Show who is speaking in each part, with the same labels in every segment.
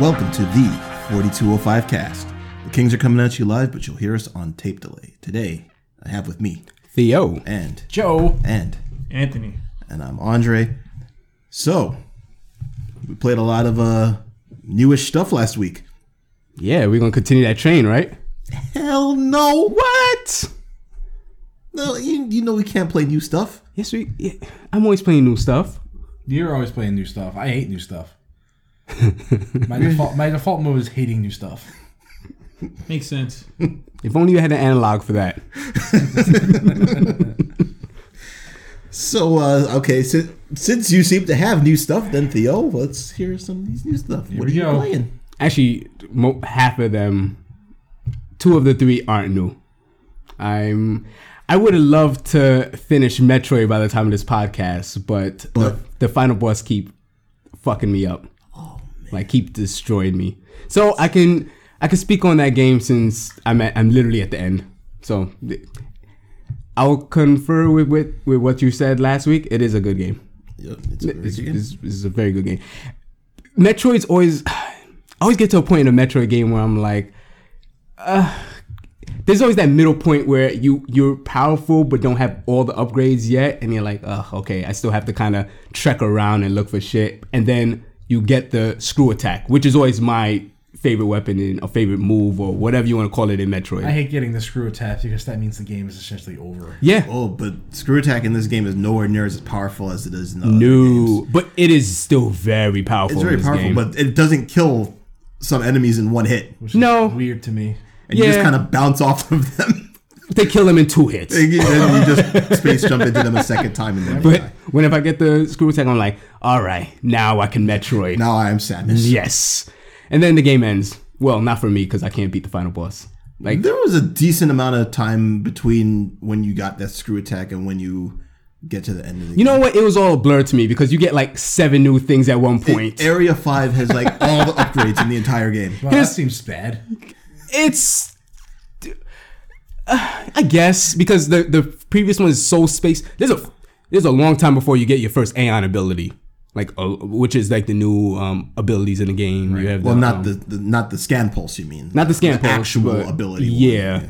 Speaker 1: Welcome to the 4205 cast. The Kings are coming at you live, but you'll hear us on tape delay. Today, I have with me
Speaker 2: Theo.
Speaker 1: and
Speaker 2: Joe.
Speaker 1: and
Speaker 3: Anthony.
Speaker 1: and I'm Andre. So, we played a lot of uh newish stuff last week.
Speaker 2: Yeah, we're gonna continue that train, right?
Speaker 1: Hell no.
Speaker 2: What?
Speaker 1: No, you, you know we can't play new stuff.
Speaker 2: Yes, we. Yeah, I'm always playing new stuff.
Speaker 4: You're always playing new stuff. I hate new stuff. my default my default mode is hating new stuff.
Speaker 3: Makes sense.
Speaker 2: If only you had an analog for that.
Speaker 1: So, uh okay, si- since you seem to have new stuff, then Theo, let's hear some of these new stuff. what are
Speaker 4: we
Speaker 1: you
Speaker 4: go.
Speaker 1: playing?
Speaker 2: Actually, mo- half of them, two of the three aren't new. I'm. I would have loved to finish Metroid by the time of this podcast, but, the,
Speaker 1: But-
Speaker 2: the final boss keep fucking me up. Like keep destroying me. So I can I can speak on that game since I'm at, I'm literally at the end. So th- I'll confer with, with with what you said last week. It is a good game.
Speaker 1: Yep, it's a very
Speaker 2: This
Speaker 1: good game.
Speaker 2: is a very good game. Metroid's always, I always get to a point in a Metroid game where I'm like, uh, there's always that middle point where you you're powerful but don't have all the upgrades yet, and you're like, ugh, okay, I still have to kind of trek around and look for shit, and then you get the screw attack, which is always my favorite weapon and a favorite move or whatever you want to call it in Metroid.
Speaker 4: I hate getting the screw attack because that means the game is essentially over.
Speaker 2: yeah,
Speaker 1: Oh, but screw attack in this game is nowhere near as powerful as it is in the other games.
Speaker 2: no, but it is still very powerful.
Speaker 1: It's very
Speaker 2: in this
Speaker 1: powerful,
Speaker 2: game.
Speaker 1: but it doesn't kill some enemies in one hit.
Speaker 4: Which
Speaker 2: No.
Speaker 4: is weird to me.
Speaker 1: And you just
Speaker 2: Yeah.
Speaker 1: kind of bounce off of them.
Speaker 2: they kill him in two hits.
Speaker 1: and then you just space jump into them a second time and then they
Speaker 2: But
Speaker 1: die.
Speaker 2: whenever I get the screw attack, I'm like, all right, now I can Metroid.
Speaker 1: Now I am sadness.
Speaker 2: Yes. And then the game ends. Well, not for me because I can't beat the final boss. Like,
Speaker 1: There was a decent amount of time between when you got that screw attack and when you get to the end of the
Speaker 2: you know what? It was all a blur to me because you get like seven new things at one point.
Speaker 1: Area 5 has like all the upgrades in the entire game.
Speaker 4: Well, that
Speaker 2: Here's-
Speaker 4: seems bad.
Speaker 2: It's. Uh, I guess because the the previous one is Soul Space. There's a there's a long time before you get your first Aeon ability, like uh, which is like the new um, abilities in the game. You have
Speaker 1: Well,
Speaker 2: the,
Speaker 1: not
Speaker 2: um,
Speaker 1: the, the not the scan pulse, you mean?
Speaker 2: not the scan punch,
Speaker 1: actual
Speaker 2: but-
Speaker 1: ability. one.
Speaker 2: Yeah.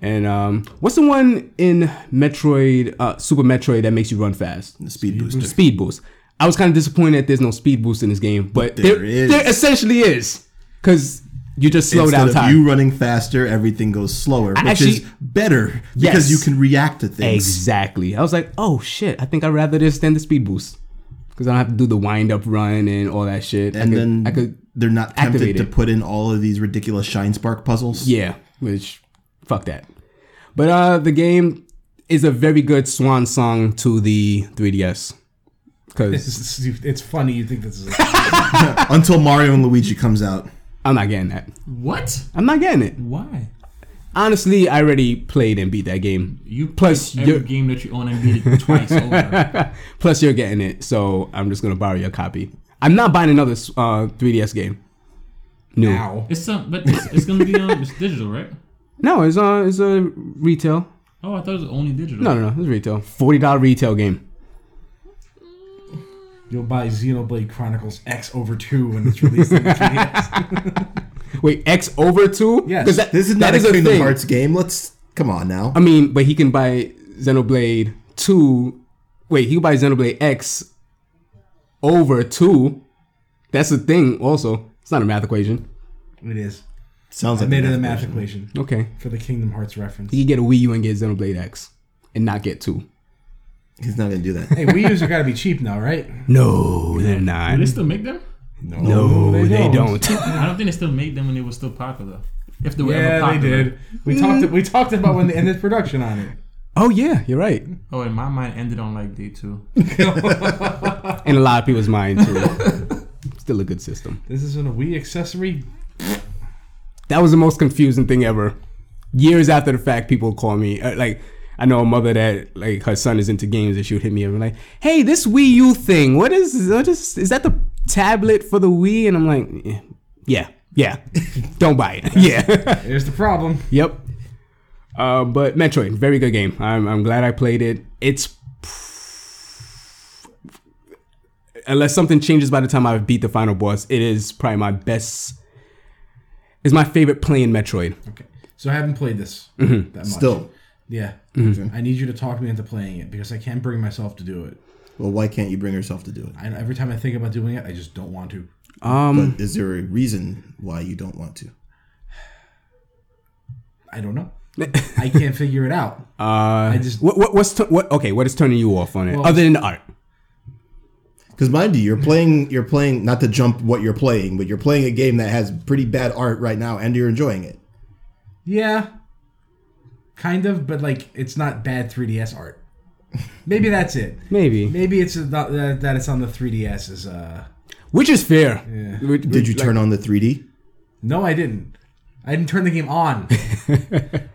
Speaker 2: And um, what's the one in Metroid, uh, Super Metroid that makes you run fast?
Speaker 1: the speed booster.
Speaker 2: Speed boost. I was kind of disappointed there's no speed boost in this game, but there,
Speaker 1: there is.
Speaker 2: there essentially is, because you just slow
Speaker 1: Instead
Speaker 2: down
Speaker 1: of
Speaker 2: time.
Speaker 1: you running faster, everything goes slower, which is
Speaker 2: actually-
Speaker 1: better because
Speaker 2: Yes.
Speaker 1: you can react to things.
Speaker 2: Exactly. I was like, oh shit, I think I'd rather this than the speed boost. Because I don't have to do the wind up run and all that shit. I
Speaker 1: and
Speaker 2: could,
Speaker 1: then
Speaker 2: I could,
Speaker 1: they're not tempted
Speaker 2: activate
Speaker 1: to
Speaker 2: it.
Speaker 1: put in all of these ridiculous shine spark puzzles.
Speaker 2: yeah, which, fuck that. But uh, the game is a very good swan song to the 3DS. Because
Speaker 4: This is, it's funny you think this is
Speaker 1: Until Mario and Luigi comes out.
Speaker 2: I'm not getting that.
Speaker 3: What?
Speaker 2: I'm not getting it.
Speaker 3: Why?
Speaker 2: Honestly, I already played and beat that game.
Speaker 3: You
Speaker 2: Plus,
Speaker 3: plus every
Speaker 2: you're-
Speaker 3: game that you own and beat it twice over.
Speaker 2: Plus, you're getting it, so I'm just gonna borrow your copy. I'm not buying another uh, 3DS game. No,
Speaker 4: now.
Speaker 3: It's some, but it's, it's gonna be on. It's digital, right?
Speaker 2: no, it's uh, it's a retail.
Speaker 3: Oh, I thought it was only digital.
Speaker 2: No, no, no, it's retail. Forty dollar retail game.
Speaker 4: You'll buy Xenoblade Chronicles X over two when it's released on the 3DS.
Speaker 2: Wait, X over two?
Speaker 4: Yes.
Speaker 2: that,
Speaker 1: This is
Speaker 2: that
Speaker 1: not a
Speaker 2: a
Speaker 1: Kingdom
Speaker 2: thing.
Speaker 1: Hearts game. Let's come on now.
Speaker 2: I mean, but he can buy Xenoblade two. Wait, he can buy Xenoblade X over two. That's a thing. Also, it's not a math equation.
Speaker 4: It is.
Speaker 1: Sounds
Speaker 4: I
Speaker 1: like
Speaker 4: made it
Speaker 1: a
Speaker 4: a math equation
Speaker 2: Okay,
Speaker 4: for the Kingdom Hearts reference.
Speaker 2: you get a Wii U and get Xenoblade X and not get two.
Speaker 1: He's not gonna do that.
Speaker 4: Hey, Wii U's are gotta be cheap now, right?
Speaker 2: No, they're not.
Speaker 3: Do they still make them?
Speaker 4: No,
Speaker 2: No, they, don't.
Speaker 3: I don't think they still made them when they were still popular. If they were ever
Speaker 4: Yeah, they
Speaker 3: popular.
Speaker 4: did. We talked. We talked about when they ended production on it.
Speaker 2: oh yeah, you're right.
Speaker 3: Oh, in my mind, ended on like day two.
Speaker 2: In a lot of people's mind too. Still a good system.
Speaker 4: This isn't a Wii accessory.
Speaker 2: That was the most confusing thing ever. Years after the fact, people would call me uh, like. I know a mother that like her son is into games, and she would hit me up and like, "Hey, this Wii U thing, what is what is is that the tablet for the Wii?" And I'm like, "Yeah, "Yeah, yeah, don't buy it. Yeah,
Speaker 4: There's the problem.
Speaker 2: Yep. Uh, but Metroid, very good game. I'm, I'm glad I played it. It's unless something changes by the time I beat the final boss, it is probably my best. It's my favorite playing Metroid.
Speaker 4: Okay. So I haven't played this that much.
Speaker 1: Still.
Speaker 4: Yeah. I need you to talk me into playing it because I can't bring myself to do it.
Speaker 1: Well, why can't you bring yourself to do it?
Speaker 4: And every time I think about doing it, I just don't want to.
Speaker 2: Um,
Speaker 1: But is there a reason why you don't want to?
Speaker 4: I don't know. I can't figure it out.
Speaker 2: uh,
Speaker 4: I just
Speaker 2: what, what what's tu- what? Okay, what is turning you off on it?
Speaker 4: Well-
Speaker 2: other than the art,
Speaker 1: Because mind you, you're playing, you're playing not to jump what you're playing, but you're playing a game that has pretty bad art right now, and you're enjoying it.
Speaker 4: yeah, kind of, but like it's not bad 3ds art. Maybe that's it.
Speaker 2: maybe,
Speaker 4: Maybe it's not that, that it's on the 3ds is uh.
Speaker 2: which is fair. Which-
Speaker 1: Did you
Speaker 2: like-
Speaker 1: turn on the 3D?
Speaker 4: No, I didn't. I didn't turn the game on. well,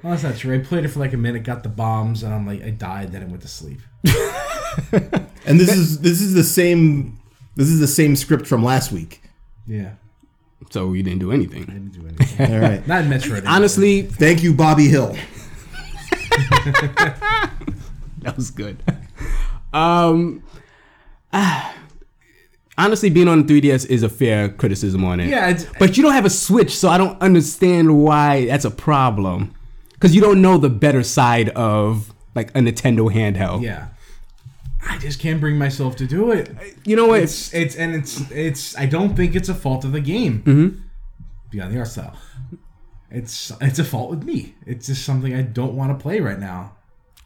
Speaker 4: that's not true. I played it for like a minute, got the bombs, and I'm like, I died. Then I went to sleep.
Speaker 1: And this is this is the same this is the same script from last week.
Speaker 4: Yeah,
Speaker 2: So you didn't do anything.
Speaker 4: didn't do anything.
Speaker 1: All right.
Speaker 4: not in Metroid.
Speaker 2: Honestly,
Speaker 1: Thank you, Bobby Hill.
Speaker 2: that was good. Um, ah, honestly, being on 3DS is a fair criticism on it.
Speaker 4: Yeah, it's-
Speaker 2: but you don't have a Switch, so I don't understand why that's a problem. Because you don't know the better side of like a Nintendo handheld.
Speaker 4: yeah. I just can't bring myself to do it.
Speaker 2: You know what?
Speaker 4: It's it's and it's it's. I don't think it's a fault of the game. Beyond the art style, it's it's a fault with me. It's just something I don't want to play right now.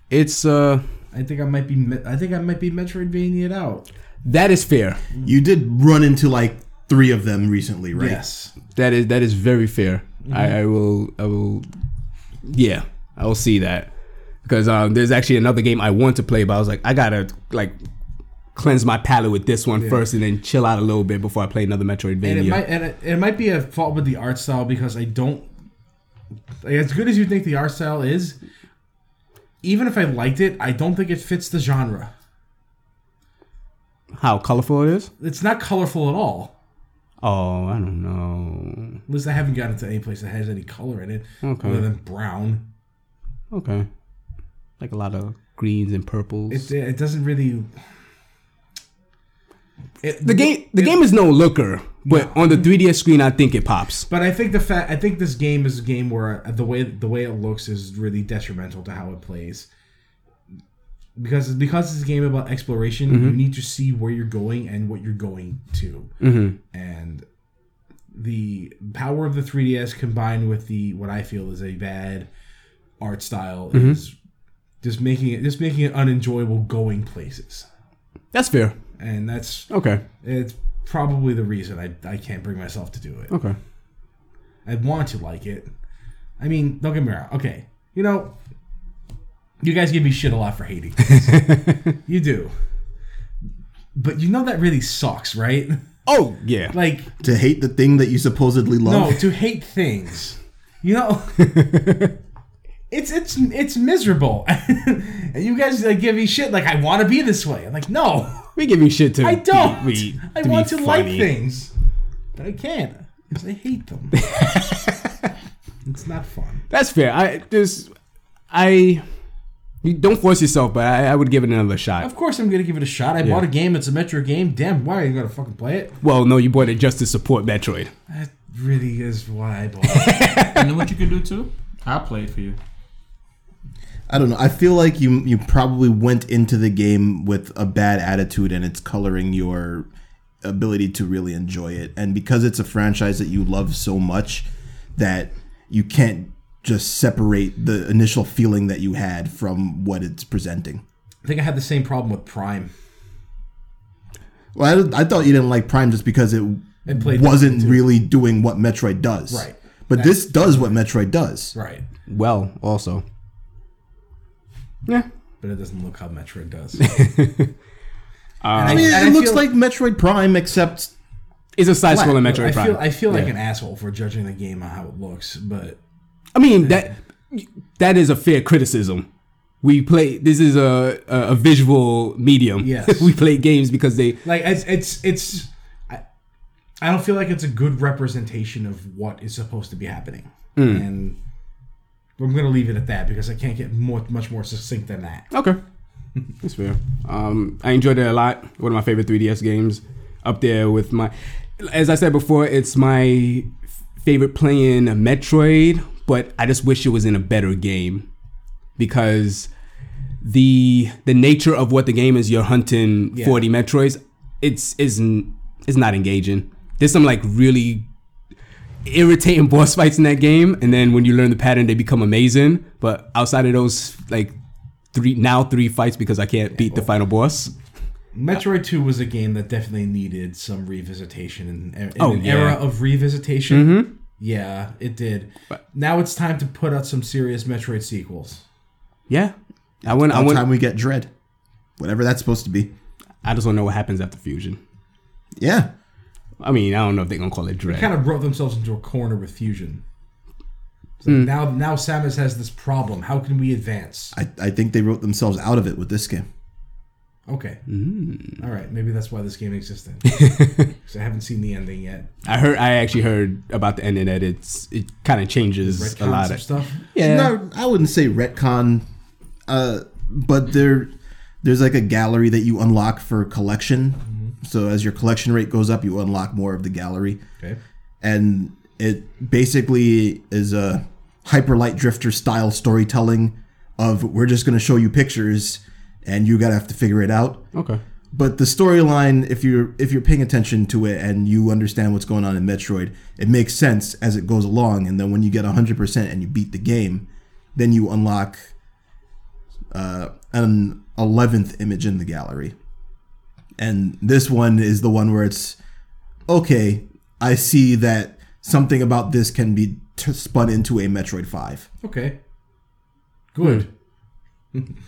Speaker 2: it's uh,
Speaker 4: I think I might be. me- I think I might be Metroidvania it out.
Speaker 2: that is fair.
Speaker 1: You did run into like three of them recently, right?
Speaker 4: Yes.
Speaker 2: That is that is very fair.
Speaker 4: Mm-hmm.
Speaker 2: I, I will I will yeah, I will see that. Because um, there's actually another game I want to play, but I was like, I gotta like cleanse my palate with this one first, and then chill out a little bit before I play another
Speaker 4: and it
Speaker 2: Metroidvania.
Speaker 4: might and it, it might be a fault with the art style because I don't like, as good as you think the art style is. Even if I liked it, I don't think it fits the genre.
Speaker 2: How colorful it is?
Speaker 4: It's not colorful at all.
Speaker 2: Oh, I don't know.
Speaker 4: At least I haven't gotten to any place that has any color in it
Speaker 2: Okay.
Speaker 4: other than brown.
Speaker 2: Okay. Like a lot of greens and purples.
Speaker 4: It, it doesn't really. It,
Speaker 2: the game the game is no looker, but on the 3DS screen I think it pops.
Speaker 4: but I think the fact I think this game is a game where the way the way it looks is really detrimental to how it plays. Because because it's a game about exploration, you need to see where you're going and what you're going to, and the power of the 3ds combined with the what I feel is a bad art style is just making it just making it unenjoyable going places,
Speaker 2: That's fair.
Speaker 4: and that's
Speaker 2: Okay.
Speaker 4: it's probably the reason I I can't bring myself to do it.
Speaker 2: Okay.
Speaker 4: I want to like it. I mean, don't get me wrong. Okay, you know, you guys give me shit a lot for hating. this. you do, but you know that really sucks, right?
Speaker 2: Oh yeah.
Speaker 4: Like,
Speaker 1: To hate the thing that you supposedly love.
Speaker 2: Oh.
Speaker 4: no, to hate things, you know. It's, it's it's miserable, and you guys like give me shit like I want to be this way. I'm like, no,
Speaker 2: we give you shit to
Speaker 4: I don't.
Speaker 2: be-
Speaker 4: I
Speaker 2: be
Speaker 4: want to like
Speaker 2: funny.
Speaker 4: things, but I can't because I hate them. it's not fun.
Speaker 2: That's fair. I just I you don't force yourself, but I, I would give it another shot.
Speaker 4: Of course, I'm gonna give it a shot. I bought a game. It's a Metro game. Damn, why are you gonna fucking play it?
Speaker 2: Well, no, you bought it just to support Metroid.
Speaker 4: That really is why I bought it.
Speaker 3: And then what you could do too? I'll play it for you.
Speaker 1: I don't know. I feel like you you probably went into the game with a bad attitude and it's coloring your ability to really enjoy it. And because it's a franchise that you love so much that you can't just separate the initial feeling that you had from what it's presenting.
Speaker 4: I think I had the same problem with Prime.
Speaker 1: Well, I, don't- I thought you didn't like Prime just because it,
Speaker 4: It played
Speaker 1: wasn't really doing what Metroid does.
Speaker 4: Right.
Speaker 1: But this does what Metroid does.
Speaker 4: Right,
Speaker 2: Well, also. Yeah.
Speaker 4: but it doesn't look how Metroid does.
Speaker 2: Um,
Speaker 1: I mean,
Speaker 4: and
Speaker 1: it
Speaker 4: I
Speaker 1: looks
Speaker 4: feel-
Speaker 1: like Metroid Prime, except
Speaker 2: It's a side scrolling
Speaker 4: I
Speaker 2: Metroid
Speaker 4: feel
Speaker 2: Prime. I,
Speaker 4: I feel like an asshole for judging the game on how it looks, but
Speaker 2: mean that that is a fair criticism. We play this is a a, a visual medium.
Speaker 4: Yes.
Speaker 2: we play games because they
Speaker 4: like it's it's it's. I, I don't feel like it's a good representation of what is supposed to be happening,
Speaker 1: Hmm.
Speaker 4: and I'm gonna leave it at that because I can't get more, much more succinct than that.
Speaker 2: Okay. That's fair. Um, I enjoyed it a lot. One of my favorite 3DS games. up there with my. As I said before, it's my favorite playing Metroid, but I just wish it was in a better game because the the nature of what the game is you're hunting 40 metroids it's is is not engaging there's some like really irritating boss fights in that game and then when you learn the pattern they become amazing but outside of those like three now three fights because i can't beat the final boss
Speaker 4: Metroid Two was a game that definitely needed some revisitation in, in
Speaker 2: Oh,
Speaker 4: an
Speaker 2: yeah. Mm-hmm.
Speaker 4: era of revisitation. Yeah, it did. now it's time to put out some serious Metroid sequels.
Speaker 2: yeah i wouldn't i
Speaker 1: By the time
Speaker 2: wouldn't
Speaker 1: we get Dread, whatever that's supposed to be.
Speaker 2: i just don't know what happens after fusion
Speaker 1: Yeah,
Speaker 2: i mean i don't know if they're gonna call it dread
Speaker 4: Kind of brought themselves into a corner with fusion. So
Speaker 2: Hmm.
Speaker 4: Now, now Samus has this problem. How can we advance?
Speaker 1: I, I think they wrote themselves out of it with this game.
Speaker 4: Okay,
Speaker 2: Hmm.
Speaker 4: all right. Maybe that's why this game existed. 'Cause I haven't seen the ending yet.
Speaker 2: i heard i actually heard about the ending that it's it kind of changes a
Speaker 4: Retcon
Speaker 2: lot
Speaker 4: some
Speaker 2: of
Speaker 4: stuff.
Speaker 2: yeah
Speaker 1: No, I wouldn't say retcon, uh, but there, there's like a gallery that you unlock for collection.
Speaker 4: Mm-hmm.
Speaker 1: So as your collection rate goes up, you unlock more of the gallery,
Speaker 4: Okay.
Speaker 1: and it basically is a hyperlight drifter style storytelling of we're just going to show you pictures and you gotta have to figure it out.
Speaker 2: okay
Speaker 1: But the storyline, if you're if you're paying attention to it and you understand what's going on in Metroid, it makes sense as it goes along. And then when you get 100% and you beat the game, then you unlock uh, an 11th image in the gallery. And this one is the one where it's okay. I see that something about this can be t- spun into a Metroid Five.
Speaker 4: Okay. Good.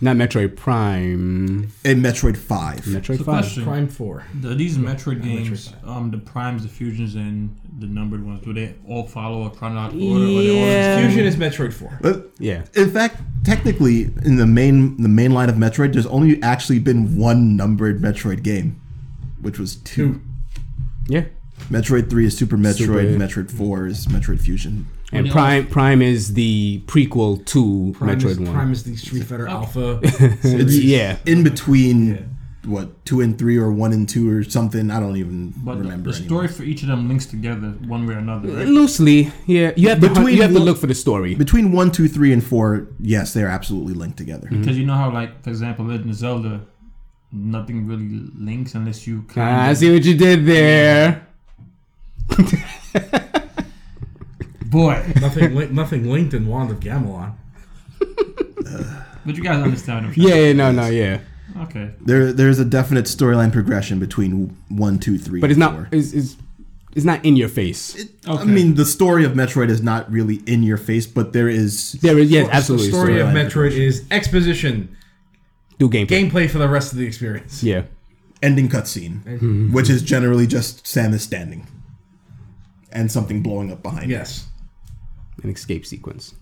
Speaker 2: Not Metroid Prime.
Speaker 1: A Metroid Five.
Speaker 2: Metroid
Speaker 3: So
Speaker 2: Five.
Speaker 3: question.
Speaker 4: Prime Four.
Speaker 3: Do these Metroid games,
Speaker 4: Metroid.
Speaker 3: um, the primes, the fusions, and the numbered ones, do they all follow a chronological order? Or they all just
Speaker 2: Yeah.
Speaker 4: Fusion is Metroid Four.
Speaker 1: Uh,
Speaker 2: Yeah.
Speaker 1: In fact, technically, in the main the main line of Metroid, there's only actually been one numbered Metroid game, which was two.
Speaker 2: Yeah.
Speaker 1: Metroid Three is Super Metroid.
Speaker 2: Super-
Speaker 1: Metroid Four is Metroid Fusion.
Speaker 2: And
Speaker 3: the
Speaker 2: Prime Prime is the prequel to
Speaker 4: Prime
Speaker 2: Metroid
Speaker 4: is,
Speaker 2: One.
Speaker 4: Prime is the Street Fighter Alpha.
Speaker 1: It's
Speaker 4: series.
Speaker 2: yeah.
Speaker 1: in between what two and three or one and two or something. I don't even
Speaker 3: But the-
Speaker 1: remember.
Speaker 3: the
Speaker 1: anymore.
Speaker 3: story for each of them links together one way or another, right?
Speaker 2: Loosely, yeah. You have to
Speaker 1: Between
Speaker 2: hunt- you have to
Speaker 1: one-
Speaker 2: look for the story.
Speaker 1: Between one, two, three, and four, yes, they are absolutely linked together.
Speaker 2: Mm-hmm. Hmm?
Speaker 3: Because you know how, like, for example, Legend of Zelda, nothing really links unless you
Speaker 2: Ah,
Speaker 3: kind
Speaker 2: I see what you did there.
Speaker 3: of. Boy!
Speaker 4: nothing, li- nothing linked in Wand of Gamelon.
Speaker 3: But you guys understand what I'm
Speaker 2: Yeah, yeah, no, no, yeah.
Speaker 3: trying- Okay.
Speaker 1: There, there is a definite storyline progression between one, two, three.
Speaker 2: But it's
Speaker 1: and
Speaker 2: not
Speaker 1: four.
Speaker 2: it's, it's it's not in your face.
Speaker 1: It- I
Speaker 3: Okay.
Speaker 1: mean, the story of Metroid is not really in your face, but there is
Speaker 2: There is yes, absolutely.
Speaker 4: The story
Speaker 2: so,
Speaker 4: of
Speaker 1: Storyline
Speaker 4: Metroid is exposition,
Speaker 2: do gameplay.
Speaker 4: gameplay for the rest of the experience.
Speaker 2: Yeah.
Speaker 1: ending cutscene,
Speaker 4: Mm-hmm.
Speaker 1: which is generally just Samus standing and something blowing up behind. her.
Speaker 4: Yes.
Speaker 2: An escape sequence.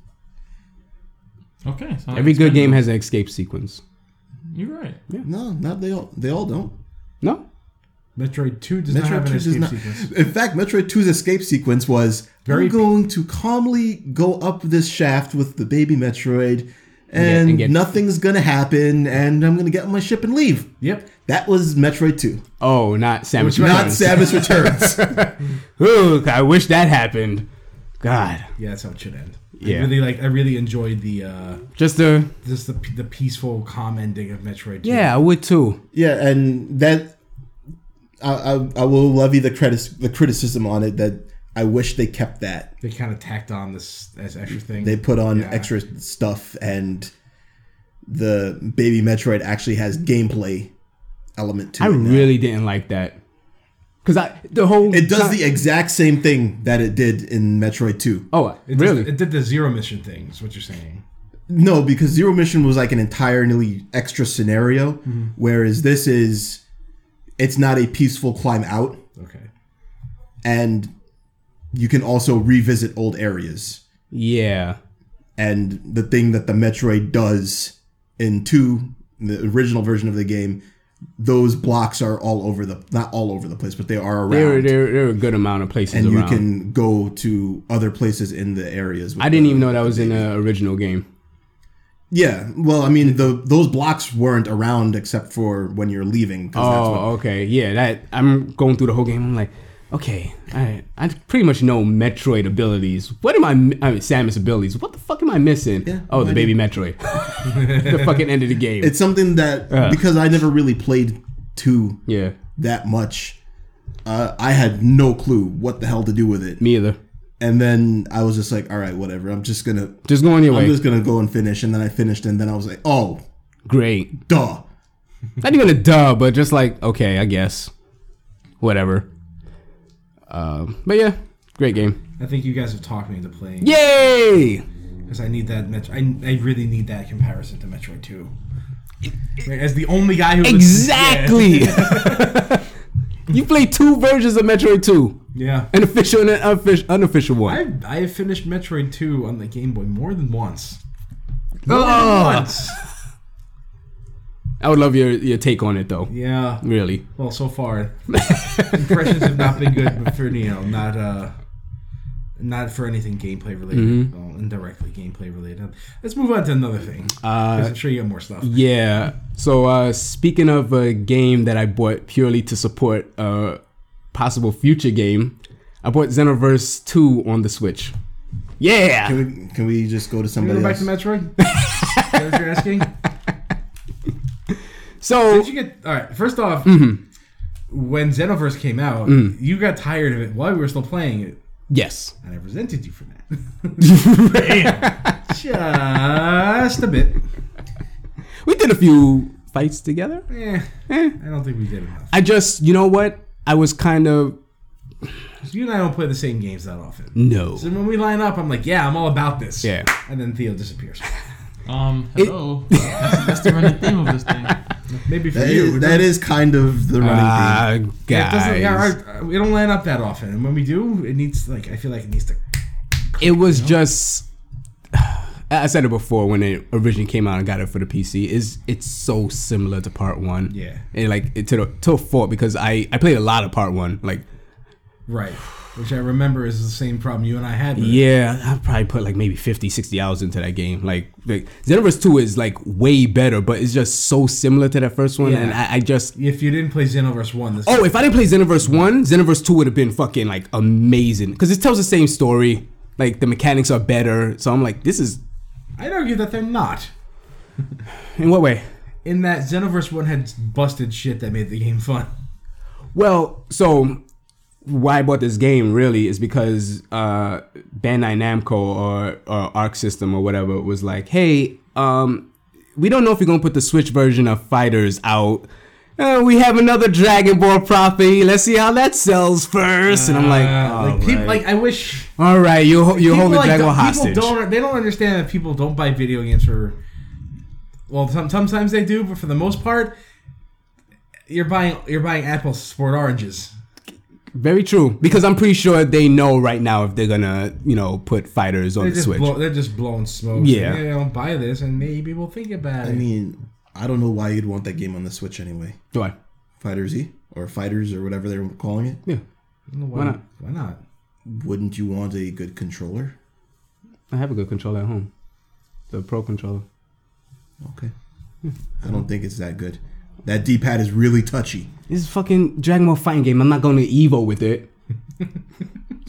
Speaker 3: Okay. so
Speaker 2: Every
Speaker 3: it's
Speaker 2: good
Speaker 3: kind
Speaker 2: game has an escape sequence.
Speaker 3: of- You're right.
Speaker 1: No, not they all. They all don't.
Speaker 2: No?
Speaker 4: Metroid Two does not have
Speaker 1: Metroid
Speaker 4: an
Speaker 1: Two does
Speaker 4: escape
Speaker 1: not.
Speaker 4: sequence.
Speaker 1: In fact, Metroid 2's escape sequence was
Speaker 4: Very-
Speaker 1: I'm going to calmly go up this shaft with the baby Metroid, and,
Speaker 2: and get-
Speaker 1: nothing's gonna happen, and I'm gonna get on my ship and leave.
Speaker 4: Yep.
Speaker 1: That was Metroid 2,
Speaker 2: Oh, not Samus
Speaker 1: not
Speaker 2: Returns.
Speaker 1: Samus Returns.
Speaker 2: Ooh, I wish that happened. God.
Speaker 4: Yeah, that's how it should end. I
Speaker 2: Yeah.
Speaker 4: really like. I really enjoyed the uh,
Speaker 2: Just a
Speaker 4: just the the peaceful, calm ending of Metroid. 2.
Speaker 2: Yeah, I would too.
Speaker 1: Yeah, and that I, I, I will levy the credits the criticism on it that I wish they kept that.
Speaker 4: They kind of tacked on this as extra thing.
Speaker 1: They put on
Speaker 4: Yeah.
Speaker 1: extra stuff, and the baby Metroid actually has gameplay element to
Speaker 2: I
Speaker 1: it. now.
Speaker 2: really didn't like that because I the whole
Speaker 1: it does the exact same thing that it did in Metroid Two.
Speaker 2: oh
Speaker 4: It does-
Speaker 2: really
Speaker 4: it did the zero mission thing. Is what you're saying?
Speaker 1: No, because Zero Mission was like an entirely extra scenario, whereas this is it's not a peaceful climb out.
Speaker 4: Okay.
Speaker 1: and you can also revisit old areas.
Speaker 2: yeah
Speaker 1: And the thing that the Metroid does in two, the original version of the game, those blocks are all over the not all over the place, but they are around,
Speaker 2: there were there, were- there were a good amount of places
Speaker 1: and you
Speaker 2: around.
Speaker 1: can go to other places in the areas.
Speaker 2: I didn't even know that was in the original game.
Speaker 1: Yeah, well, I mean, the those blocks weren't around except for when you're leaving. 'cause that's what-
Speaker 2: Oh, okay, yeah. That I'm going through the whole game. I'm like, okay, I I pretty much know Metroid abilities. What am I? mi- I mean, Samus abilities. What the fuck am I missing? oh, the baby Metroid. the fucking end of the game.
Speaker 1: it's something that because I never really played two
Speaker 2: yeah,
Speaker 1: that much, uh, I had no clue what the hell to do with it.
Speaker 2: me either.
Speaker 1: And then I was just like, all right, whatever. I'm just gonna
Speaker 2: Just go on your
Speaker 1: I'm
Speaker 2: way.
Speaker 1: just gonna go and finish. And then I finished, and then I was like, oh,
Speaker 2: Great.
Speaker 1: duh.
Speaker 2: Not even a duh, but just like okay, I guess, whatever. Um, but yeah, great game.
Speaker 4: I think you guys have talked me into playing
Speaker 2: Yay!
Speaker 4: because I need that. Metro- I, I really need that comparison to Metroid Two. Right, As the only guy who listens-
Speaker 2: Exactly. you play two versions of Metroid Two,
Speaker 4: yeah.
Speaker 2: an official and an unofficial, unofficial one.
Speaker 4: I I have finished Metroid Two on the Game Boy more than once.
Speaker 2: Ugh.
Speaker 4: Once.
Speaker 2: Oh. I would love your your take on it though.
Speaker 4: Yeah.
Speaker 2: Really.
Speaker 4: Well, so far, impressions have not been good but for you know, not uh, not for anything gameplay related,
Speaker 2: Mm-hmm.
Speaker 4: well, indirectly gameplay related. Let's move on to another thing. Uh, I'm sure you have more stuff.
Speaker 2: Yeah. So uh, speaking of a game that I bought purely to support a possible future game, I bought Xenoverse Two on the Switch. Yeah.
Speaker 1: Can we, can we just go to
Speaker 4: Can
Speaker 1: somebody
Speaker 4: we go back
Speaker 1: else?
Speaker 4: to Metroid? Is that what you're asking?
Speaker 2: so
Speaker 4: Did you get all right? First off,
Speaker 2: Mm-hmm.
Speaker 4: when Xenoverse came out,
Speaker 2: Mm.
Speaker 4: you got tired of it while we were still playing it,
Speaker 2: yes.
Speaker 4: and I resented you for that. Just a bit.
Speaker 2: We did a few fights together.
Speaker 4: Eh, I don't think we did enough.
Speaker 2: I just, you know what? I was kind of
Speaker 4: You and I don't play the same games that often.
Speaker 2: no.
Speaker 4: So when we line up, I'm like, yeah, I'm all about this.
Speaker 2: Yeah.
Speaker 4: And then Theo disappears.
Speaker 3: Um, hello. that's, that's the running theme of this thing.
Speaker 4: Maybe for
Speaker 1: That
Speaker 4: you.
Speaker 1: is, that is kind of the running theme.
Speaker 2: Ah,
Speaker 4: It doesn't, yeah,
Speaker 2: guys.
Speaker 4: our- uh, we don't line up that often. And when we do, it needs, like, I feel like it needs to.
Speaker 2: It was just. I said it before when it originally came out. I got it for the PC. Is it's so similar to Part One.
Speaker 4: Yeah.
Speaker 2: And like it to the to a fault because I I played a lot of Part One. Like
Speaker 4: Right. Which I remember is the same problem you and I had. with it.
Speaker 2: yeah, I probably put like maybe 50, 60 hours into that game. Like like Xenoverse Two is like way better, but it's just so similar to that first one,
Speaker 4: Yeah.
Speaker 2: and I, I just
Speaker 4: If you didn't play Xenoverse 1, this
Speaker 2: Oh, if I didn't play Xenoverse 1, Xenoverse 2 would have been fucking like amazing. Because it tells the same story. Like the mechanics are better. So I'm like, this is.
Speaker 4: I'd argue that they're not.
Speaker 2: In what way?
Speaker 4: In that Xenoverse 1 had busted shit that made the game fun.
Speaker 2: Well, so why I bought this game really is because uh, Bandai Namco or, or Arc System or whatever was like, hey, um, we don't know if you're gonna put the Switch version of Fighters out. Uh, we have another Dragon Ball property. Let's see how that sells first. and I'm like,
Speaker 4: Uh,
Speaker 2: all
Speaker 4: like,
Speaker 2: Ah, right,
Speaker 4: peop- like, I wish.
Speaker 2: all right, you ho- you hold the
Speaker 4: like,
Speaker 2: Dragon Ball
Speaker 4: don't-
Speaker 2: hostage.
Speaker 4: People don't, they don't understand that people don't buy video games for. Well, some, sometimes they do, but for the most part, you're buying you're buying apples to sport oranges.
Speaker 2: Very true. Because I'm pretty sure they know right now if they're gonna, you know, put fighters on
Speaker 4: They're
Speaker 2: the
Speaker 4: just
Speaker 2: Switch.
Speaker 4: blow, they're just blowing smoke.
Speaker 2: Yeah.
Speaker 4: they don't buy this, and maybe we'll think about
Speaker 1: I
Speaker 4: it.
Speaker 1: mean, I don't know why you'd want that game on the Switch anyway.
Speaker 2: Do I?
Speaker 1: Fighter Z or Fighters or whatever they're calling it.
Speaker 2: Yeah.
Speaker 4: why,
Speaker 2: why not?
Speaker 4: Why not?
Speaker 1: Wouldn't you want a good controller?
Speaker 2: I have a good controller at home. The pro controller.
Speaker 1: Okay. I don't think it's that good. That D pad is really touchy.
Speaker 2: This is a fucking Dragon Ball fighting game. I'm not going to Evo with it. Just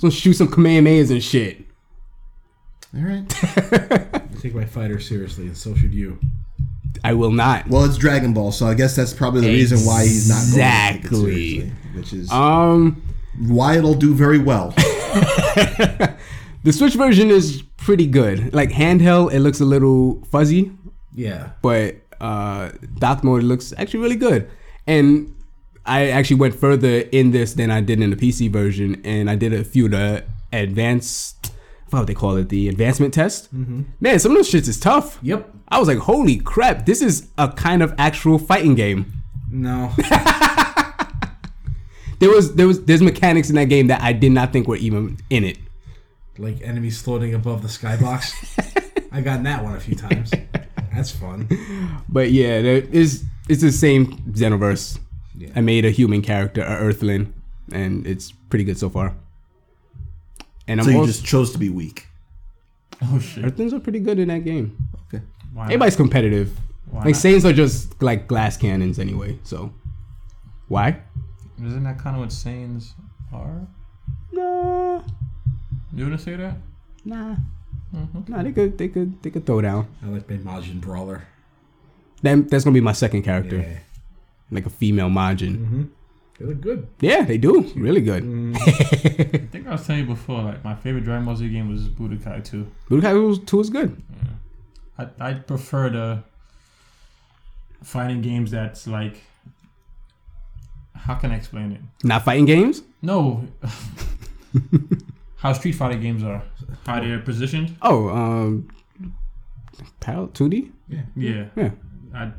Speaker 2: gonna shoot some Kamehamehas and shit.
Speaker 1: All right.
Speaker 4: I take my fighter seriously, and so should you.
Speaker 2: I will not.
Speaker 1: Well, it's Dragon Ball, so I guess that's probably the reason why he's not going to take it
Speaker 2: Exactly.
Speaker 1: seriously, which is
Speaker 2: Um
Speaker 1: why it'll do very well.
Speaker 2: the Switch version is pretty good. Like handheld, it looks a little fuzzy,
Speaker 4: Yeah,
Speaker 2: but uh, dock mode looks actually really good. And I actually went further in this than I did in the PC version, and I did a few of the advanced, I forgot what they call it, the advancement test. Man, some of those shits is tough.
Speaker 4: Yep.
Speaker 2: I was like, holy crap, this is a kind of actual fighting game.
Speaker 4: no,
Speaker 2: There was there was there's mechanics in that game that I did not think were even in it.
Speaker 4: like enemies floating above the skybox. I got in that one a few times. That's fun.
Speaker 2: But yeah, there is it's the same Xenoverse.
Speaker 4: Yeah.
Speaker 2: I made a human character, a Earthling, and it's pretty good so far. And I'm
Speaker 1: so you
Speaker 2: also,
Speaker 1: just chose to be weak.
Speaker 3: Oh shit.
Speaker 2: Earthlings are pretty good in that game.
Speaker 1: Okay.
Speaker 3: Why not?
Speaker 2: Everybody's competitive.
Speaker 3: Why
Speaker 2: like
Speaker 3: not?
Speaker 2: Saiyans are just like glass cannons anyway. So why?
Speaker 3: Isn't that kind of what Saiyans are?
Speaker 2: Nah,
Speaker 3: You want to say that?
Speaker 2: nah, nah. They could, they could, they could throw down.
Speaker 4: I like my Majin Brawler.
Speaker 2: Then that's gonna be my second character,
Speaker 4: Yeah.
Speaker 2: like a female Majin.
Speaker 4: They look good.
Speaker 2: Yeah, they do really good.
Speaker 3: I think I was telling you before, like, my favorite Dragon Ball Z game was Budokai 2.
Speaker 2: Budokai Two is good.
Speaker 3: I, I prefer the fighting games that's like. How can I explain it?
Speaker 2: Not fighting games.
Speaker 3: No. how Street Fighter games are. How they're positioned.
Speaker 2: Oh, um, Pal Two D.
Speaker 4: Yeah.
Speaker 3: Yeah.
Speaker 2: Yeah.
Speaker 3: I,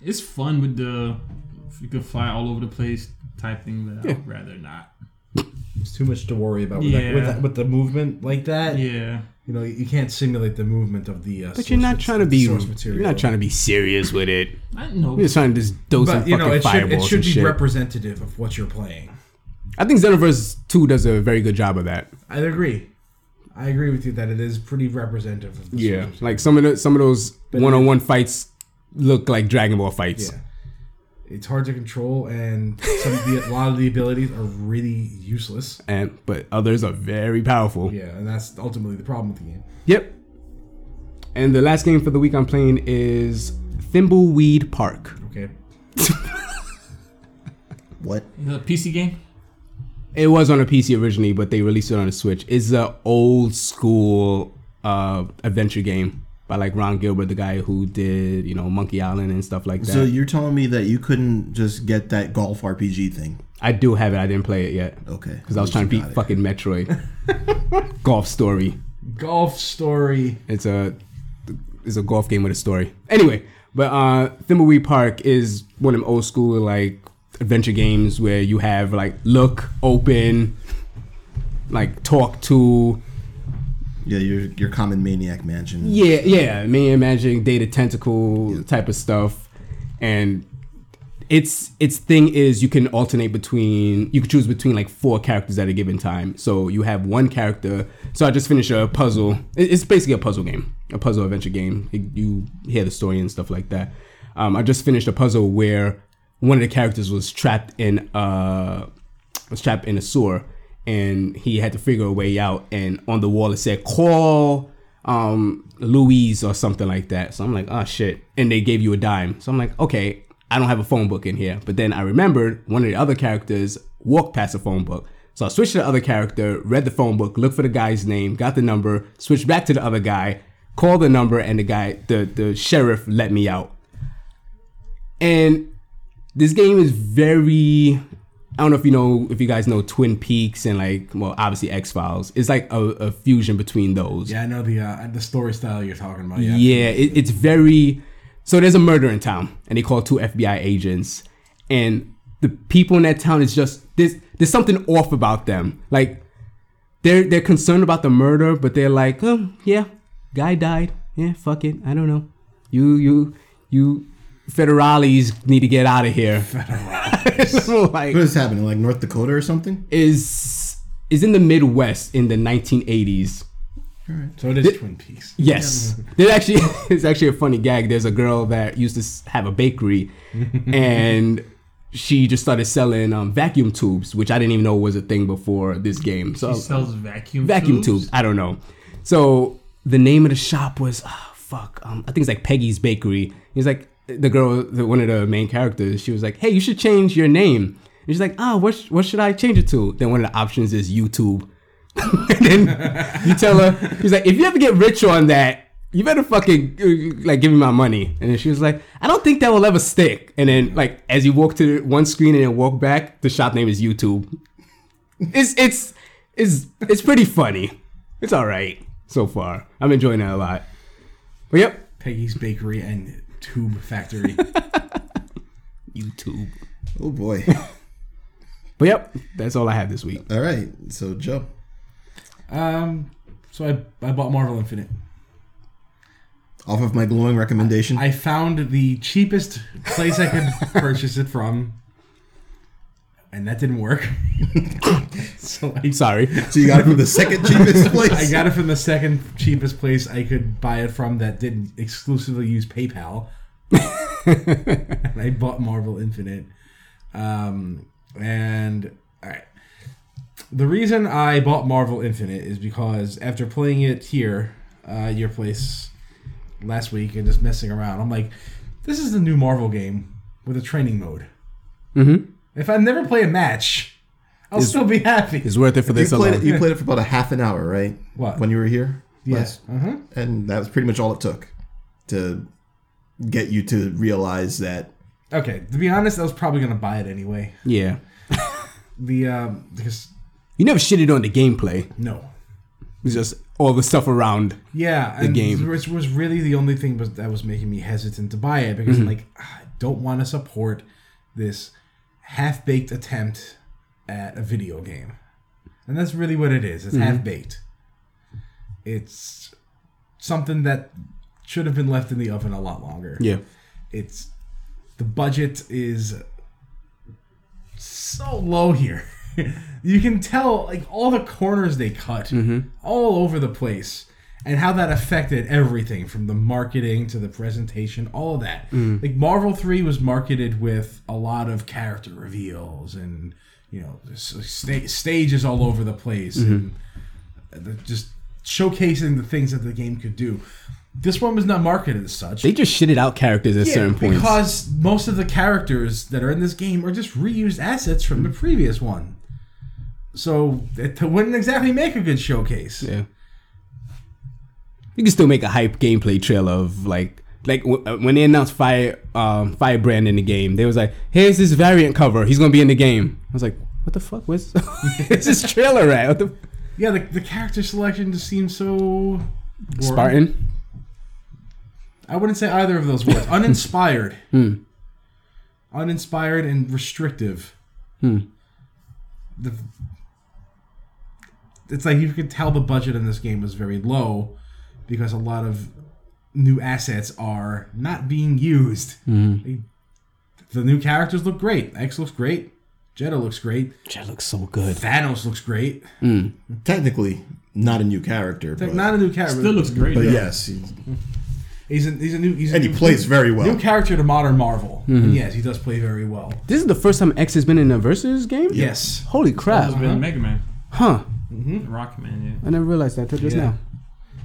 Speaker 3: it's fun with the. if You could fly all over the place type thing, but I'd rather not.
Speaker 4: It's too much to worry about with, that, with,
Speaker 3: Yeah.
Speaker 4: that, with the movement like that.
Speaker 3: Yeah.
Speaker 4: You know, you can't simulate the movement of the. Uh,
Speaker 2: But you're not trying to be.
Speaker 4: source
Speaker 2: You're
Speaker 4: material.
Speaker 2: not trying to be serious with it.
Speaker 3: I know.
Speaker 2: You're just trying to just dose some
Speaker 4: But you
Speaker 2: fucking
Speaker 4: know, it should,
Speaker 2: fireballs
Speaker 4: it should
Speaker 2: and
Speaker 4: be
Speaker 2: shit.
Speaker 4: representative of what you're playing.
Speaker 2: I think Xenoverse Two does a very good job of that.
Speaker 4: I agree. I agree with you that it is pretty representative of the
Speaker 2: Yeah,
Speaker 4: source.
Speaker 2: like some of the some of those one on one fights look like Dragon Ball fights.
Speaker 4: Yeah. It's hard to control, and some of the, a lot of the abilities are really useless.
Speaker 2: and but others are very powerful.
Speaker 4: Yeah, and that's ultimately the problem with the game.
Speaker 2: Yep. And the last game for the week I'm playing is Thimbleweed Park.
Speaker 4: Okay.
Speaker 1: What?
Speaker 3: Is it a PC game?
Speaker 2: It was on a PC originally, but they released it on a Switch. It's an old school uh, adventure game by like Ron Gilbert, the guy who did you know Monkey Island and stuff like that.
Speaker 1: So you're telling me that you couldn't just get that golf RPG thing?
Speaker 2: I do have it. I didn't play it yet
Speaker 1: Okay.
Speaker 2: because I was trying to beat fucking Metroid Golf Story.
Speaker 4: Golf story.
Speaker 2: It's a it's a golf game with a story. Anyway, but uh Thimbleweed Park is one of them old school like adventure games where you have like look, open, like talk to.
Speaker 1: Yeah, your your common maniac mansion.
Speaker 2: Yeah, yeah. Me imagining data tentacle type of stuff. And it's its thing is you can alternate between you can choose between like four characters at a given time. So you have one character. So I just finished a puzzle. It- It's basically a puzzle game, a puzzle adventure game. It- You hear the story and stuff like that. Um, I just finished a puzzle where one of the characters was trapped in uh was trapped in a sewer and he had to figure a way out and on the wall it said call um Louise or something like that. So I'm like, oh shit. And they gave you a dime. So I'm like, okay, I don't have a phone book in here. But then I remembered one of the other characters walked past a phone book. So I switched to the other character, read the phone book, looked for the guy's name, got the number, switched back to the other guy, called the number, and the guy, the the sheriff let me out. And this game is very I don't know if you know if you guys know Twin Peaks and like well obviously X Files. It's like a, a fusion between those.
Speaker 4: Yeah, I know the uh, the story style you're talking about. Yeah.
Speaker 2: Yeah, it, it's very. So there's a murder in town, and they call two FBI agents, and the people in that town is just there's there's something off about them. Like they're they're concerned about the murder, but they're like, oh, yeah, guy died. Yeah, fuck it. I don't know. You you you federales need to get out of here. Federales. like
Speaker 1: What is happening? Like North Dakota or something?
Speaker 2: is is in the Midwest in the 1980s.
Speaker 4: So it is Twin Peaks.
Speaker 2: Yes, there's actually it's actually a funny gag. There's a girl that used to s- have a bakery, and she just started selling um, vacuum tubes, which I didn't even know was a thing before this game. So
Speaker 3: It sells vacuum
Speaker 2: vacuum
Speaker 3: tubes.
Speaker 2: tubes. I don't know. So the name of the shop was ah fuck. Um, I think it's like Peggy's Bakery. He's like the girl, the, one of the main characters. She was like, "Hey, you should change your name." And she's like, "Ah, what sh- what should I change it to?" Then one of the options is YouTube. and then you tell her, he's like, "If you ever get rich on that." You better fucking uh, like give me my money, and then she was like, "I don't think that will ever stick." And then like as you walk to the one screen and then walk back, the shop name is YouTube it's it's it's it's pretty funny. It's all right so far. I'm enjoying it a lot. But yep,
Speaker 4: Peggy's Bakery and Tube Factory.
Speaker 2: YouTube.
Speaker 1: Oh boy.
Speaker 2: But yep, that's all I have this week.
Speaker 1: All right. So Joe,
Speaker 4: um, so I I bought Marvel Infinite.
Speaker 1: off of my glowing recommendation.
Speaker 4: I found the cheapest place I could purchase it from. and that didn't work. so I,
Speaker 2: Sorry.
Speaker 1: So you got it from the second cheapest place.
Speaker 4: I got it from the second cheapest place I could buy it from that didn't exclusively use PayPal. and I bought Marvel Infinite. Um, and all right. The reason I bought Marvel Infinite is because after playing it here, uh, your place last week and just messing around, I'm like, this is the new Marvel game with a training mode.
Speaker 2: Mm-hmm.
Speaker 4: If I never play a match, I'll
Speaker 2: Is-
Speaker 4: still be happy.
Speaker 2: It's worth it for
Speaker 1: you
Speaker 2: this
Speaker 1: played
Speaker 2: alone.
Speaker 1: it. You played it for about a half an hour, right?
Speaker 4: What?
Speaker 1: When you were here?
Speaker 4: yes.
Speaker 1: last-
Speaker 4: Uh huh.
Speaker 1: and that was pretty much all it took to get you to realize that
Speaker 4: Okay. To be honest, I was probably gonna buy it anyway.
Speaker 2: Yeah.
Speaker 4: The um, because
Speaker 2: You never shitted on the gameplay.
Speaker 4: no.
Speaker 2: It's just all the stuff around.
Speaker 4: Yeah, and
Speaker 2: game.
Speaker 4: it was, was really the only thing was, that was making me hesitant to buy it because I'm like "Ah, I don't want to support this half baked attempt at a video game, and that's really what it is. It's half baked. It's something that should have been left in the oven a lot longer.
Speaker 2: Yeah.
Speaker 4: it's the budget is so low here. you can tell like all the corners they cut all over the place and how that affected everything from the marketing to the presentation, all of that. Like Marvel 3 was marketed with a lot of character reveals and you know s- sta- stages all over the place and the- just showcasing the things that the game could do. This one was not marketed as such.
Speaker 2: They just shitted out characters at
Speaker 4: Yeah,
Speaker 2: certain points.
Speaker 4: Because most of the characters that are in this game are just reused assets from the previous one. So it wouldn't exactly make a good showcase.
Speaker 2: Yeah. You can still make a hype gameplay trailer of like like w- uh, when they announced Fire um, Firebrand in the game, they was like, "Here's this variant cover. He's gonna be in the game." I was like, "What the fuck? Where's, where's this trailer at? What the
Speaker 4: Yeah, the, the character selection just seems so boring.
Speaker 2: Spartan?"
Speaker 4: I wouldn't say either of those words. Uninspired.
Speaker 1: Hmm.
Speaker 4: Uninspired and restrictive.
Speaker 1: Hmm.
Speaker 4: The, it's like you could tell the budget in this game was very low because a lot of new assets are not being used.
Speaker 1: Hmm.
Speaker 4: Like, the new characters look great. X looks great. Jetta looks great.
Speaker 2: That looks so good.
Speaker 4: Thanos looks great.
Speaker 1: technically not a new character,
Speaker 4: Like,
Speaker 1: but,
Speaker 4: Not a new character.
Speaker 3: Still looks great.
Speaker 1: but
Speaker 3: though.
Speaker 1: yes, he-
Speaker 4: He's a, he's a new. He's a
Speaker 1: and he
Speaker 4: new-
Speaker 1: plays very well. Hmm.
Speaker 4: New character to modern Marvel. And yes, he does play very well.
Speaker 2: This is the first time X has been in a versus game.
Speaker 4: Yes.
Speaker 2: Holy
Speaker 3: That was
Speaker 2: crap!
Speaker 3: been Mega Man,
Speaker 2: Huh?
Speaker 3: Rockman. Yeah.
Speaker 2: I never realized that till just
Speaker 4: Yeah.
Speaker 2: now.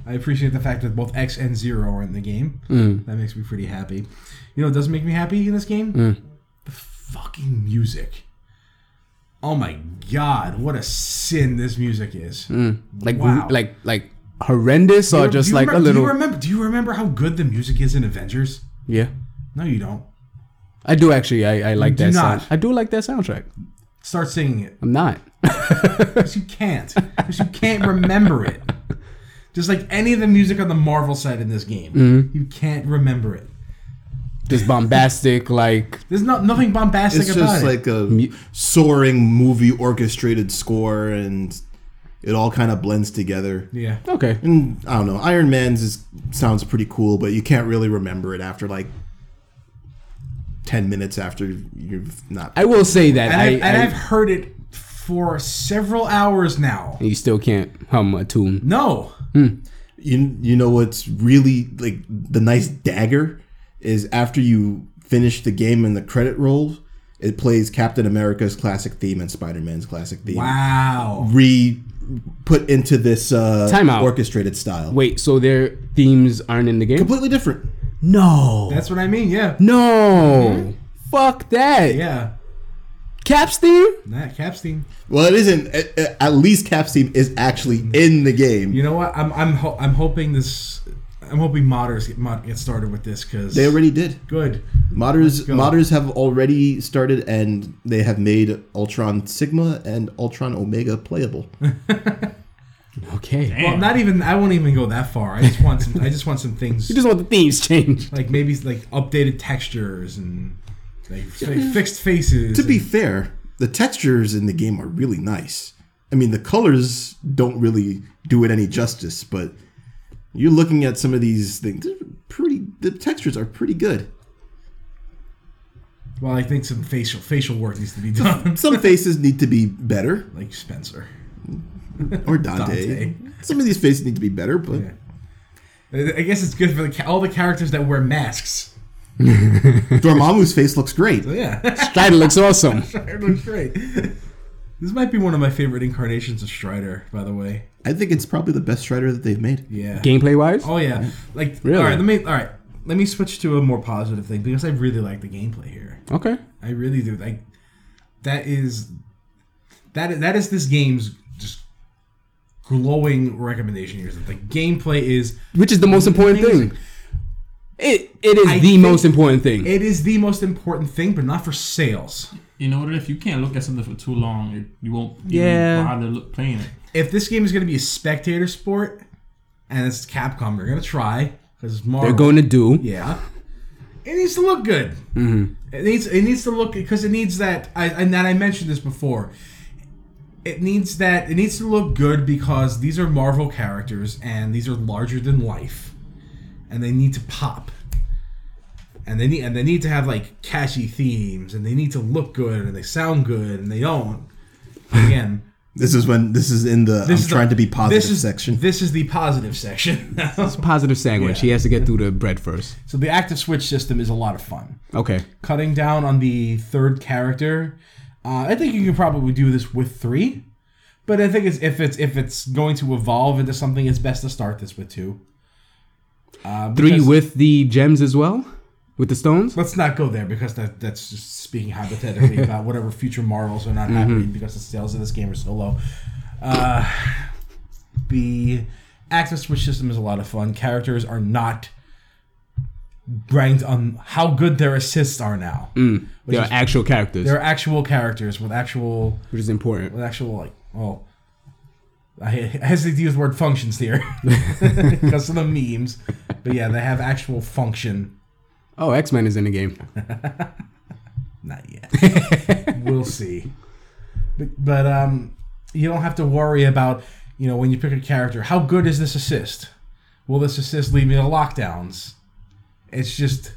Speaker 4: I appreciate the fact that both X and Zero are in the game.
Speaker 2: Mm.
Speaker 4: That makes me pretty happy. You know, it doesn't make me happy in this game.
Speaker 2: Mm.
Speaker 4: The fucking music. Oh my god, what a sin this music is.
Speaker 2: Mm. Like
Speaker 4: Wow.
Speaker 2: like like horrendous
Speaker 4: Do you-
Speaker 2: or
Speaker 4: do
Speaker 2: just
Speaker 4: you
Speaker 2: like
Speaker 4: remember,
Speaker 2: a little?
Speaker 4: Do you remember? Do you remember how good the music is in Avengers?
Speaker 2: yeah.
Speaker 4: No, you don't.
Speaker 2: I do actually. I, I like
Speaker 4: do
Speaker 2: that
Speaker 4: not.
Speaker 2: sound. I do like that soundtrack.
Speaker 4: Start singing it
Speaker 2: I'm not.
Speaker 4: because you can't. Because you can't remember it. Just like any of the music on the Marvel side in this game,
Speaker 2: Mm.
Speaker 4: you can't remember it.
Speaker 2: This bombastic like
Speaker 4: There's not nothing bombastic
Speaker 1: It's
Speaker 4: about
Speaker 1: just
Speaker 4: it.
Speaker 1: like a soaring movie orchestrated score, and it all kind of blends together.
Speaker 4: yeah.
Speaker 2: okay.
Speaker 1: And I don't know, Iron Man's is, sounds pretty cool, but you can't really remember it after like ten minutes after you've not.
Speaker 2: I will say that
Speaker 4: and,
Speaker 2: I,
Speaker 4: I, have, and
Speaker 2: I-
Speaker 4: I've heard it for several hours now.
Speaker 2: you still can't hum a tune.
Speaker 4: No,
Speaker 1: you you know what's really like the nice dagger is after you finish the game and the credit rolls, it plays Captain America's classic theme and Spider Man's classic theme.
Speaker 4: wow.
Speaker 1: Re put into this uh,
Speaker 2: Time out.
Speaker 1: orchestrated style.
Speaker 2: Wait, so their themes aren't in the game?
Speaker 1: Completely different.
Speaker 2: no.
Speaker 4: That's what I mean. Yeah,
Speaker 2: no. Fuck that.
Speaker 4: Mm-hmm. yeah.
Speaker 2: Cap's theme?
Speaker 4: That Capstein.
Speaker 1: Well, it isn't. At, at- at least Cap's theme is actually in the game.
Speaker 4: You know what? I'm I'm ho- I'm hoping this. I'm hoping modders get, mod, get started with this because
Speaker 1: They already did.
Speaker 4: good.
Speaker 1: Modders modders have already started and they have made Ultron Sigma and Ultron Omega playable.
Speaker 2: Okay.
Speaker 4: Well, not even. I won't even go that far. I just want some. I just want some things
Speaker 2: You just want the themes changed.
Speaker 4: like maybe like updated textures and like fi- fixed faces.
Speaker 1: to be
Speaker 4: and-
Speaker 1: fair, the textures in the game are really nice. I mean, the colors don't really do it any justice, but you're looking at some of these things. They're pretty. The textures are pretty good.
Speaker 4: Well, I think some facial facial work needs to be done,
Speaker 1: Some faces need to be better,
Speaker 4: like Spencer.
Speaker 1: or Dante.
Speaker 4: Dante.
Speaker 1: Some of these faces need to be better, but
Speaker 4: Yeah. I I guess it's good for the, ca- all the characters that wear masks.
Speaker 1: Dormammu's face looks great.
Speaker 4: So yeah,
Speaker 2: Strider looks awesome.
Speaker 4: Strider looks great. This might be one of my favorite incarnations of Strider, by the way.
Speaker 1: I think it's probably the best Strider that they've made.
Speaker 4: Yeah.
Speaker 2: Gameplay wise,
Speaker 4: Oh yeah. Like
Speaker 2: Really?
Speaker 4: all right, let me all right. Let me switch to a more positive thing because I really like the gameplay here.
Speaker 2: okay.
Speaker 4: I really do. Like that is that is, that is this game's just glowing recommendation here is that the gameplay is
Speaker 2: Which is the most important thing. It it is
Speaker 4: I
Speaker 2: the
Speaker 4: think-
Speaker 2: most important thing.
Speaker 4: it is the most important thing, but not for sales.
Speaker 3: You know that if you can't look at something for too long, it, you won't even
Speaker 2: Yeah.
Speaker 3: bother look, playing it.
Speaker 4: If this game is going to be a spectator sport, and it's Capcom, they're going to try because Marvel.
Speaker 2: They're going to do.
Speaker 4: Yeah. It needs to look good.
Speaker 1: Mm-hmm.
Speaker 4: It needs it needs to look because it needs that. I, and that I mentioned this before. It needs that. It needs to look good because these are Marvel characters and these are larger than life, and they need to pop. And they need and they need to have like catchy themes and they need to look good and they sound good and they don't. Again,
Speaker 1: This is when this is in the
Speaker 4: this
Speaker 1: I'm
Speaker 4: is
Speaker 1: trying
Speaker 4: the-
Speaker 1: to be positive
Speaker 4: this is,
Speaker 1: section.
Speaker 4: This is the positive section.
Speaker 2: It's a positive sandwich. He has to get through the bread first.
Speaker 4: so the active switch system is a lot of fun.
Speaker 2: Okay.
Speaker 4: cutting down on the third character. Uh, I think you can probably do this with three, but I think it's if it's if it's going to evolve into something, it's best to start this with two. Uh,
Speaker 2: Three
Speaker 4: because-
Speaker 2: with the gems as well, with the stones.
Speaker 4: Let's not go there because that that's just speaking hypothetically about whatever future Marvels are not happening because the sales of this game are so low. Uh, the access switch system is a lot of fun. Characters are not ranked on how good their assists are now.
Speaker 2: They are actual characters,
Speaker 4: They're actual characters with actual
Speaker 2: which is important.
Speaker 4: with actual like well I I hesitate to use the word functions here because of the memes, but yeah, they have actual function.
Speaker 2: Oh, X Men is in the game.
Speaker 4: Not yet. we'll see. But, but um, you don't have to worry about you know when you pick a character. How good is this assist? Will this assist lead me to lockdowns? It's just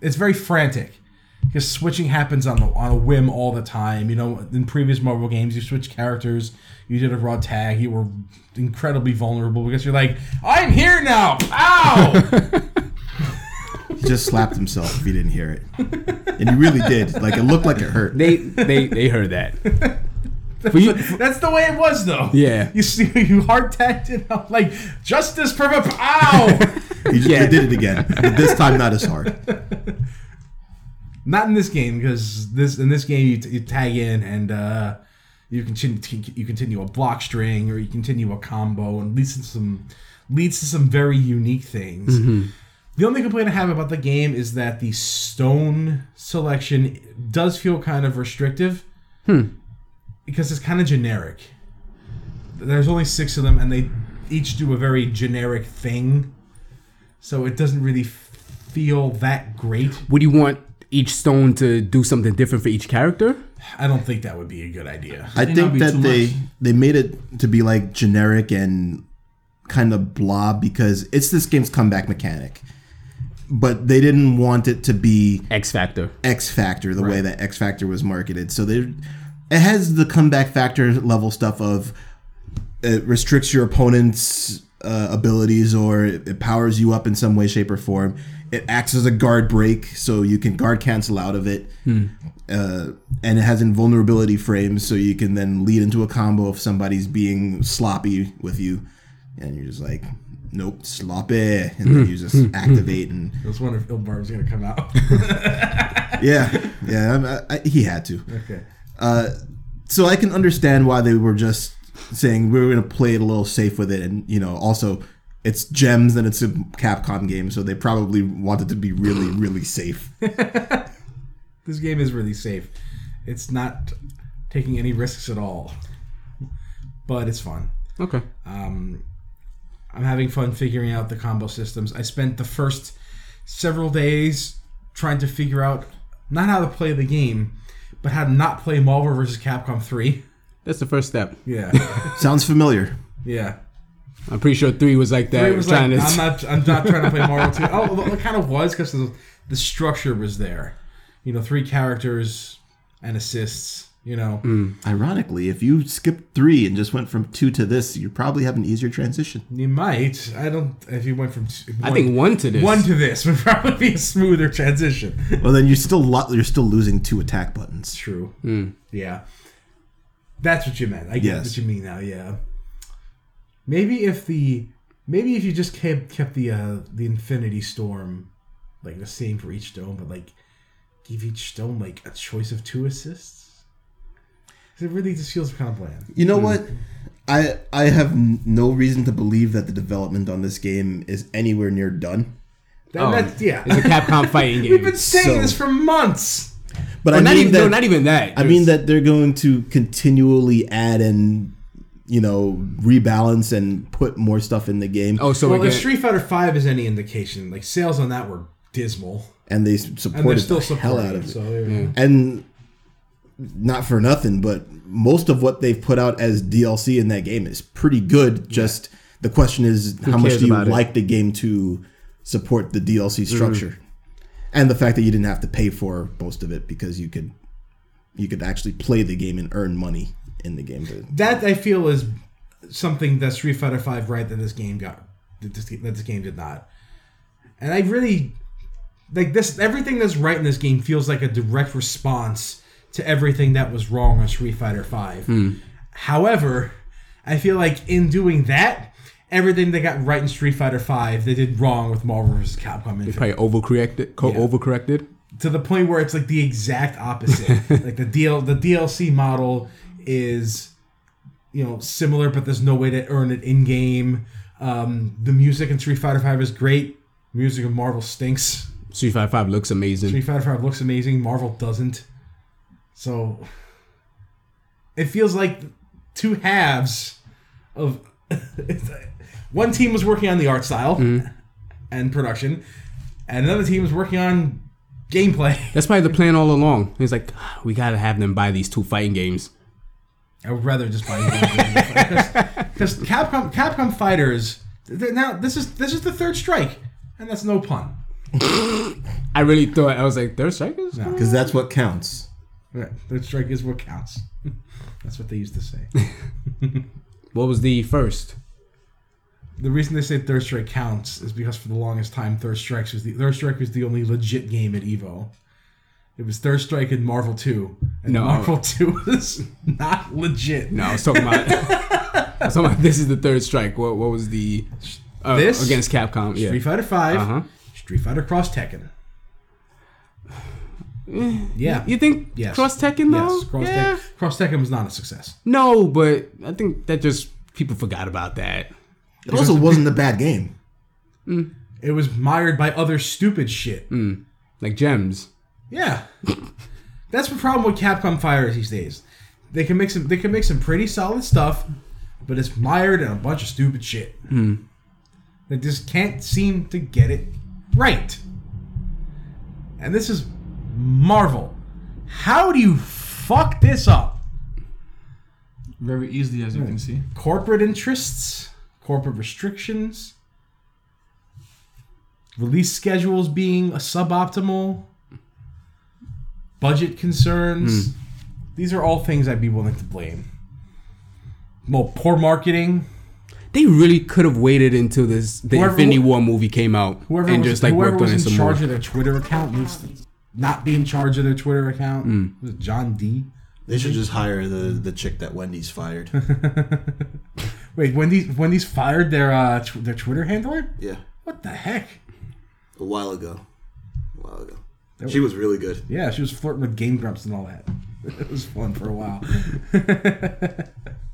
Speaker 4: it's very frantic because switching happens on a, on a whim all the time. You know, in previous Marvel games, you switch characters, you did a raw tag, you were incredibly vulnerable because you're like, I'm here now. Ow!
Speaker 1: He just slapped himself if he didn't hear it, and he really did. Like it looked like it hurt.
Speaker 2: They they they heard that. For you,
Speaker 4: That's the way it was though.
Speaker 2: Yeah.
Speaker 4: You see, you hard tagged it out like justice for my ow.
Speaker 1: He just,
Speaker 2: Yeah.
Speaker 1: They did it again. But this time not as hard.
Speaker 4: Not in this game because this in this game you, t- you tag in and uh, you continue you continue a block string or you continue a combo and leads to some leads to some very unique things. The only complaint I have about the game is that the stone selection does feel kind of restrictive because it's kind of generic. There's only six of them, and they each do a very generic thing, so it doesn't really feel that great.
Speaker 2: would you want each stone to do something different for each character?
Speaker 4: I don't think that would be a good idea.
Speaker 1: I
Speaker 3: may not
Speaker 1: think
Speaker 3: be
Speaker 1: that
Speaker 3: too
Speaker 1: they
Speaker 3: much.
Speaker 1: they made it to be like generic and kind of blah because it's this game's comeback mechanic. But they didn't want it to be
Speaker 2: X Factor.
Speaker 1: X Factor the way that X Factor was marketed. So they it has the comeback factor level stuff of it restricts your opponent's uh, abilities or it, it powers you up in some way, shape, or form. It acts as a guard break, so you can guard cancel out of it. Uh, and it has invulnerability frames, so you can then lead into a combo if somebody's being sloppy with you. And you're just like, nope, sloppy. And then you just activate and
Speaker 4: I was wondering if Ilbar was going to come out.
Speaker 1: yeah, yeah, I'm- I, I, he had to.
Speaker 4: okay.
Speaker 1: Uh, So I can understand why they were just saying we are going to play it a little safe with it, and you know, also it's gems and it's a Capcom game, so they probably wanted to be really, really safe.
Speaker 4: This game is really safe. It's not taking any risks at all, but it's fun.
Speaker 2: Okay.
Speaker 4: Um, I'm having fun figuring out the combo systems. I spent the first several days trying to figure out not how to play the game, but how to not play Marvel vs. Capcom 3.
Speaker 2: That's the first step.
Speaker 4: Yeah.
Speaker 1: Sounds familiar.
Speaker 4: yeah.
Speaker 2: I'm pretty sure three was like that.
Speaker 4: It was like,
Speaker 2: trying to-
Speaker 4: I'm not, I'm not trying to play Marvel 2. Oh, well, it kind of was because the, the structure was there. You know, three characters and assists. You know,
Speaker 2: Mm.
Speaker 1: Ironically, if you skipped three and just went from two to this, you probably have an easier transition.
Speaker 4: you might. I don't. If you went from, two,
Speaker 2: I think one to this.
Speaker 4: one to this would probably be a smoother transition.
Speaker 1: Well, then you're still lo- you're still losing two attack buttons.
Speaker 4: True. Yeah. That's what you meant. I get
Speaker 1: Yes.
Speaker 4: what you mean now. Yeah. Maybe if the maybe if you just kept kept the uh the Infinity Storm like the same for each stone, but like give each stone like a choice of two assists. 'Cause It really just feels kind of bland.
Speaker 1: You
Speaker 2: Hmm.
Speaker 1: know what? I I have n- no reason to believe that the development on this game is anywhere near done.
Speaker 4: That,
Speaker 2: Oh,
Speaker 4: that's, yeah.
Speaker 2: It's a Capcom fighting game.
Speaker 4: We've been saying
Speaker 1: so-
Speaker 4: this for months.
Speaker 1: But
Speaker 2: Well,
Speaker 1: I
Speaker 2: not
Speaker 1: mean
Speaker 2: even
Speaker 1: that
Speaker 2: no, not even that.
Speaker 1: I mean that they're going to continually add and you know rebalance and put more stuff in the game.
Speaker 2: Oh, so
Speaker 4: Well,
Speaker 2: we're
Speaker 4: if
Speaker 2: gonna,
Speaker 4: Street Fighter Five is any indication, like sales on that were dismal,
Speaker 1: and they
Speaker 4: and they're
Speaker 1: supported
Speaker 4: still
Speaker 1: the hell
Speaker 4: supporting
Speaker 1: out of
Speaker 4: it.
Speaker 1: it.
Speaker 4: So, yeah.
Speaker 1: and not for nothing, but most of what they've put out as DLC in that game is pretty good. Just the question is, how much
Speaker 2: cares
Speaker 1: do you
Speaker 2: about it?
Speaker 1: like the game to support the DLC structure, and the fact that you didn't have to pay for most of it because you could you could actually play the game and earn money in the game. But
Speaker 4: that I feel is something that Street Fighter Five right that this game got that this, that this game did not, and I really like this. Everything that's right in this game feels like a direct response to everything that was wrong on Street Fighter Five. However, I feel like in doing that, everything they got right in Street Fighter Five, they did wrong with Marvel vs. Capcom Infinite
Speaker 2: probably overcorrected. Co-
Speaker 4: Yeah.
Speaker 2: Overcorrected.
Speaker 4: to the point where it's like the exact opposite. like the deal, the DLC model is, you know, similar, but there's no way to earn it in game. Um, the music in Street Fighter Five is great. Music of Marvel stinks.
Speaker 2: Street Fighter Five looks amazing.
Speaker 4: Street Fighter Five looks amazing. Marvel doesn't. So it feels like two halves of it's like- one team was working on the art style and production, and another team was working on gameplay.
Speaker 2: That's probably the plan all along. He's like, "Ah, we gotta have them buy these two fighting games.
Speaker 4: I would rather just buy because Capcom Capcom fighters they're now this is this is the third strike and that's no pun.
Speaker 2: I really thought I was like, they're strikers.
Speaker 1: because that's what counts.
Speaker 4: Right, Third strike is what counts. That's what they used to say.
Speaker 2: What was the first?
Speaker 4: The reason they say third strike counts is because for the longest time third strikes was the third strike was the only legit game at Evo. It was third strike and Marvel Two, and
Speaker 2: No.
Speaker 4: Marvel Two was not legit.
Speaker 2: No, I was talking about. I was talking about this is the third strike. What what was the uh,
Speaker 4: This?
Speaker 2: against Capcom? Yeah,
Speaker 4: Street Fighter 5
Speaker 2: Uh-huh.
Speaker 4: Street Fighter Cross Tekken. yeah.
Speaker 2: you think
Speaker 4: Yes.
Speaker 2: Cross Tekken though?
Speaker 4: Yes, Cross,
Speaker 2: Oh, yeah.
Speaker 4: Tekken, Cross Tekken was not a success.
Speaker 2: No, but I think that just people forgot about that.
Speaker 1: It also wasn't a bad game.
Speaker 4: It was mired by other stupid shit.
Speaker 2: Like gems.
Speaker 4: Yeah, that's the problem with Capcom fires these days. They can make some. They can make some pretty solid stuff, but it's mired in a bunch of stupid shit. They just can't seem to get it right. And this is Marvel. How do you fuck this up?
Speaker 3: Very easily, as you can see.
Speaker 4: corporate interests, corporate restrictions, release schedules being suboptimal, budget
Speaker 2: Hmm.
Speaker 4: concerns. These are all things I'd be willing to blame. Well, poor marketing.
Speaker 2: They really could have waited until this the
Speaker 4: Whoever-
Speaker 2: Infinity War movie came out
Speaker 4: Whoever
Speaker 2: and
Speaker 4: was,
Speaker 2: just like
Speaker 4: whoever
Speaker 2: worked on
Speaker 4: was
Speaker 2: it
Speaker 4: in
Speaker 2: some
Speaker 4: charge
Speaker 2: more.
Speaker 4: of their Twitter account needs to not be in charge of their Twitter account.
Speaker 2: Hmm.
Speaker 4: Was it John D.
Speaker 1: They should just hire the the chick that Wendy's fired.
Speaker 4: Wait, Wendy's Wendy's fired their uh, tw- their Twitter handler.
Speaker 5: Yeah,
Speaker 4: What the heck?
Speaker 5: a while ago. A while ago. She was really good.
Speaker 4: Yeah, she was flirting with Game Grumps and all that. It was fun for a while.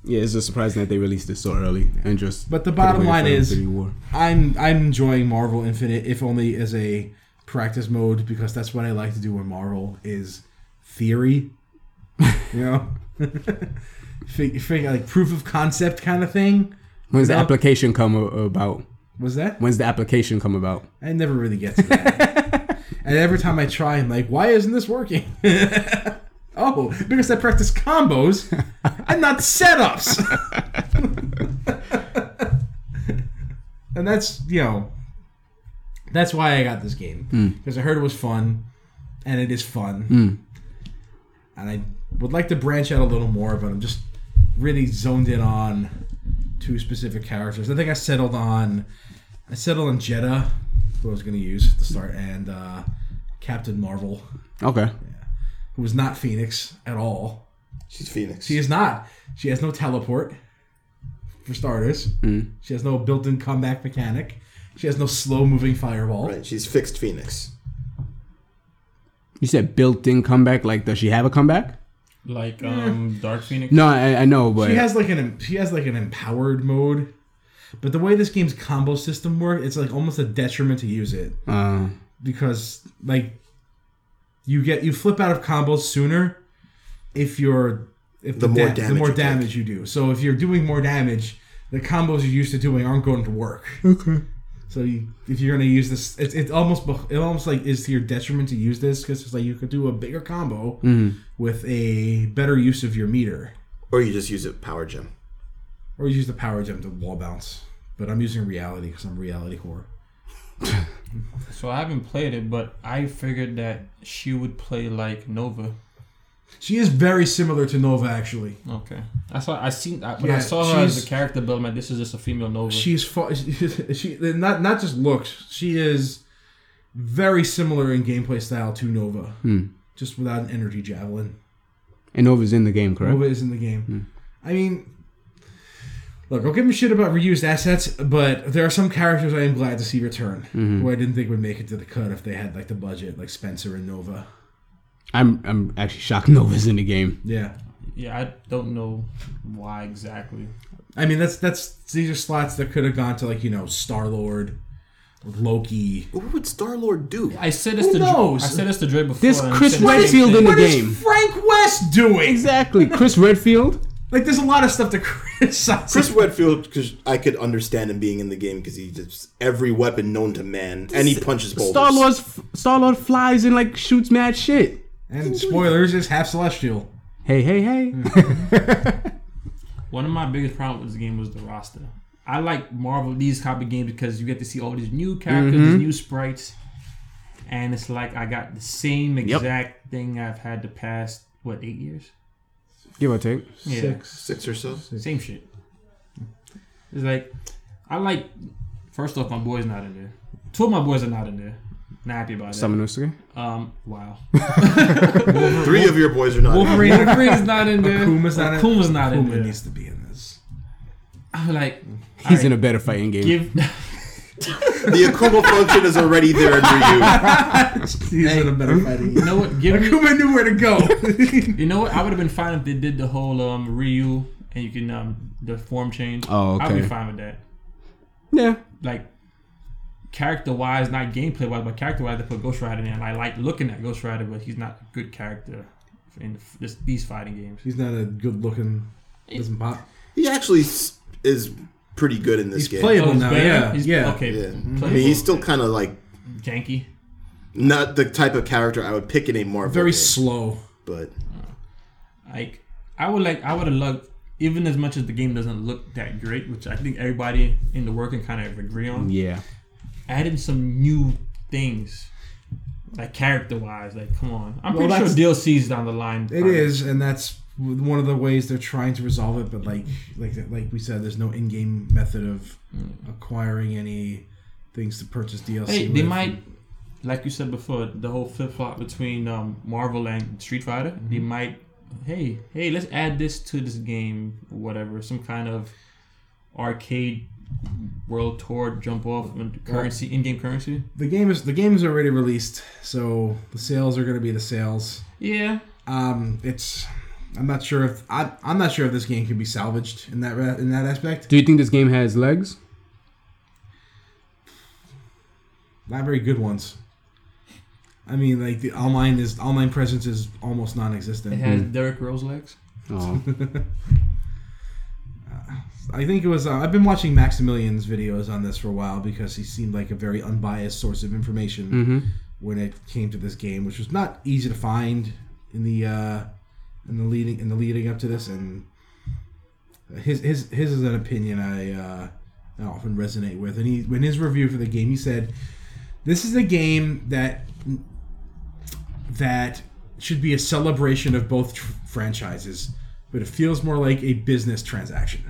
Speaker 2: Yeah, it's just surprising that they released it so early and just.
Speaker 4: But the
Speaker 2: put
Speaker 4: bottom
Speaker 2: away
Speaker 4: line
Speaker 2: for
Speaker 4: is-
Speaker 2: Infinity War.
Speaker 4: I'm I'm enjoying Marvel Infinite, if only as a practice mode, because that's what I like to do in Marvel is theory. You know, fig, fig, like proof of concept kind of thing.
Speaker 2: When's the
Speaker 4: No.
Speaker 2: application come a- about?
Speaker 4: Was that?
Speaker 2: When's the application come about?
Speaker 4: I never really get to that. and every time I try, I'm like, why isn't this working? oh, because I practice combos and not setups. and that's, you know, That's why I got this game because I heard it was fun, and it is fun. And I would like to branch out a little more, but I'm just really zoned in on two specific characters. I think I settled on I settled on Jeddah, who I was going to use at the start, and uh, Captain Marvel,
Speaker 2: Okay.
Speaker 4: who was not Phoenix at all.
Speaker 5: She's Phoenix.
Speaker 4: She is not. She has no teleport, for starters. She has no built-in comeback mechanic. She has no slow-moving fireball.
Speaker 5: right. She's fixed Phoenix.
Speaker 2: You said built-in comeback. Like, does she have a comeback?
Speaker 3: Like um, Dark Phoenix.
Speaker 2: No, I, I know, but
Speaker 4: She has like an she has like an empowered mode, but the way this game's combo system works, it's like almost a detriment to use it
Speaker 2: uh,
Speaker 4: because like you get you flip out of combos sooner if you're if
Speaker 5: The more
Speaker 4: the
Speaker 5: damage
Speaker 4: more
Speaker 5: you take.
Speaker 4: damage you do. So if you're doing more damage, the combos you're used to doing aren't going to work. Okay. So you, if you're gonna use this, it, it almost beh- it almost like is to your detriment to use this because it's like you could do a bigger combo
Speaker 5: Mm-hmm.
Speaker 4: with a better use of your meter,
Speaker 5: Or you just use a power gem.
Speaker 4: or you use the power gem to wall bounce. But I'm using reality because I'm a reality whore.
Speaker 3: So I haven't played it, but I figured that she would play like Nova.
Speaker 4: She is very similar to Nova actually.
Speaker 3: Okay. I saw. I seen. I, when I
Speaker 4: Yeah,
Speaker 3: saw her as
Speaker 4: she's-
Speaker 3: a character build, man, this is just a female Nova.
Speaker 4: She's fu- she not not just looks. She is very similar in gameplay style to Nova, just without an energy javelin.
Speaker 2: and Nova's in the game, correct?
Speaker 4: Nova is in the game. I mean, look, I'll give him shit about reused assets, but there are some characters I am glad to see return who I didn't think would make it to the cut if they had like the budget, like Spencer and Nova.
Speaker 2: I'm I'm actually shocked Nova's in the game.
Speaker 4: Yeah,
Speaker 3: yeah, I don't know why exactly.
Speaker 4: I mean that's that's these are slots that could have gone to like you know Star Lord, Loki.
Speaker 5: But what would Star Lord do?
Speaker 3: I said this
Speaker 4: Who
Speaker 3: to. Dre-
Speaker 4: knows?
Speaker 3: I said this to Dre before.
Speaker 2: This
Speaker 3: and he
Speaker 2: Chris
Speaker 3: said the same
Speaker 2: Redfield
Speaker 3: thing.
Speaker 2: in the
Speaker 4: What
Speaker 2: game.
Speaker 4: is Frank West doing?
Speaker 2: Exactly, Chris Redfield.
Speaker 4: Like, there's a lot of stuff to criticize.
Speaker 5: Chris Redfield, because I could understand him being in the game because he just every weapon known to man, and he punches boulders.
Speaker 2: Star Lord Star Lord flies and like shoots mad shit.
Speaker 4: and spoilers, is half celestial.
Speaker 2: Hey, hey, hey.
Speaker 3: Hmm. One of my biggest problems with this game was the roster. I like Marvel these type of games because you get to see all these new characters, these new sprites, and it's like I got the same exact thing I've had the past what eight years.
Speaker 2: Give or take.
Speaker 3: Yeah,
Speaker 5: six or so.
Speaker 3: same shit. It's like I like. First off, my boy's not in there. Two of my boys are not in there. Not happy about that.
Speaker 2: Summon us again.
Speaker 3: Um, wow.
Speaker 5: Three of your boys are not.
Speaker 3: Wolverine, Wolverine's not in there.
Speaker 4: Akuma's not in-
Speaker 3: Akuma's not in
Speaker 4: Puma
Speaker 3: there.
Speaker 4: needs to be in this.
Speaker 3: I'm like,
Speaker 2: He's
Speaker 3: alright,
Speaker 2: in a better fighting game.
Speaker 3: give.
Speaker 5: The Akuma function is already there in Ryu.
Speaker 4: He's in a better fighting.
Speaker 3: You know what? Give me.
Speaker 4: Akuma knew where to go.
Speaker 3: You know what? I would have been fine if they did the whole um Ryu and you can um the form change.
Speaker 2: Oh,
Speaker 3: I'd be
Speaker 2: okay.
Speaker 3: fine with that.
Speaker 2: yeah.
Speaker 3: Like character wise, not gameplay wise, but character wise, they put Ghost Rider in. And I like looking at Ghost Rider, but he's not a good character in this, these fighting games.
Speaker 4: He's not a good looking. Doesn't pop.
Speaker 5: He actually s- is pretty good in this
Speaker 4: He's
Speaker 5: game.
Speaker 4: playable
Speaker 3: Oh, he's
Speaker 4: now.
Speaker 3: better?
Speaker 4: Oh, Yeah,
Speaker 3: He's-
Speaker 4: yeah.
Speaker 3: Okay.
Speaker 5: Yeah, I
Speaker 3: playable.
Speaker 5: mean he's still kind of like
Speaker 3: janky.
Speaker 5: not the type of character I would pick in a Marvel.
Speaker 4: Very
Speaker 5: game,
Speaker 4: slow.
Speaker 5: but
Speaker 3: Like I would like I would have loved even as much as the game doesn't look that great, which I think everybody in the world can kind of agree on.
Speaker 2: Yeah.
Speaker 3: add in some new things, like character wise. Like, come on, I'm
Speaker 4: Well,
Speaker 3: pretty
Speaker 4: that's-
Speaker 3: sure DLC's down the line.
Speaker 4: It is, and that's one of the ways they're trying to resolve it. But like, like, like we said, there's no in-game method of acquiring any things to purchase DLC.
Speaker 3: Mm. Hey, they
Speaker 4: with.
Speaker 3: might, like you said before, the whole flip flop between um, Marvel and Street Fighter. They might, hey, hey, let's add this to this game, whatever, some kind of arcade world tour jump off and currency, in-game currency.
Speaker 4: The game is the game is already released, so the sales are going to be the sales.
Speaker 3: Yeah,
Speaker 4: Um, it's I'm not sure if I, I'm not sure if this game can be salvaged in that re- in that aspect.
Speaker 2: Do you think this game has legs?
Speaker 4: Not very good ones. I mean, like the online is online presence is almost
Speaker 3: it
Speaker 4: non-existent.
Speaker 3: has Derek Rose legs.
Speaker 2: Oh.
Speaker 4: I think it was uh, I've been watching Maximilian's videos on this for a while because he seemed like a very unbiased source of information when it came to this game, which was not easy to find in the uh, in the leading in the leading up to this. And his his his is an opinion I uh, I often resonate with. And he in his review for the game, he said This is a game that that should be a celebration of both tr- franchises, but it feels more like a business transaction.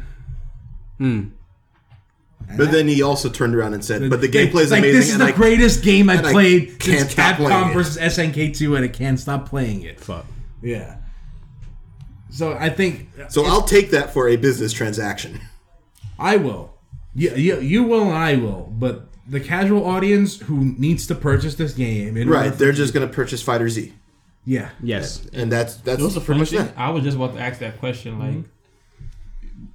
Speaker 5: But then he also turned around and said, "But the
Speaker 4: Like-
Speaker 5: gameplay is
Speaker 4: like,
Speaker 5: amazing."
Speaker 4: This is
Speaker 5: and
Speaker 4: the
Speaker 5: I-
Speaker 4: greatest game I've
Speaker 5: and I
Speaker 4: played
Speaker 5: can't
Speaker 4: since
Speaker 5: stop playing
Speaker 4: Capcom
Speaker 5: it.
Speaker 4: versus SNK two, and I can't stop playing it.
Speaker 2: Fuck.
Speaker 4: Yeah. So I think
Speaker 5: So I'll take that for a business transaction.
Speaker 4: I will. Yeah, you, you will and I will, but the casual audience who needs to purchase this game, in order
Speaker 5: Right?
Speaker 4: for-
Speaker 5: They're just gonna purchase Fighter Z,
Speaker 4: yeah,
Speaker 2: Yes.
Speaker 5: and that's that's
Speaker 3: It was a
Speaker 5: pretty much
Speaker 3: function.
Speaker 5: that.
Speaker 3: I was just about to ask that question. Like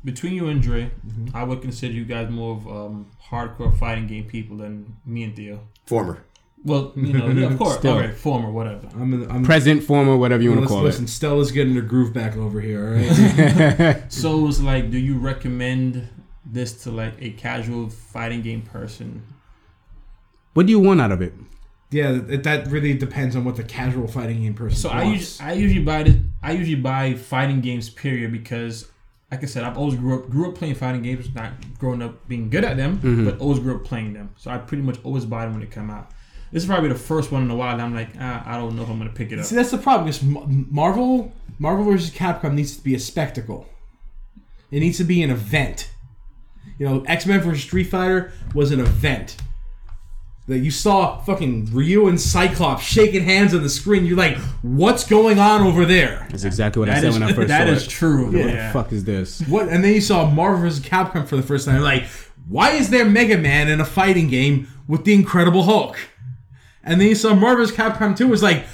Speaker 3: between you and Dre, I would consider you guys more of um, hardcore fighting game people than me and Theo.
Speaker 5: Former.
Speaker 3: Well, you know, yeah, of course,
Speaker 2: Still.
Speaker 3: all right, former, whatever.
Speaker 4: I'm in, I'm
Speaker 2: Present, former, whatever you want to
Speaker 4: listen,
Speaker 2: call
Speaker 4: listen, Stella's getting her groove back over here. All right,
Speaker 3: So it's like, do you recommend this to like a casual fighting game person?
Speaker 2: it. What do you want out of it?
Speaker 4: yeah, that, that really depends on what the casual fighting game person.
Speaker 3: So I
Speaker 4: wants.
Speaker 3: usually I usually buy this, I usually buy fighting games period because like I said I've always grew up grew up playing fighting games not growing up being good at them
Speaker 4: Mm-hmm.
Speaker 3: but always grew up playing them so I pretty much always buy them when they come out. This is probably the first one in a while that I'm like ah, I don't know if I'm gonna pick it up.
Speaker 4: see that's the problem because Ma- Marvel, Marvel versus Capcom needs to be a spectacle. It needs to be an event. You know, X Men versus Street Fighter was an event. That you saw fucking Ryu and Cyclops shaking hands on the screen. You're like, what's going on over there?
Speaker 2: That's exactly what I
Speaker 3: That
Speaker 2: said
Speaker 3: is
Speaker 2: when I first
Speaker 3: that
Speaker 2: saw
Speaker 3: is
Speaker 2: it.
Speaker 3: true.
Speaker 4: Yeah.
Speaker 3: Yeah.
Speaker 2: What the fuck is this?
Speaker 4: What? And then you saw Marvel vs. Capcom for the first time. Like, why is there Mega Man in a fighting game with the Incredible Hulk? And then you saw Marvel vs. Capcom 2 was like,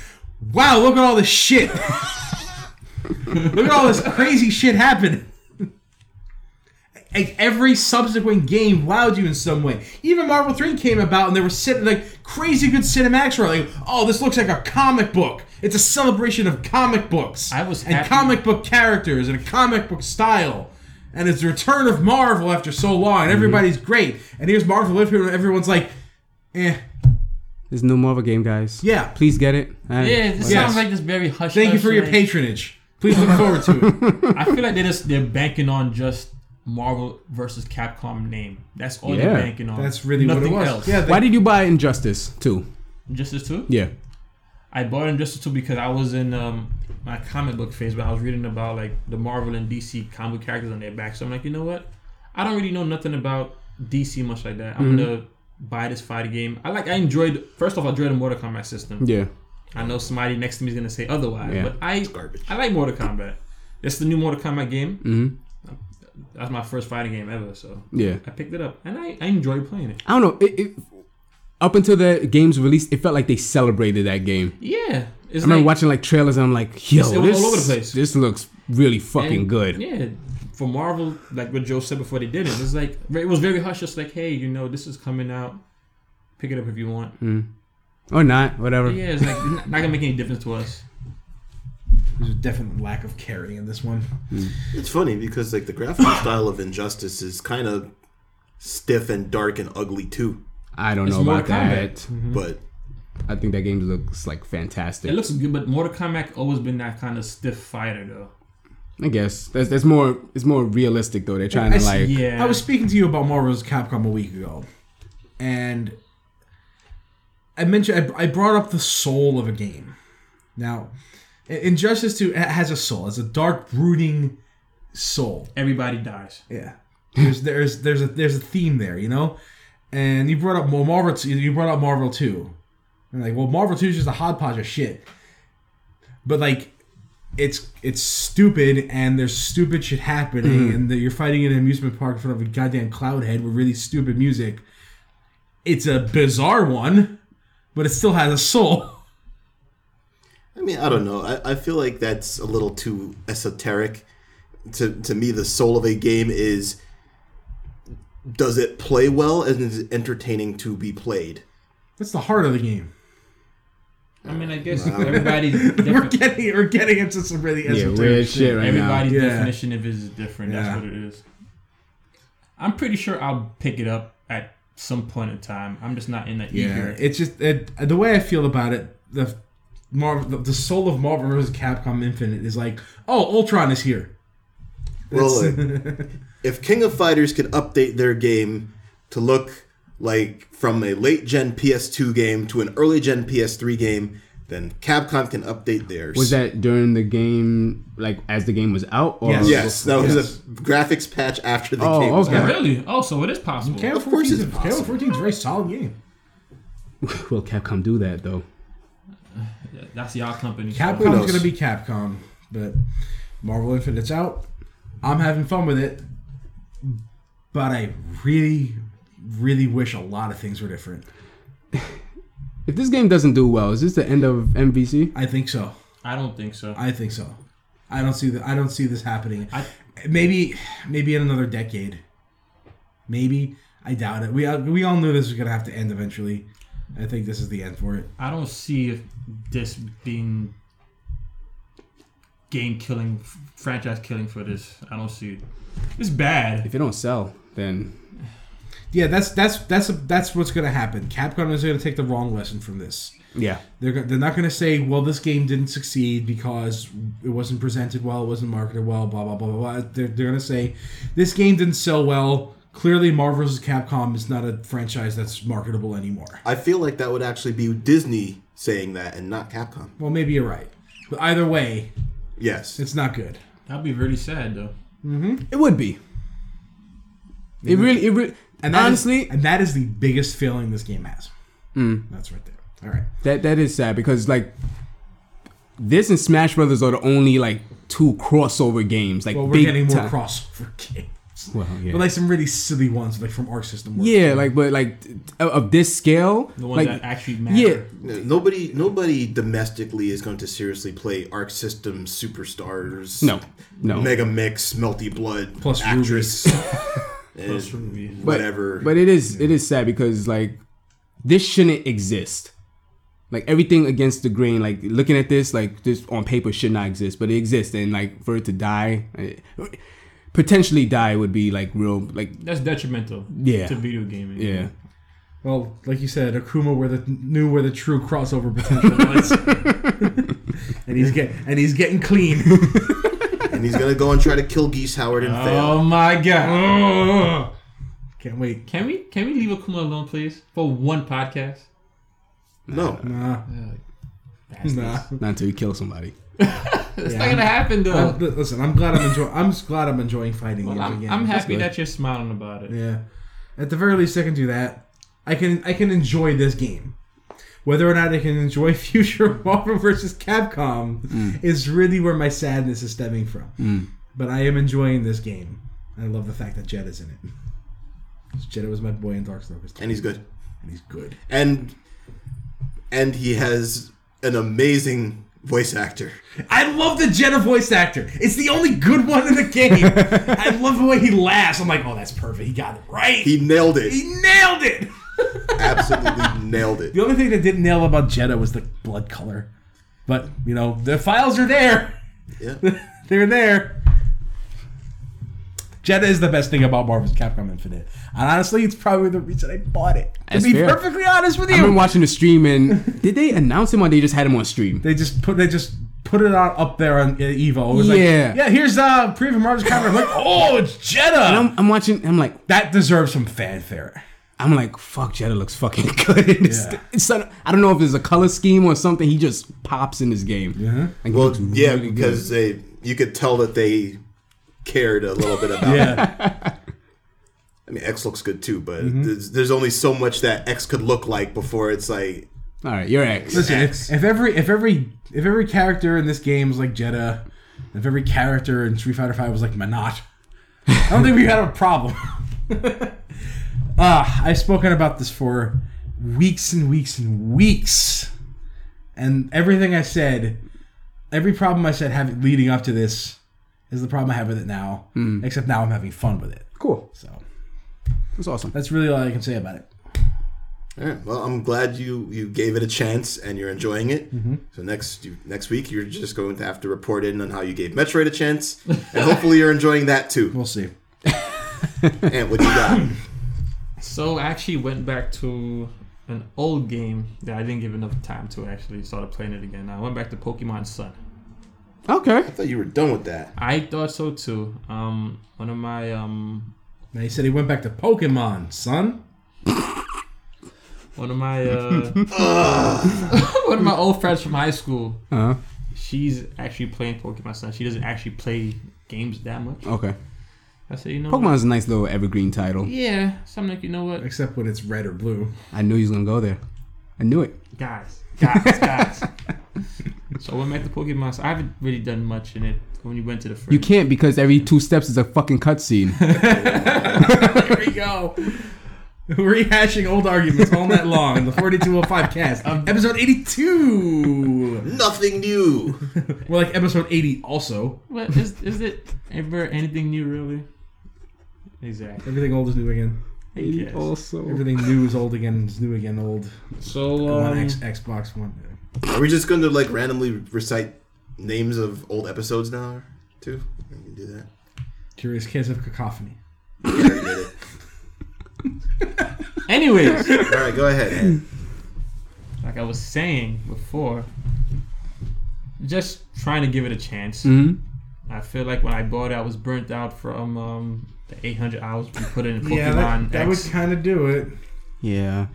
Speaker 4: wow, look at all this shit. look at all this crazy shit happening. Like every subsequent game wowed you in some way. Even Marvel 3 came about and they were sitting like crazy good cinematics were like, oh, this looks like a comic book. It's a celebration of comic books.
Speaker 3: I was
Speaker 4: and
Speaker 3: happy-
Speaker 4: comic book characters and a comic book style. And it's the return of Marvel after so long,
Speaker 3: Mm-hmm.
Speaker 4: and everybody's great. And here's Marvel live here, and everyone's like, eh.
Speaker 2: There's no Marvel game, guys.
Speaker 4: Yeah.
Speaker 2: Please get it. All right.
Speaker 3: Yeah,
Speaker 4: Yes.
Speaker 3: this sounds like this very hush.
Speaker 4: Thank you
Speaker 3: hush,
Speaker 4: for your
Speaker 3: like-
Speaker 4: patronage. Please look forward to it.
Speaker 3: I feel like they're just they're banking on just Marvel versus Capcom name. That's all
Speaker 2: Yeah.
Speaker 3: they're banking on.
Speaker 4: That's really
Speaker 3: nothing
Speaker 4: what it was.
Speaker 3: else.
Speaker 4: Yeah, they-
Speaker 2: Why did you buy Injustice too?
Speaker 3: Just as two.
Speaker 2: Yeah.
Speaker 3: I bought Injustice 2 because I was in um, my comic book phase, but I was reading about like the Marvel and DC comic characters on their back. So I'm like, you know what? I don't really know nothing about DC much like that. I'm gonna buy this fighting game. I like. I enjoyed. First off, I enjoyed the Mortal Kombat system.
Speaker 2: Yeah.
Speaker 3: I know somebody next to me is gonna say otherwise,
Speaker 2: Yeah.
Speaker 3: but I I like Mortal Kombat. It's the new Mortal Kombat game. Mm-hmm. That's my first fighting game ever, so
Speaker 2: Yeah.
Speaker 3: I picked it up and I, I enjoyed playing it.
Speaker 2: I don't know. It, it, up until the game's release, it felt like they celebrated that game.
Speaker 3: Yeah, it's
Speaker 2: I remember watching like trailers, and I'm like, yo,
Speaker 3: It was all
Speaker 2: this,
Speaker 3: over the place.
Speaker 2: this looks really fucking
Speaker 3: And,
Speaker 2: good.
Speaker 3: Yeah, for Marvel, like what Joe said before they did it, it's like it was very hush. Just like, hey, you know, this is coming out. Pick it up if you want.
Speaker 2: Mm-hmm. Or not, whatever.
Speaker 3: Yeah, it's like not gonna make any difference to us.
Speaker 4: There's a definite lack of caring in this one.
Speaker 5: It's funny because like the graphical style of Injustice is kind of stiff and dark and ugly too.
Speaker 2: I don't
Speaker 3: It's
Speaker 2: know about
Speaker 3: Mortal
Speaker 2: that.
Speaker 3: Kombat.
Speaker 5: But
Speaker 2: I think that game looks like fantastic.
Speaker 3: It looks good, but Mortal Kombat always been that kind of stiff fighter though.
Speaker 2: I guess that's that's more it's more realistic though. They're trying
Speaker 4: I
Speaker 2: to
Speaker 4: see-
Speaker 2: like
Speaker 3: Yeah,
Speaker 4: I was speaking to you about Marvel's Capcom a week ago, and I mentioned I, I brought up the soul of a game. Now, I- Injustice Two ha- has a soul. It's a dark, brooding soul.
Speaker 3: everybody dies.
Speaker 4: Yeah, there's there's there's a there's a theme there, you know. And you brought up well, Marvel. t- You brought up Marvel Two, and like, well, Marvel Two is just a hodgepodge of shit. But like, it's it's stupid, and there's stupid shit happening, and that you're fighting in an amusement park in front of a goddamn cloud head with really stupid music. It's a bizarre one, but it still has a soul.
Speaker 5: I mean, I don't know. I, I feel like that's a little too esoteric. To to me, the soul of a game is does it play well and is it entertaining to be played?
Speaker 4: That's the heart of the game.
Speaker 3: I mean, I guess everybody's
Speaker 4: We're
Speaker 3: defi-
Speaker 4: getting we're getting into some really
Speaker 2: yeah,
Speaker 4: esoteric
Speaker 2: weird
Speaker 4: shit.
Speaker 2: shit right
Speaker 3: everybody's
Speaker 4: Yeah.
Speaker 3: definition of it is different.
Speaker 4: Yeah.
Speaker 3: That's what it is. I'm pretty sure I'll pick it up at some point in time. I'm just not in that
Speaker 4: Yeah,
Speaker 3: eager.
Speaker 4: it's just it, the way I feel about it. The Marvel, the, the soul of Marvel vs. Capcom Infinite is like, oh, Ultron is here.
Speaker 5: Well, like, if King of Fighters could update their game to look like from a late gen PS2 game to an early gen PS3 game, then Capcom can update theirs.
Speaker 2: Was that during the game, like as the game was out? Or
Speaker 4: Yes.
Speaker 5: Yes, that was
Speaker 4: Yes.
Speaker 5: a graphics patch after the
Speaker 2: Oh,
Speaker 5: game. was
Speaker 2: okay.
Speaker 5: out.
Speaker 3: Really? Oh, so it is possible.
Speaker 4: KO
Speaker 5: Of course it's
Speaker 4: 14's a- KO 14 is a very solid game.
Speaker 2: Will Capcom do that though?
Speaker 3: That's y'all company. so-
Speaker 4: Capcom's
Speaker 5: knows?
Speaker 4: gonna be Capcom, but Marvel Infinite's out. I'm having fun with it, but I really, really wish a lot of things were different.
Speaker 2: If this game doesn't do well, is this the end of MVC?
Speaker 4: I think so.
Speaker 3: I don't think so.
Speaker 4: I think so. I don't see that. I don't see this happening.
Speaker 3: I-
Speaker 4: maybe, maybe in another decade. Maybe I doubt it. We uh, we all knew this was gonna have to end eventually. I think this is the end for it.
Speaker 3: I don't see if this being game killing, franchise killing for this. I don't see it. It's bad.
Speaker 2: If it don't sell, then
Speaker 4: Yeah, that's that's that's that's what's gonna happen. Capcom is gonna take the wrong lesson from this.
Speaker 2: yeah,
Speaker 4: They're, go- they're not going to say, well, this game didn't succeed because it wasn't presented well, it wasn't marketed well, blah, blah, blah, blah, blah. They're, they're going to say, this game didn't sell well. Clearly, Marvel vs. Capcom is not a franchise that's marketable anymore.
Speaker 5: I feel like that would actually be Disney saying that and not Capcom.
Speaker 4: Well, maybe you're right. But either way,
Speaker 5: Yes.
Speaker 4: it's not good.
Speaker 3: That'd be really sad though.
Speaker 2: it would be. It really, it really,
Speaker 4: And
Speaker 2: and
Speaker 4: that is-
Speaker 2: honestly, Hmm.
Speaker 4: and that is the biggest failing this game has. That's right there. All right.
Speaker 2: That that is sad because like this and Smash Brothers are the only like two crossover games. Like
Speaker 4: Well, we're
Speaker 2: big
Speaker 4: getting more
Speaker 2: time-
Speaker 4: crossover games.
Speaker 2: Well, yeah.
Speaker 4: But like some really silly ones, like from Arc System. Works.
Speaker 2: yeah, like but like t- of- of this scale,
Speaker 3: The ones
Speaker 2: like
Speaker 3: that actually matter.
Speaker 2: yeah,
Speaker 5: No, Nobody, nobody domestically is going to seriously play Arc System Superstars.
Speaker 2: no, no.
Speaker 5: Mega Mix, Melty Blood,
Speaker 4: Plus
Speaker 5: Actress, and
Speaker 2: But-
Speaker 5: whatever.
Speaker 2: But, it is it is sad because like this shouldn't exist. Like everything against the grain. Like looking at this, like this on paper should not exist, but it exists, and like for it to die, eh, potentially die would be like real. Like
Speaker 3: That's detrimental.
Speaker 2: Yeah.
Speaker 3: To video gaming.
Speaker 2: yeah,
Speaker 4: Well, like you said, Akuma where the knew where the true crossover potential was, and he's get and he's getting clean.
Speaker 5: and he's gonna go and try to kill Geese Howard and fail.
Speaker 3: Oh my god.
Speaker 4: Ah! Can't wait.
Speaker 3: Can we can we leave Akuma alone, please, for one podcast?
Speaker 5: No,
Speaker 4: Nah, Ah. nah.
Speaker 2: not until you kill somebody.
Speaker 3: It's
Speaker 4: Yeah,
Speaker 3: not gonna happen though.
Speaker 4: I'm- li- listen, I'm glad I'm enjoying. I'm s- glad I'm enjoying fighting
Speaker 3: Well,
Speaker 4: games
Speaker 3: I'm,
Speaker 4: again.
Speaker 3: I'm happy
Speaker 2: good.
Speaker 3: that you're smiling about it.
Speaker 4: Yeah. At the very least, I can do that. I can I can enjoy this game. Whether or not I can enjoy future Marvel versus Capcom
Speaker 3: Mm.
Speaker 4: is really where my sadness is stemming from. But I am enjoying this game. I love the fact that Jed is in it. 'Cause Jed was my boy in Dark Souls,
Speaker 5: and he's good.
Speaker 4: and he's good.
Speaker 5: And and he has an amazing voice actor.
Speaker 4: I love the Jed voice actor. It's the only good one in the game. I love the way he laughs. I'm like, oh, that's perfect. He got it right.
Speaker 5: He nailed
Speaker 4: he
Speaker 5: it.
Speaker 4: nailed it.
Speaker 5: Absolutely nailed it.
Speaker 4: The only thing that didn't nail about Jeddah was the blood color. But, you know, the files are there.
Speaker 5: Yeah.
Speaker 4: They're there. Jeddah is the best thing about Marvel's Capcom Infinite. And honestly, it's probably the reason I bought it. To
Speaker 2: That's
Speaker 4: be
Speaker 2: fair.
Speaker 4: perfectly honest with
Speaker 2: I've been
Speaker 4: you.
Speaker 2: watching the stream and did they announce him or they just had him on stream?
Speaker 4: They just put they just put it out up there on uh, Evo. It was
Speaker 2: Yeah.
Speaker 4: like, yeah, here's uh preview of Marvel's Capcom. I'm like, oh, it's Jeddah.
Speaker 2: I'm, I'm watching. I'm like,
Speaker 4: That deserves some fanfare.
Speaker 2: I'm like, fuck. Jetta looks fucking good. in this
Speaker 4: Yeah.
Speaker 2: it's not- I don't know if it's a color scheme or something. He just pops in this game. Yeah. Like,
Speaker 5: Well,
Speaker 2: well,
Speaker 5: yeah, because they you could tell that they cared a little bit about. it.
Speaker 4: Yeah.
Speaker 5: I mean, X looks good too, but there's, there's only so much that X could look like before it's like
Speaker 2: all right, your ex.
Speaker 4: Listen, if, if every if every if every character in this game was like Jeddah, if every character in Street Fighter Five was like Manat, I don't think we had a problem. Ah, I've spoken about this for weeks and weeks and weeks, and everything I said, every problem I said having leading up to this, is the problem I have with it now. Except now I'm having fun with it.
Speaker 2: Cool.
Speaker 4: So
Speaker 2: That's awesome.
Speaker 4: that's really all I can say about it.
Speaker 5: Yeah, well, I'm glad you you gave it a chance and you're enjoying it. So next you, next week you're just going to have to report in on how you gave Metroid a chance, and hopefully you're enjoying that too.
Speaker 4: We'll see.
Speaker 5: And what you got?
Speaker 3: So I actually went back to an old game that I didn't give enough time to actually started playing it again. I went back to Pokemon Sun.
Speaker 2: Okay.
Speaker 5: I thought you were done with that.
Speaker 3: I thought so too. Um, one of my um,
Speaker 4: Now he said he went back to Pokemon, son.
Speaker 3: One of my uh, one of my old friends from high school.
Speaker 2: Uh-huh.
Speaker 3: She's actually playing Pokemon Sun. She doesn't actually play games that much.
Speaker 2: Okay.
Speaker 3: I said, you know, what?
Speaker 2: Pokemon's a nice little evergreen title.
Speaker 3: Yeah, so I'm like, you know what,
Speaker 4: Except when it's red or blue.
Speaker 2: I knew he was gonna go there. I knew it.
Speaker 3: guys, guys, guys. so I went back to Pokemon. Sun. I haven't really done much in it. When you went to the first,
Speaker 2: You can't because every two steps is a fucking cutscene.
Speaker 4: there we go. Rehashing old arguments all night long in the 4205 cast. episode 82.
Speaker 5: Nothing new.
Speaker 4: We're like episode 80 also.
Speaker 3: But is is it ever anything new really? Exactly.
Speaker 4: Everything old is new again.
Speaker 3: Yes.
Speaker 2: also.
Speaker 4: Everything new is old again. Is new again. Old.
Speaker 3: So
Speaker 4: One
Speaker 3: um,
Speaker 4: X, Xbox One.
Speaker 5: Are we just going to like randomly recite names of old episodes now, too? We can do that.
Speaker 4: Curious Kids of Cacophony.
Speaker 5: Yeah, we did it.
Speaker 3: anyways,
Speaker 5: All right, go ahead.
Speaker 3: like I was saying before, just trying to give it a chance.
Speaker 2: hmm
Speaker 3: I feel like when I bought it, I was burnt out from um, the 800 hours we put in Pokemon
Speaker 4: Yeah, that, that would
Speaker 3: X.
Speaker 4: kind of do it.
Speaker 2: Yeah.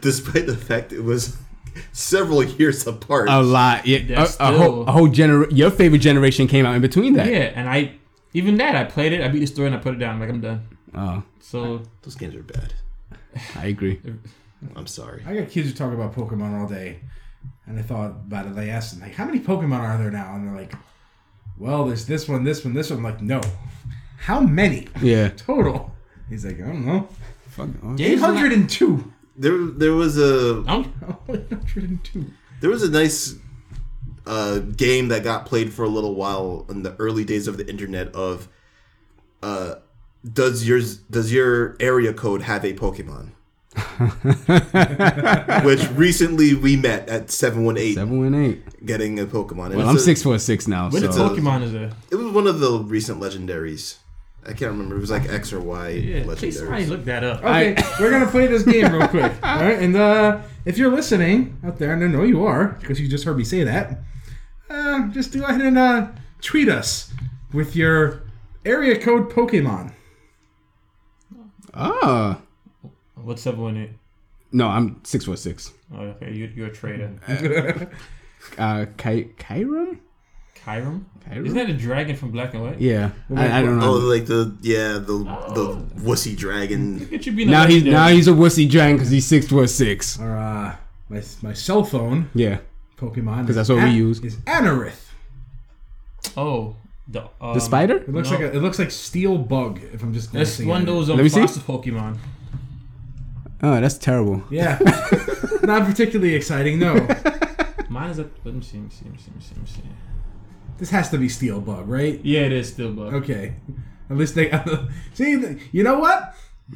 Speaker 5: Despite the fact it was several years apart.
Speaker 2: A lot.
Speaker 3: Yeah,
Speaker 2: Yeah. A, a whole,
Speaker 3: still-
Speaker 2: a whole gener- Your favorite generation came out in between that.
Speaker 3: yeah, and I even that I played it. I beat the story and I put it down. Like I'm done.
Speaker 2: Oh,
Speaker 3: So
Speaker 5: Those games are bad.
Speaker 2: I agree.
Speaker 5: I'm sorry.
Speaker 4: I got kids who talk about Pokemon all day, and I thought about it. I asked them, like, how many Pokemon are there now? And they're like, well, there's this one, this one, this one. I'm like, no. How many
Speaker 2: Yeah.
Speaker 4: total? He's like, I don't know.
Speaker 2: Fuck. oh,
Speaker 3: Yeah.
Speaker 4: Eight hundred and two.
Speaker 5: There, there was a
Speaker 3: I'm,
Speaker 4: Eight hundred and two.
Speaker 5: there was a nice uh, game that got played for a little while in the early days of the internet of uh, does yours does your area code have a Pokemon? Which recently we met at seven one eight
Speaker 2: Seven one eight.
Speaker 5: getting a Pokemon. And
Speaker 2: Well,
Speaker 5: it's
Speaker 2: I'm
Speaker 5: a-
Speaker 2: six four six now.
Speaker 3: when the
Speaker 2: so.
Speaker 5: a-
Speaker 3: Pokemon is there?
Speaker 5: It was one of the recent legendaries. I can't remember. It was like X or Y
Speaker 3: Yeah, please somebody
Speaker 5: legendaries.
Speaker 3: look that up.
Speaker 4: Okay, we're gonna play this game real quick. All right, and uh, if you're listening out there, and I know you are because you just heard me say that, uh, just go ahead and uh, tweet us with your area code Pokemon.
Speaker 2: Ah.
Speaker 3: Oh, What's 718?
Speaker 2: No, I'm six four six.
Speaker 3: Oh, okay, you, you're a traitor.
Speaker 2: Uh, Ky- Kyra?
Speaker 3: Kyrum?
Speaker 2: Kyra?
Speaker 3: Isn't that a dragon from Black and White?
Speaker 2: Yeah. I, I don't know.
Speaker 5: Oh, like the yeah, the the wussy dragon.
Speaker 3: Look at you being a
Speaker 2: now he's
Speaker 3: legendary.
Speaker 2: now he's a wussy dragon because he's six four six.
Speaker 4: Or uh, my my cell phone
Speaker 2: Yeah.
Speaker 4: Pokemon.
Speaker 2: 'Cause that's what we use.
Speaker 4: Is Anorith.
Speaker 3: Oh, the, um,
Speaker 2: The spider?
Speaker 4: It looks
Speaker 3: No.
Speaker 4: like a, it looks like steel bug. If I'm just
Speaker 3: That's
Speaker 4: glancing
Speaker 3: one
Speaker 4: at
Speaker 3: of
Speaker 4: it.
Speaker 3: those um,
Speaker 2: Let me see.
Speaker 3: fossil Pokemon.
Speaker 2: Oh, that's terrible.
Speaker 4: Yeah, not particularly exciting. No,
Speaker 3: Mine is a. Let me see, let me see, let me see, let me see, let me see.
Speaker 4: this has to be steel bug, right?
Speaker 3: Yeah, it is still bug.
Speaker 4: Okay. At least they see. th- You know what?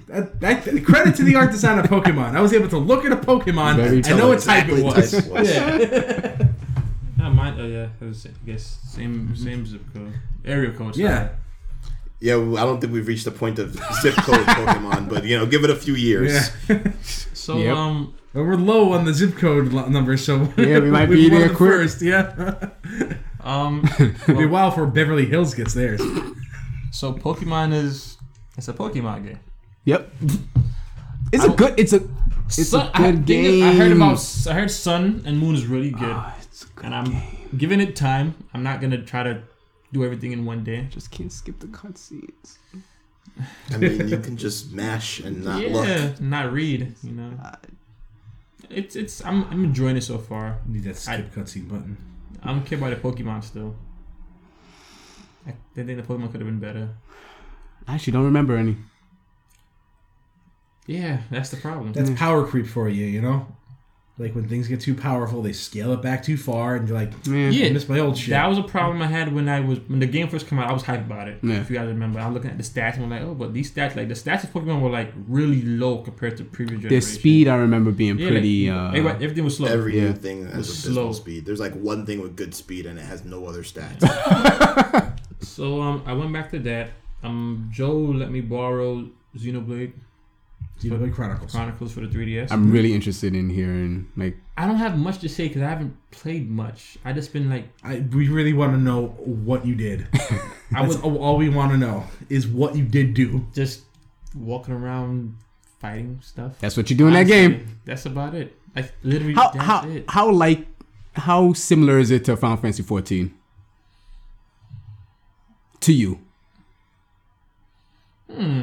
Speaker 4: That, that credit to the art design of Pokemon. I was able to look at a Pokemon.
Speaker 2: Very
Speaker 4: I know what
Speaker 5: Exactly
Speaker 4: type it was.
Speaker 5: type it was.
Speaker 3: Not mine. Oh yeah, it was, I guess same
Speaker 2: Mm-hmm.
Speaker 3: same zip code, area code. sorry.
Speaker 4: Yeah.
Speaker 5: Yeah, well, I don't think we've reached the point of zip code Pokemon, but you know, give it a few years.
Speaker 4: Yeah.
Speaker 3: So
Speaker 2: Yep.
Speaker 3: um,
Speaker 4: But we're low on the zip code lo- number, so
Speaker 2: Yeah, we might
Speaker 4: we're
Speaker 2: be
Speaker 4: one
Speaker 2: there
Speaker 4: of the
Speaker 2: quick.
Speaker 4: First, yeah.
Speaker 3: um,
Speaker 4: It'll be a while before Beverly Hills gets theirs.
Speaker 3: so Pokemon is it's a Pokemon game.
Speaker 2: Yep. It's a
Speaker 3: don't-
Speaker 2: good. It's a. It's
Speaker 3: Sun-
Speaker 2: a good
Speaker 3: I, thing is,
Speaker 2: game.
Speaker 3: I heard about. I heard Sun and Moon is really good,
Speaker 2: Ah, it's a good
Speaker 3: and I'm
Speaker 2: game.
Speaker 3: giving it time. I'm not gonna try to do everything in one day.
Speaker 2: Just can't skip the cutscenes.
Speaker 5: I mean, you can just mash and not
Speaker 3: yeah,
Speaker 5: look.
Speaker 3: not read. You know,
Speaker 2: Ah.
Speaker 3: it's it's. I'm I'm enjoying it so far.
Speaker 4: Need that skip cutscene button.
Speaker 3: I don't care about the Pokemon still. I didn't think the Pokemon could have been better.
Speaker 2: I actually don't remember any.
Speaker 3: Yeah, that's the problem.
Speaker 4: That's power creep for you, you know. Like when things get too powerful, they scale it back too far, and you're like, "Mm,
Speaker 2: Yeah.
Speaker 4: I
Speaker 3: yeah,
Speaker 4: miss my old shit.
Speaker 3: that was a problem I had when I was when the game first came out. I was hyped about it.
Speaker 2: Yeah.
Speaker 3: If you guys remember, I'm looking at the stats and I'm like, oh, but these stats, like the stats of Pokemon were like really low compared to previous
Speaker 2: Their
Speaker 3: generations.
Speaker 2: speed, I remember being
Speaker 3: yeah,
Speaker 2: pretty.
Speaker 3: like,
Speaker 2: uh,
Speaker 3: everybody- everything was slow.
Speaker 5: Every new
Speaker 2: Yeah.
Speaker 5: thing has
Speaker 3: was
Speaker 5: abysmal
Speaker 3: slow.
Speaker 5: speed. There's like one thing with good speed, and it has no other stats.
Speaker 3: so um, I went back to that. Um, Joe let me borrow Xenoblade
Speaker 4: Xenoblade Chronicles.
Speaker 3: Chronicles for the 3DS.
Speaker 2: I'm really interested in hearing like
Speaker 3: I don't have much to say because I haven't played much. I just been like,
Speaker 4: I, we really want to know what you did.
Speaker 3: I
Speaker 4: That's
Speaker 3: was
Speaker 4: all all we want to know is what you did do.
Speaker 3: just walking around fighting stuff.
Speaker 2: That's what you do in that game.
Speaker 3: Honestly, That's about it. Like literally,
Speaker 2: How
Speaker 3: that's
Speaker 2: how
Speaker 3: it.
Speaker 2: how like how similar is it to Final Fantasy 14? To you,
Speaker 3: Hmm,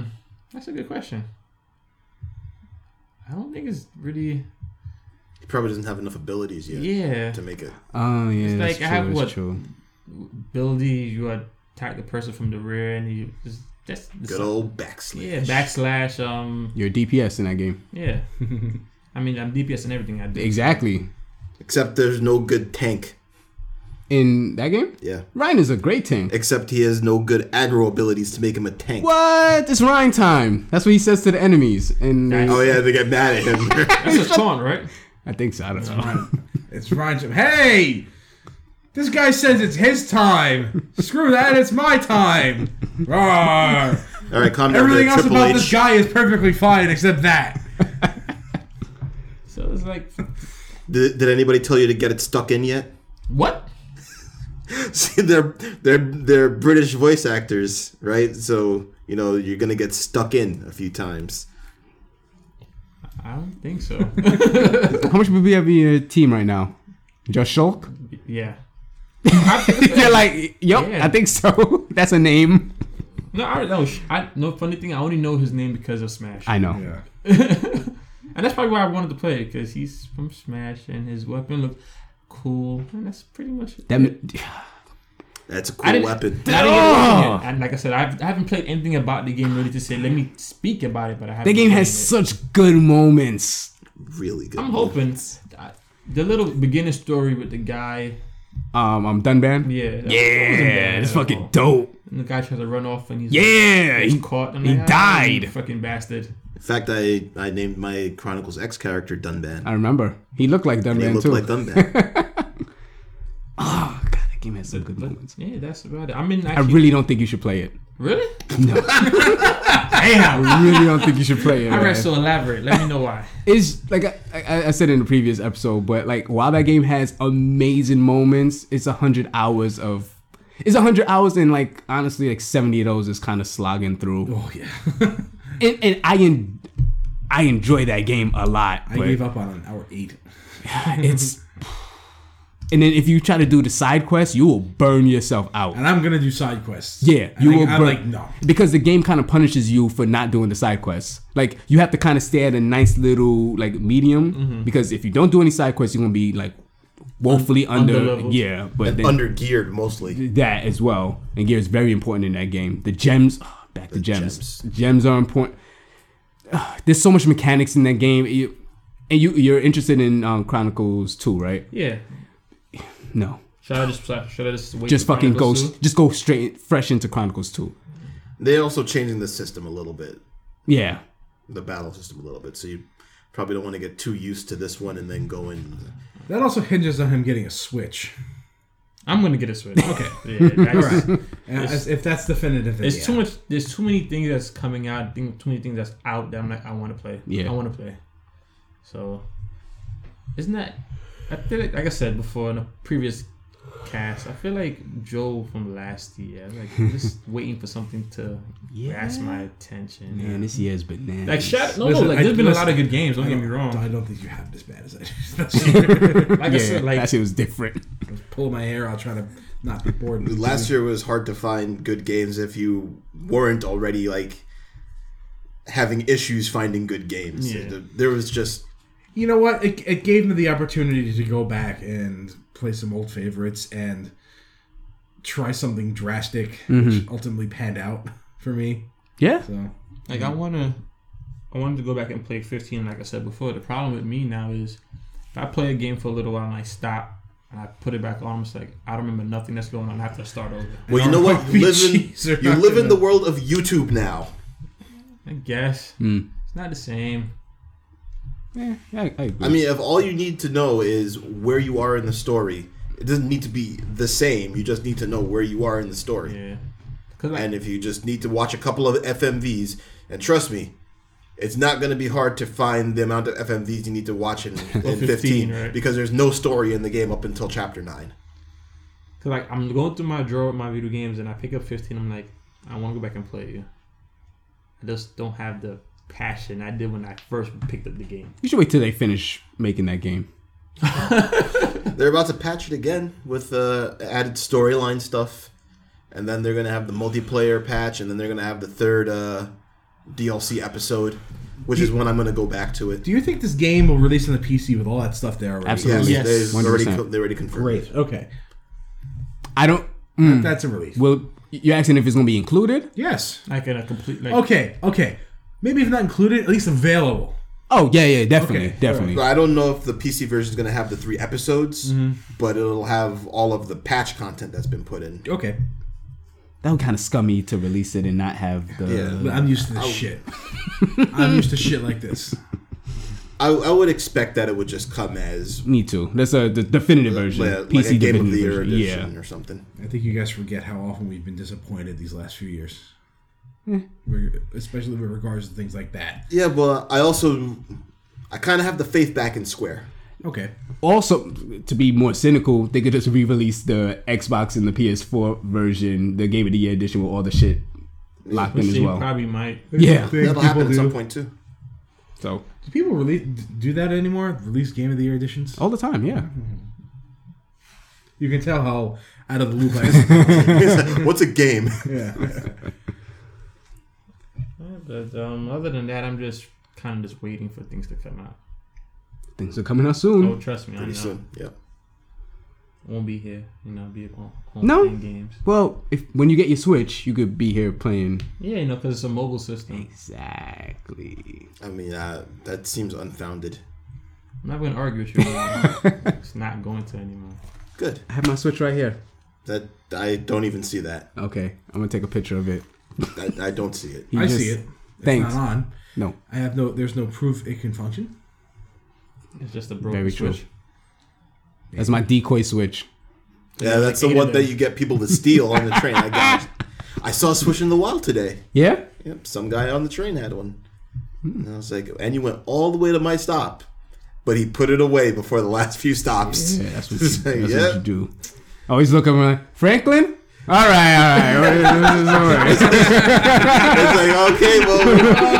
Speaker 3: that's a good question. I don't think it's really.
Speaker 5: He probably doesn't have enough abilities yet
Speaker 3: Yeah.
Speaker 5: to make it.
Speaker 2: oh yeah,
Speaker 3: It's
Speaker 2: that's
Speaker 3: like,
Speaker 2: true,
Speaker 3: I have
Speaker 2: that's
Speaker 3: what-
Speaker 2: true.
Speaker 3: Ability, you attack the person from the rear, and you just that's the
Speaker 5: Good
Speaker 3: same-
Speaker 5: old backslash.
Speaker 3: yeah backslash. Um,
Speaker 2: You're a DPS in that game.
Speaker 3: yeah. I mean, I'm DPS and everything I do.
Speaker 2: Exactly.
Speaker 5: Except there's no good tank.
Speaker 2: In that game,
Speaker 5: Yeah.
Speaker 2: Ryan is a great tank.
Speaker 5: Except he has no good aggro abilities to make him a tank.
Speaker 2: What? It's Ryan time. That's what he says to the enemies. And uh,
Speaker 3: Nice.
Speaker 5: Oh yeah, they get mad at him.
Speaker 3: That's a taunt, right?
Speaker 2: I think so. I don't know.
Speaker 4: Ryan- it's Ryan. Hey, this guy says it's his time. Screw that, it's my time. Rawr.
Speaker 5: All right, calm down.
Speaker 4: Everything
Speaker 5: there,
Speaker 4: else
Speaker 5: Triple
Speaker 4: about
Speaker 5: H.
Speaker 4: this guy is perfectly fine except that.
Speaker 3: So it's like,
Speaker 5: Did, did anybody tell you to get it stuck in yet?
Speaker 3: what?
Speaker 5: See, they're they're they're British voice actors, right? So you know you're gonna get stuck in a few times.
Speaker 3: I don't think so.
Speaker 2: How much people have in your team right now? Just Shulk?
Speaker 3: yeah.
Speaker 2: You're like, yup,
Speaker 3: Yeah.
Speaker 2: I think so. That's a name.
Speaker 3: No, I don't know. Sh- I no funny thing. I only know his name because of Smash,
Speaker 2: I know.
Speaker 4: Yeah.
Speaker 3: and that's probably why I wanted to play because he's from Smash and his weapon looks cool. And that's pretty much it.
Speaker 2: Them,
Speaker 5: That's a
Speaker 3: I
Speaker 5: cool
Speaker 3: didn't,
Speaker 5: weapon.
Speaker 3: I didn't get
Speaker 2: Oh!
Speaker 3: anything yet. And like I said, I've, I haven't played anything about the game really to say. Let me speak about it, but I haven't.
Speaker 2: that game
Speaker 3: played
Speaker 2: has
Speaker 3: it.
Speaker 2: such good moments.
Speaker 5: Really good.
Speaker 3: I'm hoping I- the little beginning story with the guy.
Speaker 2: Um, I'm Dunban.
Speaker 3: Yeah. that- that wasn't
Speaker 2: Yeah,
Speaker 3: bad
Speaker 2: it's
Speaker 3: at all.
Speaker 2: fucking dope.
Speaker 3: And the guy tries to run off and he's
Speaker 2: Yeah,
Speaker 3: he's
Speaker 2: he-
Speaker 3: caught. I'm
Speaker 2: he
Speaker 3: like, "Ah, you
Speaker 2: died."
Speaker 3: Fucking bastard.
Speaker 5: In fact, I I named my Chronicles X character Dunban.
Speaker 2: I remember. He looked like
Speaker 5: He
Speaker 2: Dunban
Speaker 5: looked
Speaker 2: too.
Speaker 5: like Dunban.
Speaker 2: oh god, that game has some good
Speaker 3: But,
Speaker 2: moments.
Speaker 3: yeah, that's about it. I mean,
Speaker 2: I
Speaker 3: actually,
Speaker 2: really don't think you should play it.
Speaker 3: really.
Speaker 2: Damn. I really don't think you should play it.
Speaker 3: I
Speaker 2: man.
Speaker 3: read so elaborate. Let me know why.
Speaker 2: It's like I, I, I said in the previous episode, but like while that game has amazing moments, it's a hundred hours of it's a hundred hours and like honestly like seventy of those is kind of slogging through.
Speaker 4: Oh yeah.
Speaker 2: And, and I en- I enjoy that game a lot.
Speaker 4: I
Speaker 2: but
Speaker 4: gave up on an hour eight.
Speaker 2: It's and then if you try to do the side quest, you will burn yourself out.
Speaker 4: And I'm gonna do side quests.
Speaker 2: Yeah,
Speaker 4: I
Speaker 2: you
Speaker 4: think-
Speaker 2: will
Speaker 4: I'm
Speaker 2: burn.
Speaker 4: like, no.
Speaker 2: Because the game kind of punishes you for not doing the side quests. Like you have to kind of stay at a nice little like medium
Speaker 3: Mm-hmm.
Speaker 2: because if you don't do any side quests, you're gonna be like woefully under.
Speaker 3: underleveled.
Speaker 2: yeah, but then
Speaker 5: Under geared mostly.
Speaker 2: that as well. And gear is very important in that game. The gems, ah, back to gems. gems. are important. Ah, There's so much mechanics in that game. You, and you you're interested in um, Chronicles too, right?
Speaker 3: Yeah.
Speaker 2: No.
Speaker 3: Should I just should I just wait
Speaker 2: Just
Speaker 3: for
Speaker 2: fucking go,
Speaker 3: Chronicles
Speaker 2: s- just go straight, fresh into Chronicles 2.
Speaker 5: They're also changing the system a little bit,
Speaker 2: Yeah,
Speaker 5: the battle system a little bit. So you probably don't want to get too used to this one and then go in.
Speaker 4: That also hinges on him getting a switch.
Speaker 3: too? I'm gonna get a switch. Okay. yeah, that's,
Speaker 4: And as- if that's definitive, then
Speaker 3: There's
Speaker 4: yeah.
Speaker 3: too much. There's too many things that's coming out. thing- Too many things that's out that I'm like I want to play.
Speaker 2: Yeah.
Speaker 3: I want to play. So, isn't that? I feel like, like I said before in a previous cast, I feel like Joe from last year. Like I'm just waiting for something to grasp my attention.
Speaker 2: man, this year's bananas.
Speaker 3: Like shut no
Speaker 4: Listen,
Speaker 3: no like
Speaker 4: I-
Speaker 3: there's been
Speaker 4: listen,
Speaker 3: a lot of good games. Don't
Speaker 4: I
Speaker 3: get me wrong.
Speaker 4: I don't think you have this bad as I do.
Speaker 3: Like I said, like
Speaker 2: that shit was different.
Speaker 4: pull my hair out trying to not be bored.
Speaker 5: Last year was hard to find good games if you weren't already like having issues finding good games.
Speaker 3: Yeah.
Speaker 5: There- There was just
Speaker 4: you know what? It, it gave me the opportunity to go back and play some old favorites and try something drastic,
Speaker 3: Mm-hmm.
Speaker 4: which ultimately panned out for me.
Speaker 2: Yeah,
Speaker 4: So
Speaker 3: Like I wanna, I wanted to go back and play 15, like I said before. The problem with me now is, if I play a game for a little while and I stop and I put it back on, I'm just like I don't remember nothing that's going on. I have to start over.
Speaker 5: Well, you know what? You live
Speaker 4: RPGs are
Speaker 5: in, you
Speaker 4: not
Speaker 5: live in the
Speaker 4: gonna-
Speaker 5: world of YouTube now.
Speaker 3: I guess
Speaker 2: Hmm.
Speaker 3: it's not the same.
Speaker 2: yeah, I, I agree.
Speaker 5: I mean, if all you need to know is where you are in the story, it doesn't need to be the same. You just need to know where you are in the story.
Speaker 3: Yeah, because like,
Speaker 5: And if you just need to watch a couple of FMVs, and trust me, it's not going to be hard to find the amount of FMVs you need to watch in, in 15,
Speaker 3: 15, right.
Speaker 5: because there's no story in the game up until chapter 9.
Speaker 3: 'cause, like I'm going through my drawer with my video games and I pick up 15. I'm like, I want to go back and play you. I just don't have the passion I did when I first picked up the game.
Speaker 2: You should wait till they finish making that game.
Speaker 5: They're about to patch it again with uh, added storyline stuff, and then they're gonna have the multiplayer patch, and then they're gonna have the third uh, DLC episode, which is when I'm gonna go back to it.
Speaker 4: Do you think this game will release on the PC with all that stuff there already?
Speaker 2: Absolutely.
Speaker 5: yes,
Speaker 2: Yes.
Speaker 5: they've already
Speaker 2: 100%.
Speaker 5: co- they already confirmed. it.
Speaker 4: Great. Okay.
Speaker 2: I don't.
Speaker 3: Hmm.
Speaker 2: Mm,
Speaker 4: That's a relief.
Speaker 2: well, you're asking if it's going to be included?
Speaker 4: Yes.
Speaker 3: Like in a complete like
Speaker 4: Okay. Okay. Maybe if not included, at least available.
Speaker 2: Oh yeah, yeah, definitely,
Speaker 4: Okay.
Speaker 2: definitely.
Speaker 5: But I don't know if the PC version is gonna have the three episodes, but it'll have all of the patch content that's been put in.
Speaker 4: Okay.
Speaker 2: That would kind of scummy to release it and not have the.
Speaker 5: Yeah.
Speaker 4: I'm used to this shit. I'm used to shit like this.
Speaker 5: I, I would expect that it would just come as
Speaker 2: Me too. That's a the definitive version.
Speaker 5: like,
Speaker 2: PC
Speaker 5: like a game of
Speaker 2: definitive
Speaker 5: the year
Speaker 2: version.
Speaker 5: edition
Speaker 2: Yeah.
Speaker 5: or something.
Speaker 4: I think you guys forget how often we've been disappointed these last few years.
Speaker 5: Eh.
Speaker 4: We're- Especially with regards to things like that.
Speaker 5: Yeah, but I also I kind of have the faith back in Square.
Speaker 4: Okay.
Speaker 2: Also, to be more cynical, they could just re-release the Xbox and the PS4 version, the Game of the Year edition, with all the shit locked
Speaker 3: which
Speaker 2: in as
Speaker 3: they
Speaker 2: well.
Speaker 3: probably might.
Speaker 2: Yeah.
Speaker 4: Thing
Speaker 5: That'll happen at
Speaker 4: people
Speaker 5: some
Speaker 4: do.
Speaker 5: point too.
Speaker 2: So
Speaker 4: Do people really do that anymore? Release Game of the Year editions?
Speaker 5: Oh.
Speaker 2: all the time, yeah.
Speaker 4: You can tell how out of the loop I am.
Speaker 5: What's a game?
Speaker 3: Yeah, But um, other than that, I'm just kind of just waiting for things to come out.
Speaker 2: Things are coming out
Speaker 3: Oh,
Speaker 2: Hmm. soon.
Speaker 3: trust me, I know.
Speaker 5: Pretty soon. Yeah.
Speaker 3: Won't be here, you know. Be at home, home
Speaker 2: No.
Speaker 3: playing games.
Speaker 2: Well, if when you get your Switch, you could be here playing.
Speaker 3: Yeah, you know, because it's a mobile system.
Speaker 2: Exactly.
Speaker 5: I mean, uh, that seems unfounded.
Speaker 3: I'm not going to argue with you. man. it's not going to anymore.
Speaker 5: Good.
Speaker 2: I have my Switch right here.
Speaker 5: That I don't even see that.
Speaker 2: Okay, I'm gonna take a picture of it.
Speaker 5: I, I don't see it.
Speaker 2: He
Speaker 4: I
Speaker 2: just-
Speaker 4: see it. It's
Speaker 2: Thanks.
Speaker 4: Not on.
Speaker 2: No,
Speaker 4: I have no. There's no proof it can function.
Speaker 3: It's just a broken
Speaker 2: Very true.
Speaker 3: switch.
Speaker 2: that's my decoy Switch.
Speaker 5: Yeah, that's the
Speaker 3: eight
Speaker 5: one
Speaker 3: of
Speaker 5: that
Speaker 3: them.
Speaker 5: you get people to steal on the train. I got. It. I saw Switch in the Wild today.
Speaker 2: Yeah.
Speaker 5: Yep, some guy on the train had one. And I was like, and you went all the way to my stop, but he put it away before the last few stops.
Speaker 2: Yeah, that's what you, that's
Speaker 5: Yeah.
Speaker 2: what you do. I always look at him like, Franklin? All right, all right. This is all right.
Speaker 5: It's like, okay, well,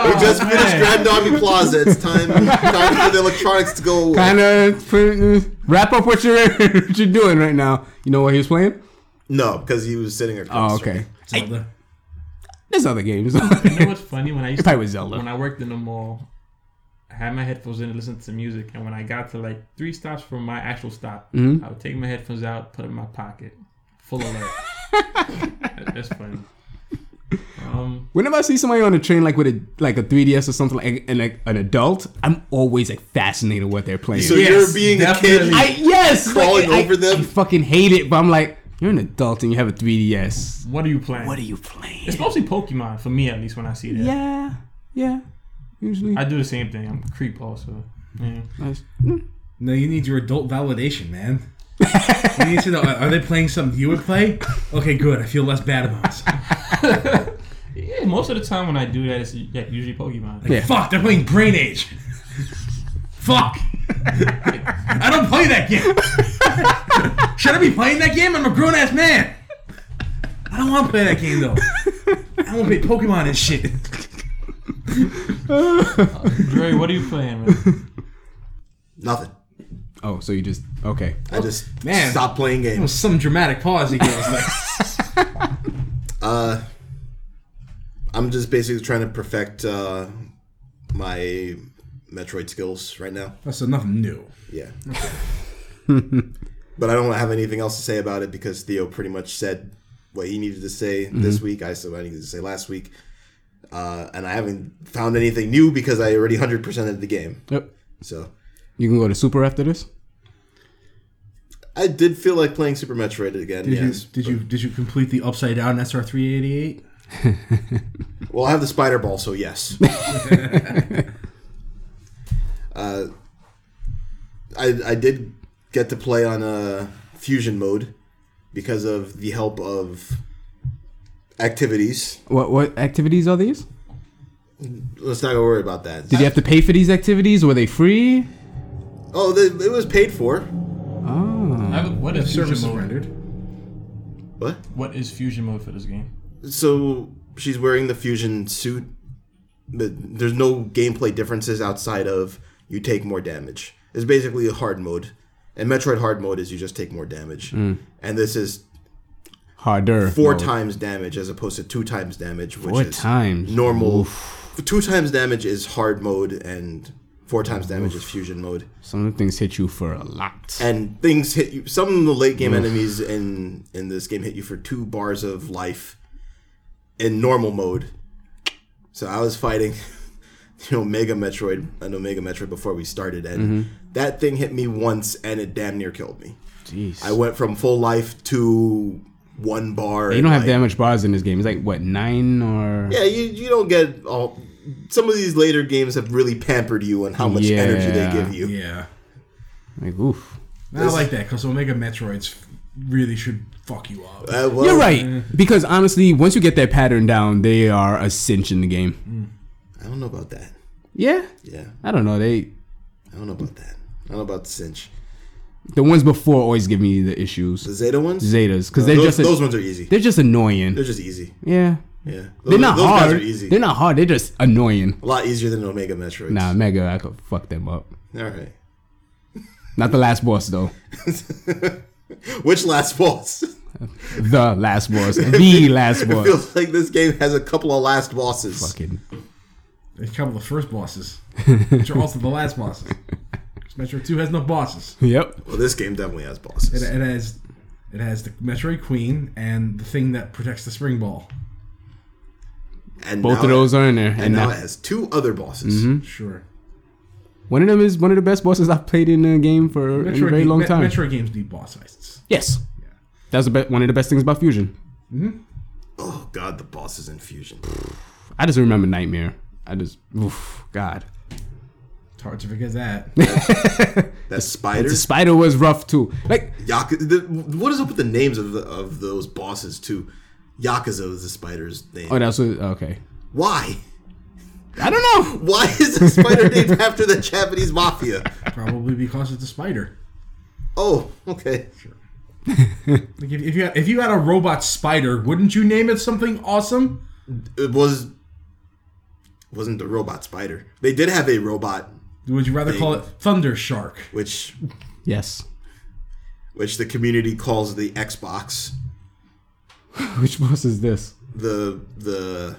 Speaker 5: we, we just finished Grand Army Plaza. It's time, time for the electronics to go away.
Speaker 2: kind of uh, wrap up what you're, what you're doing right now. You know what he was playing?
Speaker 5: No, because he was sitting across.
Speaker 2: Oh,
Speaker 5: from me.
Speaker 2: okay.
Speaker 4: Zelda.
Speaker 2: There's other games.
Speaker 3: You know what's funny? When I used
Speaker 2: probably
Speaker 3: to,
Speaker 2: was Zelda.
Speaker 3: when I worked in the mall, I had my headphones in and listened to music. And when I got to like three stops from my actual stop,
Speaker 2: Mm-hmm.
Speaker 3: I would take my headphones out, put it in my pocket, full alert. That- That's funny. Um,
Speaker 2: Whenever I see somebody on a train, like with a like a 3DS or something, like and like an adult, I'm always like fascinated what they're playing.
Speaker 5: So
Speaker 4: Yes,
Speaker 5: you're being a
Speaker 4: definitely.
Speaker 5: kid.
Speaker 2: I yes,
Speaker 5: Crawling
Speaker 2: like, I-
Speaker 5: over them?
Speaker 2: I fucking hate it, but I'm like, you're an adult and you have a 3DS.
Speaker 3: what are you playing?
Speaker 2: What are you playing?
Speaker 3: It's mostly Pokemon for me, at least when I see that.
Speaker 2: Yeah, yeah. Usually,
Speaker 3: I do the same thing. I'm a creep also. Yeah.
Speaker 2: Nice. Hmm.
Speaker 4: No, you need your adult validation, man. you need to know: Are they playing something you would play? Okay, good. I feel less bad about this.
Speaker 3: Yeah, most of the time when I do that, it's yeah, usually Pokemon.
Speaker 2: Yeah.
Speaker 4: Fuck, they're playing Brain Age. Fuck. I don't play that game. Should I be playing that game? I'm a grown ass man. I don't want to play that game though. I want to play Pokemon and shit.
Speaker 3: Dre, what are you playing, man?
Speaker 5: Nothing.
Speaker 2: Oh, so you just okay?
Speaker 5: I just
Speaker 4: Man.
Speaker 5: stopped playing
Speaker 4: There was
Speaker 5: games.
Speaker 4: some dramatic pause he goes like,
Speaker 5: Uh, I'm just basically trying to perfect uh, my Metroid skills right now.
Speaker 4: oh, so nothing new.
Speaker 5: Yeah. but I don't have anything else to say about it because Theo pretty much said what he needed to say
Speaker 4: Mm-hmm.
Speaker 5: this week. I said what I needed to say last week. Uh, and I haven't found anything new because I already 100%ed the game.
Speaker 2: Yep.
Speaker 5: So
Speaker 2: You can go to Super after this.
Speaker 5: I did feel like playing Super Metroid again.
Speaker 4: Did
Speaker 5: yes.
Speaker 4: you did you did you complete the upside down SR three eighty eight?
Speaker 5: Well, I have the Spider Ball, so yes. uh, I, I did get to play on uh, Fusion mode because of the help of activities
Speaker 2: What what activities are these?
Speaker 5: Let's not go worry about that.
Speaker 2: Did you have to pay for these activities? Were they free?
Speaker 5: oh, they, it was paid for.
Speaker 2: Oh,
Speaker 3: I have- what is
Speaker 4: Services
Speaker 3: fusion mode?
Speaker 4: rendered.
Speaker 5: What?
Speaker 3: What is fusion mode for this game?
Speaker 5: So she's wearing the fusion suit, but there's no gameplay differences outside of you take more damage. It's basically a hard mode, and Metroid hard mode is you just take more damage,
Speaker 2: Hmm.
Speaker 5: and this is
Speaker 2: Harder.
Speaker 5: four
Speaker 2: mode.
Speaker 5: times damage as opposed to two times damage, which
Speaker 2: Four
Speaker 5: is
Speaker 2: times.
Speaker 5: normal. Two times damage is hard mode, and four times damage is fusion mode.
Speaker 2: Some of the things hit you for a lot.
Speaker 5: And things hit you. Some of the late game enemies in in this game hit you for two bars of life in normal mode. So I was fighting, you know, Mega Metroid, an Omega Metroid before we started, and
Speaker 2: Mm-hmm.
Speaker 5: that thing hit me once, and it damn near killed me.
Speaker 2: Jeez.
Speaker 5: I went from full life to one bar.
Speaker 2: you don't have that much bars in this game. It's like what nine or
Speaker 5: Yeah, you, you don't get all. Some of these later games have really pampered you and how much energy they
Speaker 2: Yeah.
Speaker 5: give you.
Speaker 4: Yeah.
Speaker 2: like oof.
Speaker 4: I like that because Omega Metroids really should fuck you up.
Speaker 5: Uh, well,
Speaker 2: You're right because honestly, once you get that pattern down, they are a cinch in the game.
Speaker 5: I don't know about that.
Speaker 2: Yeah,
Speaker 5: Yeah,
Speaker 2: I don't know. They
Speaker 5: I don't know about that. I don't know about the cinch.
Speaker 2: the ones before always give me the issues.
Speaker 5: The Zeta ones?
Speaker 2: Zetas because
Speaker 5: No,
Speaker 2: they're
Speaker 5: those,
Speaker 2: just a-
Speaker 5: those ones are easy.
Speaker 2: they're just annoying.
Speaker 5: They're just easy.
Speaker 2: yeah,
Speaker 5: Yeah,
Speaker 2: they're not
Speaker 5: those
Speaker 2: hard.
Speaker 5: guys are easy.
Speaker 2: They're not hard. They're just annoying.
Speaker 5: a lot easier than Omega Metroids.
Speaker 2: Nah, Mega, I could fuck them up.
Speaker 5: All right.
Speaker 2: Not the last boss though.
Speaker 5: Which last boss?
Speaker 2: The last boss. the last
Speaker 5: it
Speaker 2: boss.
Speaker 5: feels like this game has a couple of last bosses.
Speaker 2: Fucking
Speaker 4: They cover the first bosses, which are also the last bosses. 'Cause Metroid Two has no bosses.
Speaker 2: yep.
Speaker 5: Well, this game definitely has
Speaker 4: It,
Speaker 5: bosses.
Speaker 4: it has, it has the Metroid Queen and the thing that protects the Spring Ball.
Speaker 5: And
Speaker 2: Both of
Speaker 5: now it-
Speaker 2: those are in there,
Speaker 5: And,
Speaker 2: and Mm-hmm.
Speaker 5: now
Speaker 2: that-
Speaker 5: it has two other bosses.
Speaker 4: Sure.
Speaker 2: One of them is one of the best bosses I've played in a game for in a very
Speaker 4: need-
Speaker 2: long
Speaker 4: Me-
Speaker 2: time.
Speaker 4: Metroid games need boss fights.
Speaker 2: Yes. That's the be- one of the best things about Fusion.
Speaker 5: Oh God, the bosses in Fusion.
Speaker 2: I just remember Nightmare. I just, oof, God.
Speaker 4: It's hard to forget that.
Speaker 5: That spider.
Speaker 2: The spider was rough too. Like,
Speaker 5: Yaku- the, what is up with the names of the, of those bosses too? Yakuza was the spider's name.
Speaker 2: oh, that's what, okay.
Speaker 5: Why?
Speaker 2: I don't know.
Speaker 5: Why is the spider named after the Japanese mafia?
Speaker 4: Probably because it's a spider.
Speaker 5: Oh, okay.
Speaker 4: Like if, if you had, if you had a robot spider, wouldn't you name it something awesome?
Speaker 5: It was wasn't the robot spider. They did have a robot,
Speaker 4: Would you rather call it Thunder Shark?
Speaker 5: which
Speaker 2: Yes.
Speaker 5: which the community calls the Xbox.
Speaker 2: Which boss is this?
Speaker 5: The the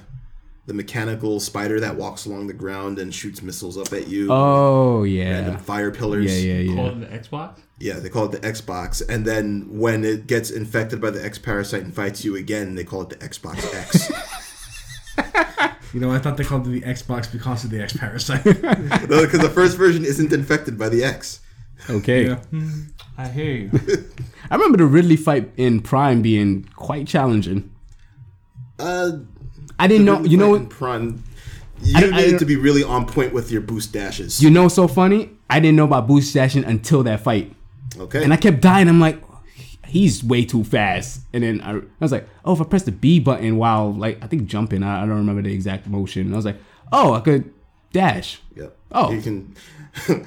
Speaker 5: the mechanical spider that walks along the ground and shoots missiles up at you.
Speaker 2: Oh,
Speaker 5: and
Speaker 2: yeah.
Speaker 5: fire pillars.
Speaker 2: Yeah, yeah, yeah.
Speaker 3: Called the Xbox.
Speaker 5: Yeah, they call it the Xbox, and then when it gets infected by the X parasite and fights you again, they call it the Xbox X.
Speaker 4: You know, I thought they called it the Xbox because of the X parasite.
Speaker 5: no, because the first version isn't infected by the X.
Speaker 2: Okay.
Speaker 4: yeah.
Speaker 3: I hear you.
Speaker 2: I remember the Ridley fight in Prime being quite challenging.
Speaker 5: Uh,
Speaker 2: I didn't know, you know what?
Speaker 5: Prime. You
Speaker 2: I- I
Speaker 5: need
Speaker 2: don't-
Speaker 5: to be really on point with your boost dashes.
Speaker 2: You know, what's so funny. I didn't know about boost dashing until that fight.
Speaker 5: okay.
Speaker 2: And I kept dying. I'm like, he's way too fast. And then I, I was like, oh, if I press the B button while, like, I think jumping, I, I don't remember the exact motion. And I was like, oh, I could dash.
Speaker 5: Yep.
Speaker 2: Oh.
Speaker 5: You can.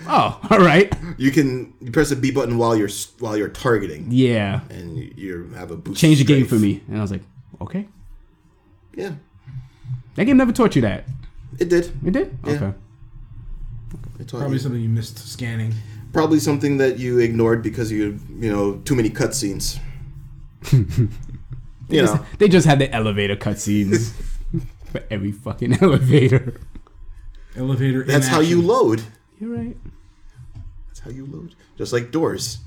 Speaker 2: Oh, all right.
Speaker 5: you can you press the B button while you're s- while you're targeting,
Speaker 2: Yeah.
Speaker 5: and you, you have a boost.
Speaker 2: Change the game for
Speaker 5: strength.
Speaker 2: me. And I was like, okay.
Speaker 5: Yeah,
Speaker 2: That game never taught you that.
Speaker 5: it did.
Speaker 2: It did?
Speaker 5: Yeah.
Speaker 2: Okay.
Speaker 5: It taught
Speaker 4: Probably
Speaker 5: you.
Speaker 4: something you missed scanning.
Speaker 5: probably something that you ignored because you you know too many cutscenes. you know,
Speaker 2: They just had the elevator cutscenes for every fucking elevator.
Speaker 4: Elevator.
Speaker 5: that's how you
Speaker 4: inaction.
Speaker 5: load.
Speaker 2: You're right.
Speaker 5: That's how you load. Just like doors.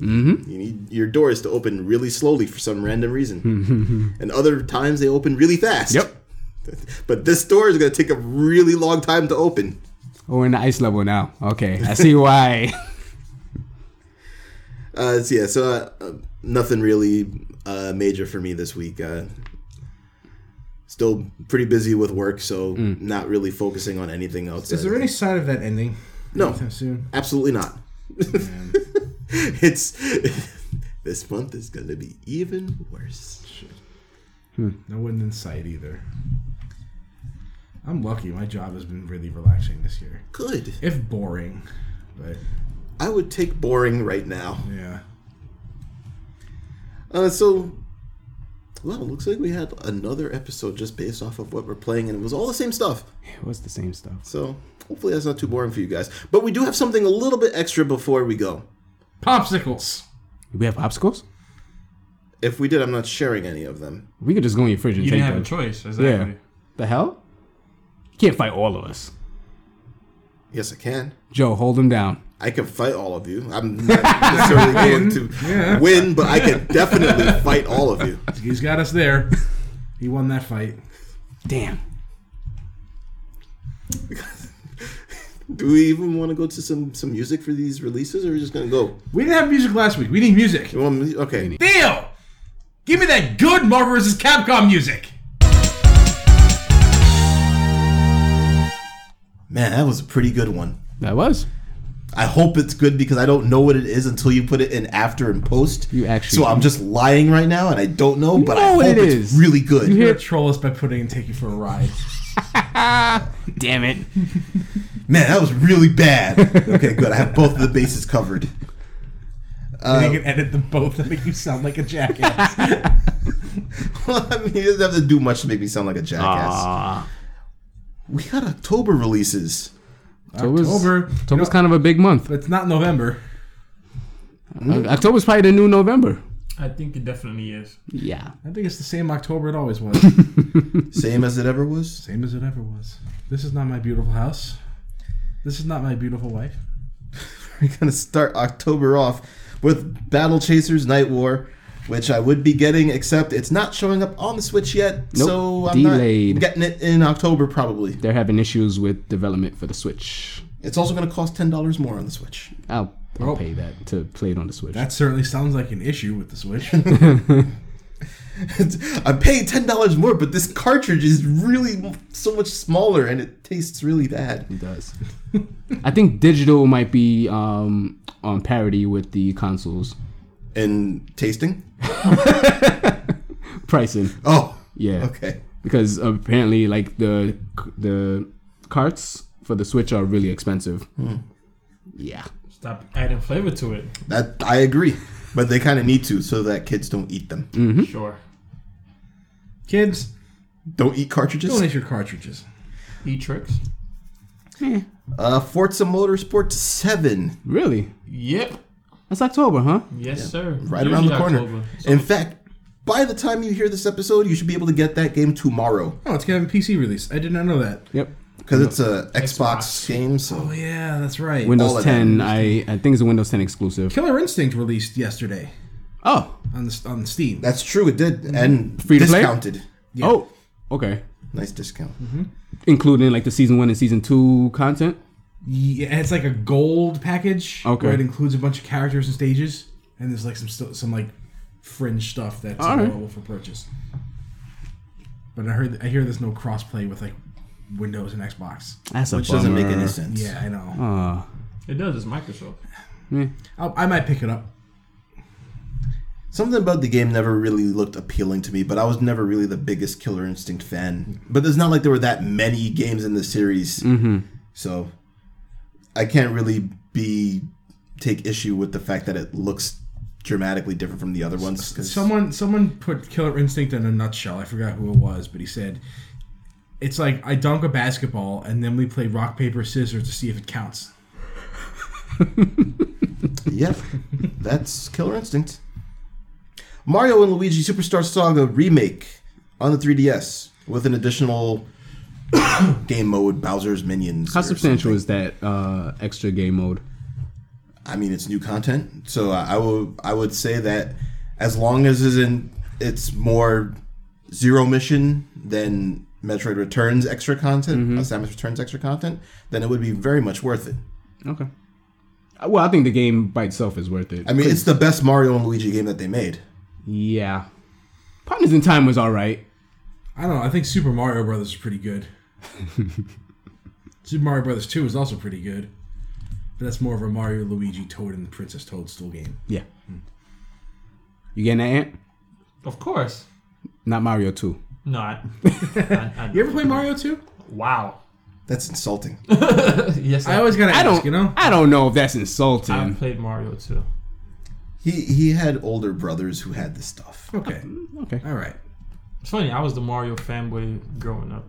Speaker 5: Mm-hmm. You need your doors to open really slowly for some random reason, and other times they open really fast.
Speaker 2: Yep.
Speaker 5: But this door is going to take a really long time to open.
Speaker 2: Oh, we're in the ice level now. Okay. I see why.
Speaker 5: Uh, so yeah, so uh, uh, nothing really uh, major for me this week. Uh, still pretty busy with work, so not really focusing on anything else.
Speaker 4: Is there any sign of that ending?
Speaker 5: No,
Speaker 4: Anytime soon.
Speaker 5: absolutely not. it's this month is going to be even worse.
Speaker 4: No one in sight either. I'm lucky. My job has been really relaxing this year,
Speaker 5: Good.
Speaker 4: if boring, but
Speaker 5: I would take boring right now.
Speaker 4: yeah.
Speaker 5: Uh, so
Speaker 6: Well, looks like we had another episode just based off of what we're playing, and it was all the same stuff.
Speaker 2: It was the same stuff.
Speaker 6: So hopefully that's not too boring for you guys. But we do have something a little bit extra before we go.
Speaker 4: Popsicles.
Speaker 2: We have obstacles.
Speaker 6: If we did, I'm not sharing any of them.
Speaker 2: We could just go in your fridge and
Speaker 3: You
Speaker 2: take
Speaker 3: didn't have a
Speaker 2: them.
Speaker 3: choice.
Speaker 2: yeah.
Speaker 3: Exactly.
Speaker 2: The hell? You can't fight all of us.
Speaker 6: Yes, I can.
Speaker 2: Joe, hold him down.
Speaker 6: I can fight all of you. I'm not necessarily going to win, but I can definitely fight all of you.
Speaker 4: He's got us there. He won that fight.
Speaker 2: Damn.
Speaker 6: Do we even want to go to some some music for these releases, or are we just gonna go?
Speaker 4: We didn't have music last week. We need music.
Speaker 6: You want mu- okay.
Speaker 4: Deal! Give me that good Marvel vs. Capcom music.
Speaker 5: Man, that was a pretty good one.
Speaker 2: That was.
Speaker 5: I hope it's good because I don't know what it is until you put it in after and post.
Speaker 2: You actually-
Speaker 5: So I'm just lying right now, and I don't know. but I
Speaker 2: know
Speaker 5: hope
Speaker 2: what it is.
Speaker 5: it's really good.
Speaker 2: You
Speaker 4: You're
Speaker 2: hear-
Speaker 4: gonna troll us by putting and take you for a ride.
Speaker 2: Damn it.
Speaker 5: Man, that was really bad. okay, good. I have both of the bases covered.
Speaker 4: and they can edit them both and make you sound like a jackass.
Speaker 5: I mean, he doesn't have to do much to make me sound like a jackass.
Speaker 2: Ah.
Speaker 5: We got October releases.
Speaker 2: October's,
Speaker 4: October, you
Speaker 2: October's
Speaker 4: know-
Speaker 2: kind of a big month.
Speaker 4: but it's not November.
Speaker 2: Uh, October's probably the new November.
Speaker 3: I think it definitely is.
Speaker 2: Yeah.
Speaker 4: I think it's the same October it always was.
Speaker 5: Same as it ever was.
Speaker 4: same as it ever was. This is not my beautiful house. This is not my beautiful wife.
Speaker 5: We're going to start October off with Battle Chasers Night War, which I would be getting, except it's not showing up on the Switch yet.
Speaker 2: Nope,
Speaker 5: So I'm
Speaker 2: delayed.
Speaker 5: not getting it in October, probably.
Speaker 2: They're having issues with development for the Switch.
Speaker 5: It's also going to cost $10 more on the Switch.
Speaker 2: I'll, I'll
Speaker 4: Oh.
Speaker 2: pay that to play it on the Switch.
Speaker 4: That certainly sounds like an issue with the Switch.
Speaker 5: I'm paying $10 more, but this cartridge is really so much smaller and it tastes really bad.
Speaker 2: It does. I think digital might be um, on parity with the consoles
Speaker 5: And tasting?
Speaker 2: pricing.
Speaker 5: Oh,
Speaker 2: Yeah.
Speaker 5: okay.
Speaker 2: Because apparently, like the the carts for the Switch are really expensive.
Speaker 5: Hmm.
Speaker 2: Yeah.
Speaker 3: Stop adding flavor to it.
Speaker 5: That I agree, but they kind of need to so that kids don't eat them.
Speaker 3: Sure.
Speaker 4: Kids,
Speaker 5: Don't eat cartridges.
Speaker 4: donate your cartridges.
Speaker 3: E tricks.
Speaker 5: Uh, Forza Motorsport Seven,
Speaker 2: Really?
Speaker 3: Yep.
Speaker 2: That's October, huh?
Speaker 3: Yes, sir.
Speaker 5: right around the
Speaker 3: Usually
Speaker 5: corner.
Speaker 3: October.
Speaker 5: In fact, by the time you hear this episode, you should be able to get that game tomorrow
Speaker 4: Oh, it's gonna have a PC release. I did not know that.
Speaker 2: Yep.
Speaker 5: because it's a Xbox,
Speaker 3: Xbox.
Speaker 5: game.
Speaker 4: Oh
Speaker 5: So
Speaker 4: yeah, that's right.
Speaker 5: All
Speaker 2: Windows
Speaker 5: of that.
Speaker 2: 10. I I think it's a Windows 10 exclusive.
Speaker 4: Killer Instinct released yesterday
Speaker 2: Oh.
Speaker 4: on the, on Steam.
Speaker 5: that's true. It did and
Speaker 2: Free to play?
Speaker 5: discounted.
Speaker 2: Oh. Okay.
Speaker 5: Nice discount.
Speaker 2: Including like the season one and season two content.
Speaker 4: Yeah, it's like a gold package
Speaker 2: Okay.
Speaker 4: where it includes a bunch of characters and stages, and there's like some st- some like fringe stuff that's
Speaker 2: All right.
Speaker 4: available for purchase. But I heard I hear there's no crossplay with like Windows and Xbox.
Speaker 2: That's a
Speaker 5: Which doesn't make any
Speaker 2: bummer.
Speaker 5: sense.
Speaker 4: Yeah, I know.
Speaker 2: Uh,
Speaker 3: It does. It's Microsoft.
Speaker 4: I'll, I might pick it up.
Speaker 5: Something about the game never really looked appealing to me, but I was never really the biggest Killer Instinct fan. But it's not like there were that many games in the series, so I can't really be take issue with the fact that it looks dramatically different from the other ones. 'cause-
Speaker 4: Someone someone put Killer Instinct in a nutshell. I forgot who it was, but he said it's like I dunk a basketball and then we play rock paper scissors to see if it counts.
Speaker 5: Yep, that's Killer Instinct. Mario and Luigi Superstar Saga remake on the 3DS with an additional game mode, Bowser's Minions.
Speaker 2: how
Speaker 5: or
Speaker 2: substantial
Speaker 5: something.
Speaker 2: is that uh, extra game mode?
Speaker 5: I mean, it's new content, so I I will. I would say that as long as it's in, it's more zero mission than Metroid Returns extra content, uh, Samus Returns extra content, then it would be very much worth it.
Speaker 2: Okay. Uh, Well, I think the game by itself is worth it.
Speaker 5: I mean, it's the best Mario and Luigi game that they made.
Speaker 2: yeah. Partners in Time was all right.
Speaker 4: I don't know. I think Super Mario Brothers is pretty good. Super Mario Brothers Two is also pretty good, but that's more of a Mario, Luigi, Toad, and the Princess Toadstool game.
Speaker 2: Yeah. You getting that, Ant?
Speaker 3: Of course.
Speaker 2: Not Mario 2.
Speaker 3: Not.
Speaker 4: You ever play Mario Two?
Speaker 3: wow.
Speaker 5: That's insulting.
Speaker 3: Yes,
Speaker 4: I
Speaker 3: I,
Speaker 4: always gotta
Speaker 2: I
Speaker 4: ask,
Speaker 2: don't
Speaker 4: you know.
Speaker 2: I don't know if that's insulting.
Speaker 3: I've played Mario too.
Speaker 5: he he had older brothers who had this stuff.
Speaker 4: Okay,
Speaker 2: okay.
Speaker 4: all right.
Speaker 3: It's funny. I was the Mario fanboy growing up.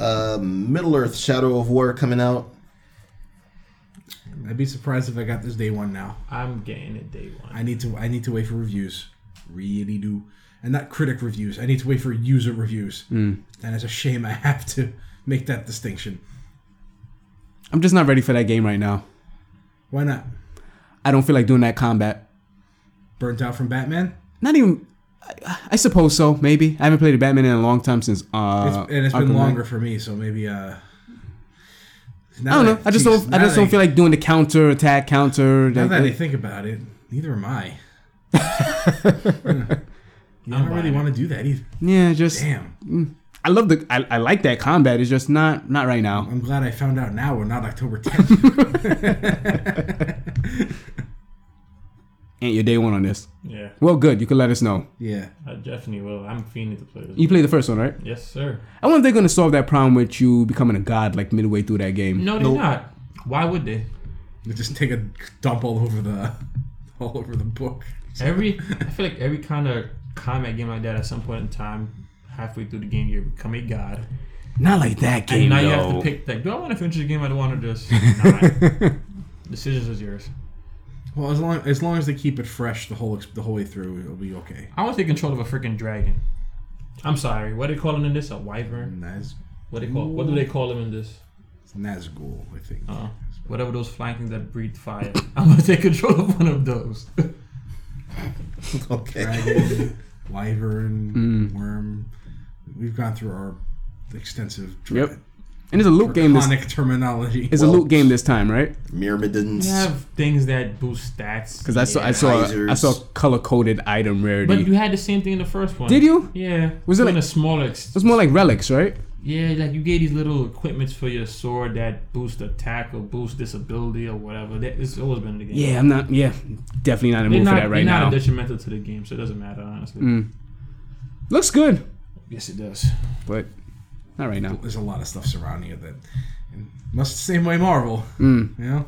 Speaker 5: Um, Middle Earth Shadow of War coming out.
Speaker 4: I'd be surprised if I got this day one now.
Speaker 3: I'm getting it day one.
Speaker 4: I need to I need to wait for reviews. Really do. And not critic reviews. I need to wait for user reviews.
Speaker 2: Hmm.
Speaker 4: And it's a shame I have to make that distinction.
Speaker 2: I'm just not ready for that game right now.
Speaker 4: Why not?
Speaker 2: I don't feel like doing that combat.
Speaker 4: Burnt out from Batman?
Speaker 2: Not even. I, I suppose so. Maybe I haven't played a Batman in a long time since.
Speaker 4: It's,
Speaker 2: Uh,
Speaker 4: and it's
Speaker 2: Arkham
Speaker 4: been
Speaker 2: Knight.
Speaker 4: longer for me, so maybe uh
Speaker 2: I don't know. I just don't. I just don't feel like doing the counter attack counter.
Speaker 4: now
Speaker 2: like-
Speaker 4: that I think about it, neither am I. I don't really want to do that either.
Speaker 2: yeah, just.
Speaker 4: Damn.
Speaker 2: I love the. I, I like that combat. It's just not not right now.
Speaker 4: I'm glad I found out now we're not October 10th.
Speaker 2: Ain't your day one on this.
Speaker 3: Yeah,
Speaker 2: Well, good. You can let us know.
Speaker 4: yeah.
Speaker 3: I definitely will. I'm fiending to play this.
Speaker 2: You played the first one, right?
Speaker 3: Yes, sir.
Speaker 2: I wonder if they're gonna solve that problem with you becoming a god like midway through that game.
Speaker 3: No, they're not. Why would they?
Speaker 4: You just take a dump all over the all over the book.
Speaker 3: Every I feel like every kind of combat game like that at some point in time, halfway through the game, you become a god.
Speaker 2: Not like that game.
Speaker 3: And now you have
Speaker 2: though.
Speaker 3: to pick like, do I want to finish the game? I don't want to just. Nah. Decisions is yours.
Speaker 4: Well, as long as long as they keep it fresh the whole ex- the whole way through, it'll be okay.
Speaker 3: I want to take control of a freaking dragon. I'm sorry. What are they calling in this? A wyvern?
Speaker 4: Naz
Speaker 3: What they call? What do they call them in this?
Speaker 4: Nazgul, I think.
Speaker 3: Uh, whatever those flying things that breathe fire. I'm gonna take control of one of those.
Speaker 5: Okay.
Speaker 4: Dragon, wyvern,
Speaker 2: Hmm.
Speaker 4: worm. We've gone through our extensive
Speaker 2: Yep. And it's a loot game. This
Speaker 4: draconic terminology.
Speaker 2: it's a
Speaker 5: Well-
Speaker 2: loot game this time, right?
Speaker 5: Myrmidons.
Speaker 3: you have things that boost stats.
Speaker 2: Because I saw I saw I
Speaker 5: Geysers.
Speaker 2: saw color coded item
Speaker 3: But
Speaker 2: rarity.
Speaker 3: you had the same thing in the first one.
Speaker 2: Did you?
Speaker 3: Yeah.
Speaker 2: Was it like-
Speaker 3: in a smaller? Ex-
Speaker 2: It's more like relics, right?
Speaker 3: yeah, like you gave these little equipments for your sword that boost attack or boost disability or whatever. That, it's always been in the game.
Speaker 2: Yeah, I'm not. Yeah, definitely not in the
Speaker 3: They're
Speaker 2: mood
Speaker 3: not,
Speaker 2: for that
Speaker 3: they're
Speaker 2: right now. Mm.
Speaker 3: not detrimental to the game, so it doesn't matter honestly.
Speaker 2: Looks good,
Speaker 3: Yes, it does.
Speaker 2: but not right now.
Speaker 4: There's a lot of stuff surrounding it that and much the same way Marvel.
Speaker 2: Hmm.
Speaker 4: You know?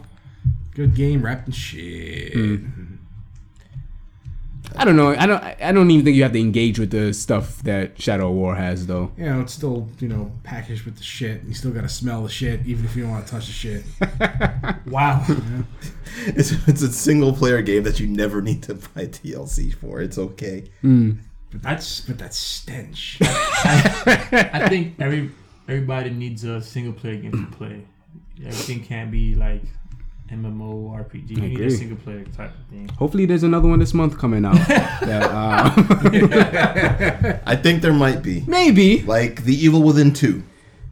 Speaker 4: Good game wrapped in shit.
Speaker 2: Hmm. I don't know. I don't. I I don't even think you have to engage with the stuff that Shadow War has, though.
Speaker 4: You know, it's still, you know, packaged with the shit. You still gotta smell the shit, even if you don't want to touch the shit.
Speaker 3: Wow.
Speaker 5: It's, it's a single player game that you never need to buy DLC for. It's okay.
Speaker 3: That's
Speaker 4: But that stench.
Speaker 3: I think every everybody needs a single player game to play. Everything can't be like MMO RPG. You need
Speaker 2: agree.
Speaker 3: a single player type of thing.
Speaker 2: Hopefully, there's another one this month coming out. that, uh,
Speaker 5: I think there might be.
Speaker 2: maybe.
Speaker 5: Like The Evil Within 2.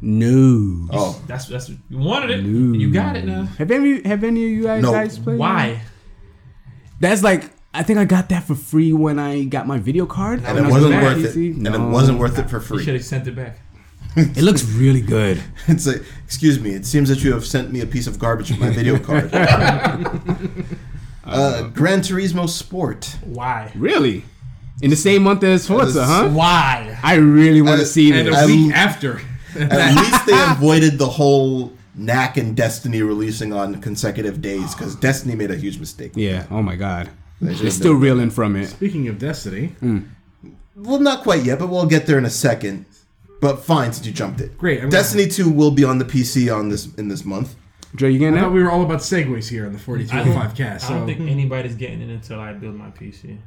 Speaker 2: No.
Speaker 5: Oh,
Speaker 3: That's that's you wanted it. You got it now.
Speaker 2: Have any Have any of you guys,
Speaker 5: No.
Speaker 2: guys played?
Speaker 3: Why?
Speaker 2: That's like I think I got that for free when I got my video card.
Speaker 5: and
Speaker 2: When
Speaker 5: it
Speaker 2: I was
Speaker 5: wasn't
Speaker 2: on
Speaker 5: worth it.
Speaker 2: PC.
Speaker 5: And
Speaker 2: No.
Speaker 5: it wasn't worth it for
Speaker 3: You should
Speaker 5: free.
Speaker 3: have sent it back.
Speaker 2: It looks really good.
Speaker 5: It's like, excuse me, it seems that you have sent me a piece of garbage with my video card. uh, Gran Turismo Sport.
Speaker 3: Why?
Speaker 2: Really? In the same month as Forza,
Speaker 5: is-
Speaker 2: huh?
Speaker 3: Why?
Speaker 2: I really want to
Speaker 5: Uh,
Speaker 2: see
Speaker 4: and
Speaker 2: this.
Speaker 4: a
Speaker 5: I-
Speaker 3: Um,
Speaker 4: week after.
Speaker 3: uh,
Speaker 5: At least they avoided the whole Knack and Destiny releasing on consecutive days because Destiny made a huge mistake.
Speaker 2: yeah. Oh my God. They're
Speaker 5: should've
Speaker 2: still reeling from it.
Speaker 4: Speaking of Destiny,
Speaker 5: Well, not quite yet, but we'll get there in a second. But fine, since you jumped it.
Speaker 4: Great, I'm
Speaker 5: Destiny Two will be on the PC on this in this month.
Speaker 2: Dre, you getting
Speaker 4: I thought
Speaker 2: that?
Speaker 4: we were all about segues here on the
Speaker 3: I don't,
Speaker 4: 4205 cast.
Speaker 3: I
Speaker 4: So
Speaker 3: don't think anybody's getting it until I build my PC.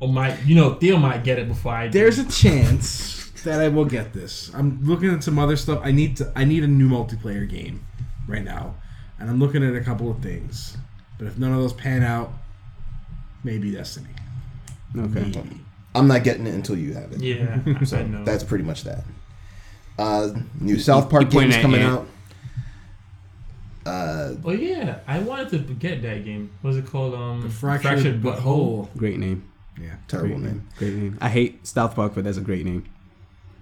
Speaker 3: Or my, you know, Theo might get it before I. do.
Speaker 4: there's a chance that I will get this. I'm looking at some other stuff. I need to. I need a new multiplayer game right now, and I'm looking at a couple of things. But if none of those pan out, maybe Destiny.
Speaker 2: Okay.
Speaker 4: Maybe.
Speaker 5: I'm not getting it until you have it.
Speaker 3: Yeah, I know.
Speaker 5: That's pretty much that. Uh, new South Park
Speaker 2: pointing
Speaker 5: game's
Speaker 2: at
Speaker 5: coming
Speaker 2: Ant.
Speaker 5: out. Uh,
Speaker 3: Oh yeah, I wanted to get that game. What's it called? Um,
Speaker 4: The fractured, butthole.
Speaker 2: Great name.
Speaker 4: Yeah.
Speaker 5: terrible name.
Speaker 2: Great name. I hate South Park, but that's a great name.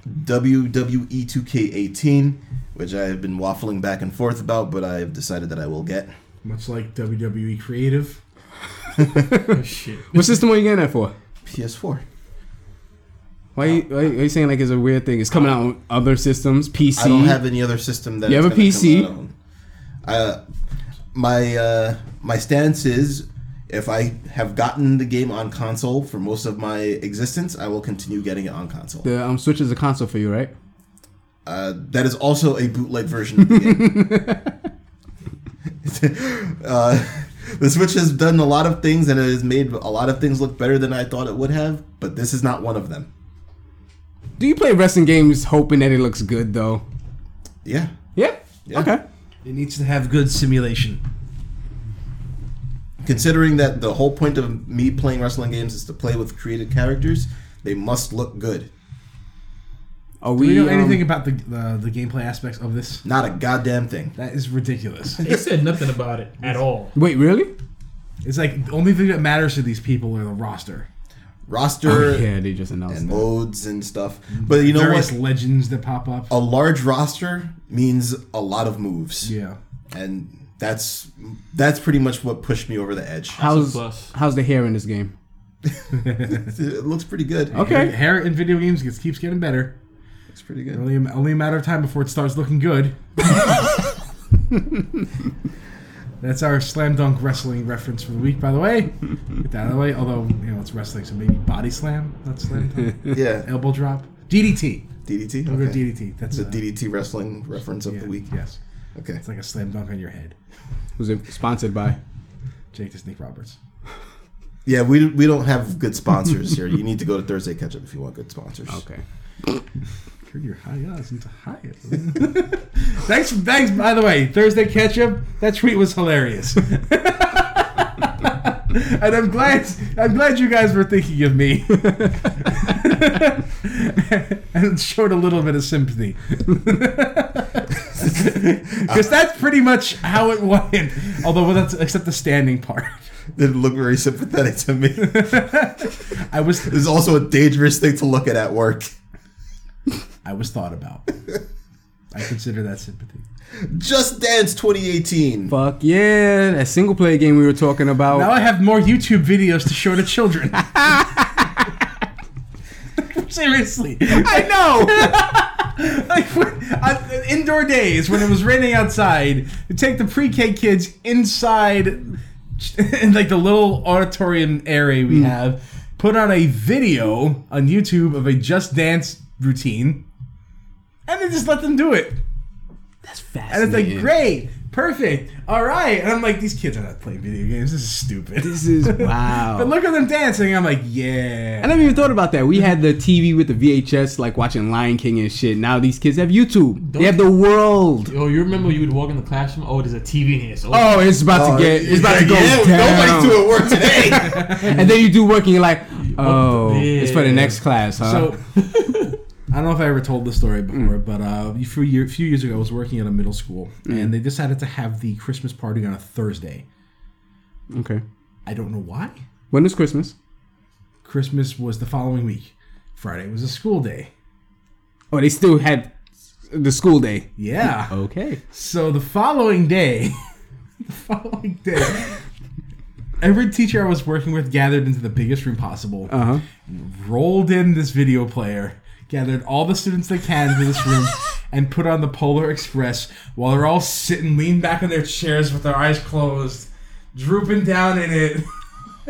Speaker 5: WWE 2K18, which I have been waffling back and forth about, but I have decided that I will get.
Speaker 4: Much like WWE Creative.
Speaker 3: Oh, shit.
Speaker 2: What system are you getting that for?
Speaker 5: PS4.
Speaker 2: Why you, why you- why you saying like it's a weird thing? It's coming out on other systems, PC.
Speaker 5: I don't have any other system that
Speaker 2: You
Speaker 5: it's
Speaker 2: have a
Speaker 5: gonna
Speaker 2: PC?
Speaker 5: come out on. Uh, my uh, my stance is If I have gotten the game on console for most of my existence, I will continue getting it on console.
Speaker 2: The um, Switch is a console for you, right?
Speaker 5: Uh, that is also a bootleg version of the game. uh, the Switch has done a lot of things and it has made a lot of things look better than I thought it would have, but this is not one of them.
Speaker 2: Do you play wrestling games hoping that it looks good though?
Speaker 5: Yeah.
Speaker 2: Yeah.
Speaker 5: Yeah.
Speaker 2: Okay.
Speaker 4: It needs to have good simulation.
Speaker 5: Considering that the whole point of me playing wrestling games is to play with created characters, they must look good.
Speaker 2: Are
Speaker 4: Do
Speaker 2: we,
Speaker 4: we know
Speaker 2: um,
Speaker 4: anything about the uh, the gameplay aspects of this?
Speaker 5: Not a goddamn thing.
Speaker 4: That is ridiculous.
Speaker 3: They said nothing about it at all.
Speaker 2: Wait, really?
Speaker 4: it's like the only thing that matters to these people are the roster,
Speaker 5: Roster
Speaker 2: Oh, yeah, they just announced.
Speaker 5: and
Speaker 2: that.
Speaker 5: modes and stuff. But you know
Speaker 4: various
Speaker 5: what? Oh.
Speaker 4: legends that pop up.
Speaker 5: A large roster means a lot of moves.
Speaker 4: Yeah,
Speaker 5: And that's that's pretty much what pushed me over the edge.
Speaker 2: How's
Speaker 3: plus.
Speaker 2: how's the hair in this game?
Speaker 5: It looks pretty good.
Speaker 2: Okay.
Speaker 4: hair in video games gets keeps getting better.
Speaker 5: It's pretty good.
Speaker 4: Only a, only a matter of time before it starts looking good. That's our slam dunk wrestling reference for the week, by the way. Get that out of the way. Although you know it's wrestling, so maybe body slam, not slam dunk,
Speaker 5: Yeah.
Speaker 4: elbow drop, DDT.
Speaker 5: DDT.
Speaker 4: We'll go
Speaker 5: Okay.
Speaker 4: DDT. That's
Speaker 5: It's a
Speaker 4: uh,
Speaker 5: DDT wrestling reference of
Speaker 4: yeah,
Speaker 5: the week.
Speaker 4: Yes,
Speaker 5: Okay.
Speaker 4: it's like a slam dunk on your head.
Speaker 2: Was it sponsored by?
Speaker 4: Jake the Snake Roberts.
Speaker 5: Yeah, we we don't have good sponsors here. You need to go to Thursday Catch Up if you want good sponsors.
Speaker 2: Okay.
Speaker 4: Turn your high odds into high thanks, thanks. By the way, Thursday catch up. That tweet was hilarious, and I'm glad. I'm glad you guys were thinking of me, and showed a little bit of sympathy. Because that's pretty much how it went. Although, well, that's except the standing part.
Speaker 5: Didn't look very sympathetic to me.
Speaker 4: I was
Speaker 5: It's also a dangerous thing to look at at work.
Speaker 4: I was thought about. I consider that sympathy.
Speaker 5: Just Dance 2018.
Speaker 2: Fuck yeah! That single player game we were talking about.
Speaker 4: Now I have more YouTube videos to show to children. Seriously,
Speaker 2: I know.
Speaker 4: like when, on indoor days when it was raining outside, you take the pre-K kids inside, in like the little auditorium area
Speaker 2: Hmm.
Speaker 4: we have, put on a video on YouTube of a Just Dance routine, and then just let them do it.
Speaker 2: That's
Speaker 4: And it's
Speaker 2: fascinating.
Speaker 4: like great, perfect, all right. And I'm like, these kids are not playing video games. This is stupid.
Speaker 2: This is wow.
Speaker 4: But look at them dancing. I'm like, yeah.
Speaker 2: I never even thought about that. We had the TV with the VHS, like watching Lion King and shit. Now these kids have YouTube. They have the world.
Speaker 3: Yo, you remember you would walk in the classroom? Oh, there's a TV in here. So
Speaker 2: Oh, it's about to get. It's about to go
Speaker 5: yeah,
Speaker 2: down.
Speaker 5: Nobody's doing work today.
Speaker 2: And then you do work and you're like, oh,
Speaker 3: yeah.
Speaker 2: it's for the next class, huh?
Speaker 3: oh,
Speaker 4: So I don't know if I ever told this story before, but uh, a few, year, few years ago, I was working at a middle school, and they decided to have the Christmas party on a Thursday.
Speaker 2: okay.
Speaker 4: I don't know why.
Speaker 2: When is Christmas?
Speaker 4: Christmas was the following week. Friday was a school day.
Speaker 2: Oh, they still had the school day.
Speaker 4: Yeah.
Speaker 2: Okay.
Speaker 4: So the following day, the following day, every teacher I was working with gathered into the biggest room possible.
Speaker 2: Uh huh.
Speaker 4: rolled in this video player, gathered all the students they can into this room, and put on the Polar Express while they're all sitting, leaned back in their chairs with their eyes closed, drooping down in it.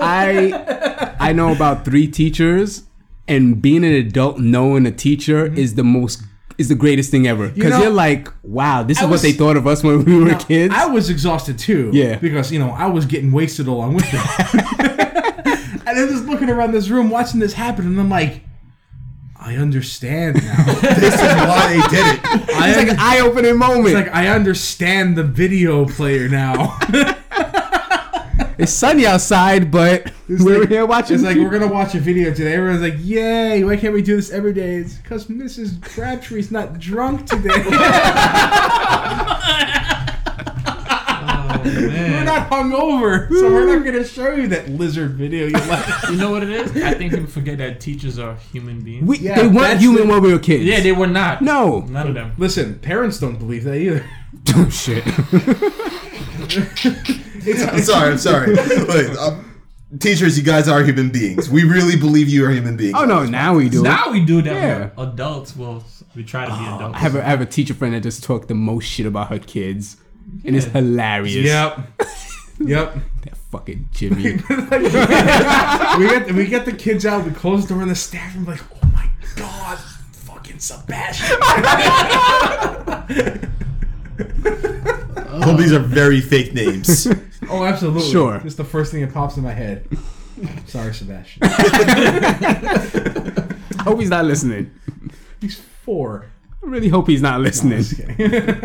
Speaker 2: I I know about three teachers, and being an adult knowing a teacher is the most is the greatest thing ever. Because you
Speaker 4: Mm-hmm. know,
Speaker 2: are like, wow, this is
Speaker 4: I
Speaker 2: what
Speaker 4: was-
Speaker 2: they thought of us when we were kids.
Speaker 4: I was exhausted too.
Speaker 2: Yeah.
Speaker 4: Because, you know, I was getting wasted along with them. and I'm just looking around this room watching this happen, and I'm like, I understand now.
Speaker 5: this is why they did it.
Speaker 4: I
Speaker 2: it's like an
Speaker 4: under-
Speaker 2: eye opening moment. It's,
Speaker 4: like I understand the video player now.
Speaker 2: sunny outside, but we're here watching.
Speaker 4: It's like we're gonna watch a video today. Everyone's like, "Yay! Why can't we do this every day?" It's because Mrs. Crabtree's not drunk today.
Speaker 3: oh,
Speaker 4: we're
Speaker 3: man.
Speaker 4: not hungover, so we're not gonna show you that lizard video you like.
Speaker 3: you know what it is? I think people forget that teachers are human beings.
Speaker 2: we,
Speaker 4: yeah,
Speaker 2: they weren't
Speaker 4: that's
Speaker 2: human
Speaker 4: the-
Speaker 2: when we were kids.
Speaker 3: yeah, they were not.
Speaker 2: no.
Speaker 3: None of them.
Speaker 4: Listen, parents don't believe that either.
Speaker 2: Oh shit.
Speaker 5: I'm sorry. I'm sorry. Wait, um, teachers, you guys are human beings. We really believe you are human beings.
Speaker 2: Oh no. Now we do. it.
Speaker 3: Now we do that.
Speaker 2: Yeah. Oh,
Speaker 3: We're adults, well, we try to be adults.
Speaker 2: I have a, I have a teacher friend that just talked the most shit about her kids, and it's hilarious.
Speaker 4: Yep. Yep.
Speaker 2: fucking Jimmy.
Speaker 4: we get we get the kids out. We close the door in the staff room. Like, oh my god, fucking Sebastian.
Speaker 2: Oh.
Speaker 5: All these are very fake names.
Speaker 4: oh, absolutely.
Speaker 2: Sure.
Speaker 4: It's the first thing that pops in my head. Sorry, Sebastian.
Speaker 2: I hope he's not listening.
Speaker 4: He's four.
Speaker 2: I really hope he's not listening.
Speaker 4: Just kidding.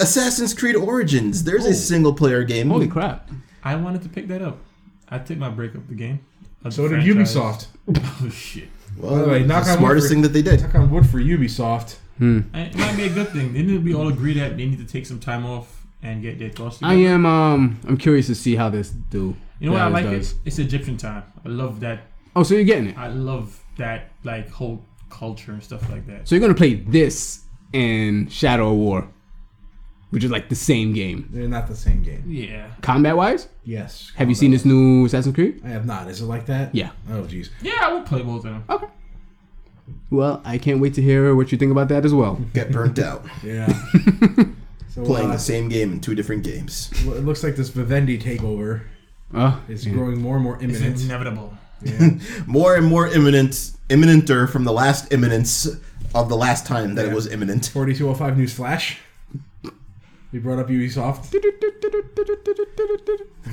Speaker 5: Assassin's Creed Origins. There's
Speaker 2: Oh.
Speaker 5: a single player game.
Speaker 2: Holy crap.
Speaker 3: I wanted to pick that up. I took my break up the game. Of
Speaker 4: so
Speaker 3: the
Speaker 4: did
Speaker 3: franchise.
Speaker 4: Ubisoft.
Speaker 3: Oh shit!
Speaker 5: Well,
Speaker 4: By the way,
Speaker 5: it's
Speaker 4: knock
Speaker 5: the
Speaker 4: on wood
Speaker 5: smartest
Speaker 4: for-
Speaker 5: thing that they did.
Speaker 4: Knock on wood for Ubisoft.
Speaker 2: Hmm.
Speaker 3: And It might be a good thing. They need to be all agree that they need to take some time off and get their thoughts
Speaker 2: I
Speaker 3: together.
Speaker 2: am um I'm curious to see how this do.
Speaker 3: You know what
Speaker 2: Yeah,
Speaker 3: I
Speaker 2: it
Speaker 3: like?
Speaker 2: does.
Speaker 3: It? It's Egyptian time. I love that.
Speaker 2: Oh, so you're getting it.
Speaker 3: I love that like whole culture and stuff like that.
Speaker 2: So you're gonna play this and Shadow of War, which is like the same game.
Speaker 4: They're not the same game.
Speaker 3: Yeah.
Speaker 2: Combat wise,
Speaker 4: Yes.
Speaker 2: have you seen this new Assassin's Creed?
Speaker 4: I have not. Is it like that?
Speaker 2: Yeah.
Speaker 4: Oh, jeez.
Speaker 3: Yeah, I will play both of them.
Speaker 2: Okay. Well, I can't wait to hear what you think about that as well.
Speaker 5: Get burnt out
Speaker 4: Yeah. so
Speaker 5: playing
Speaker 4: uh,
Speaker 5: the same game in two different games.
Speaker 4: well, it looks like this Vivendi takeover
Speaker 2: Uh,
Speaker 4: is growing more and more
Speaker 3: It's
Speaker 4: imminent.
Speaker 3: inevitable.
Speaker 5: More and more imminent, imminenter from the last imminence of the last time that it was imminent.
Speaker 4: 4205 News Flash. We brought up Ubisoft. Thank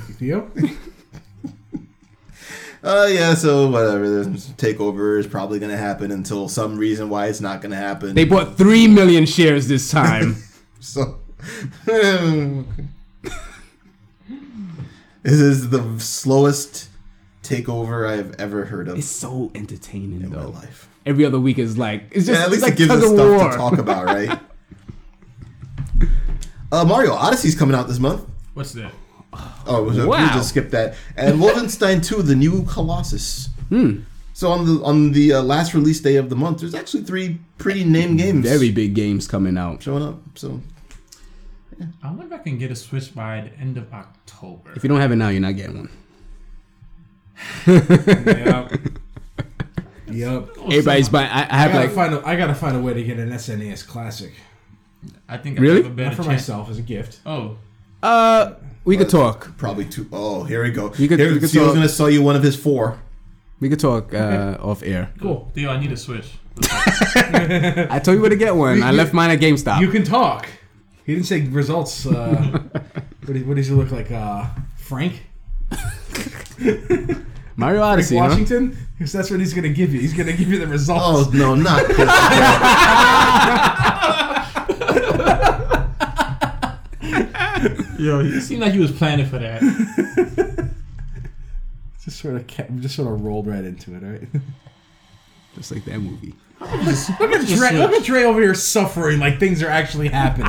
Speaker 4: you, Theo.
Speaker 5: Uh, yeah, so whatever. This takeover is probably going to happen until some reason why it's not going to happen.
Speaker 2: they bought three million shares this time.
Speaker 5: So, this is the slowest takeover I have ever heard of
Speaker 2: it's so entertaining
Speaker 5: in my
Speaker 2: though.
Speaker 5: life.
Speaker 2: Every other week is like it's just
Speaker 5: yeah, at least
Speaker 2: like
Speaker 5: it gives
Speaker 2: tug
Speaker 5: us
Speaker 2: of
Speaker 5: stuff
Speaker 2: war.
Speaker 5: to talk about, right? uh, Mario Odyssey's coming out this month.
Speaker 3: What's that?
Speaker 5: Oh, we we
Speaker 2: Wow.
Speaker 5: just skipped that. And Wolfenstein 2: The New Colossus.
Speaker 2: Hmm.
Speaker 5: So on the on the uh, last release day of the month, there's actually three pretty named games
Speaker 2: Very big games coming out.
Speaker 5: showing up. So
Speaker 3: I wonder if I can get a Switch by the end of October.
Speaker 2: If you don't have it now, you're not getting one.
Speaker 4: yep. Yep.
Speaker 2: Everybody's buying. I, I
Speaker 4: I
Speaker 2: have
Speaker 4: gotta,
Speaker 2: like
Speaker 4: find a, I gotta find a way to get an SNES Classic.
Speaker 3: I think
Speaker 2: Really?
Speaker 3: I have a
Speaker 4: Not
Speaker 3: better
Speaker 4: for
Speaker 3: chance.
Speaker 4: myself, as a gift.
Speaker 3: Oh,
Speaker 2: uh, we could talk.
Speaker 5: probably two oh here we go.
Speaker 2: You could-
Speaker 5: here,
Speaker 2: you could
Speaker 5: Steel's
Speaker 2: talk-
Speaker 5: gonna sell you one of his four.
Speaker 2: We could talk uh, off air.
Speaker 4: Cool.
Speaker 3: Theo, I need a Switch.
Speaker 2: I told you where to get one. I left mine at GameStop.
Speaker 4: You can talk. He didn't say results. Uh, what, do- what does he look like? Uh, Frank?
Speaker 2: Mario Odyssey, huh?
Speaker 4: Washington? Because that's what he's gonna give you. He's gonna give you the results.
Speaker 5: Oh no, not this.
Speaker 3: Yo, it seemed like he was planning for that.
Speaker 4: Just sort of kept, just sort of rolled right into it. All right.
Speaker 2: Just like that movie.
Speaker 4: Look at Dre. Look at Dre over here suffering like things are actually happening.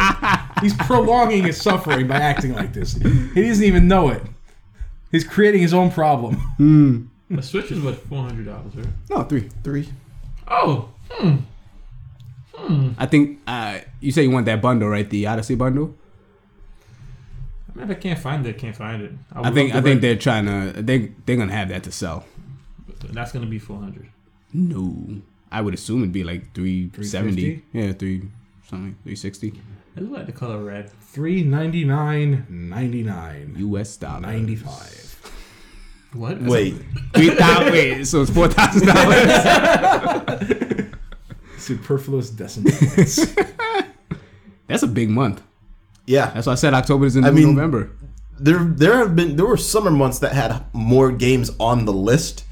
Speaker 4: He's prolonging his suffering by acting like this. He doesn't even know it. He's creating his own problem.
Speaker 3: A Switch is what four hundred dollars, right?
Speaker 2: No, three.
Speaker 5: Three.
Speaker 3: Oh,
Speaker 2: I think uh, you say you want that bundle, right? The Odyssey bundle.
Speaker 3: I mean, if I can't find it, I can't find it.
Speaker 2: I
Speaker 3: would
Speaker 2: think I
Speaker 3: love
Speaker 2: think
Speaker 3: the
Speaker 2: they're trying to they they're gonna have that to sell.
Speaker 3: red- that's gonna be four hundred.
Speaker 2: No, I would assume it'd be like three seventy. Yeah, three something, three sixty
Speaker 3: I just like the color red.
Speaker 4: Three ninety nine ninety nine
Speaker 2: U.S. dollar.
Speaker 4: ninety five.
Speaker 3: What?
Speaker 5: Wait,
Speaker 2: Three thousand. Wait, so it's four thousand dollars.
Speaker 4: Superfluous decimal points.
Speaker 2: That's a big month.
Speaker 5: yeah.
Speaker 2: That's why I said October is in
Speaker 5: I mean-
Speaker 2: November.
Speaker 5: there there have been there were summer months that had more games on the list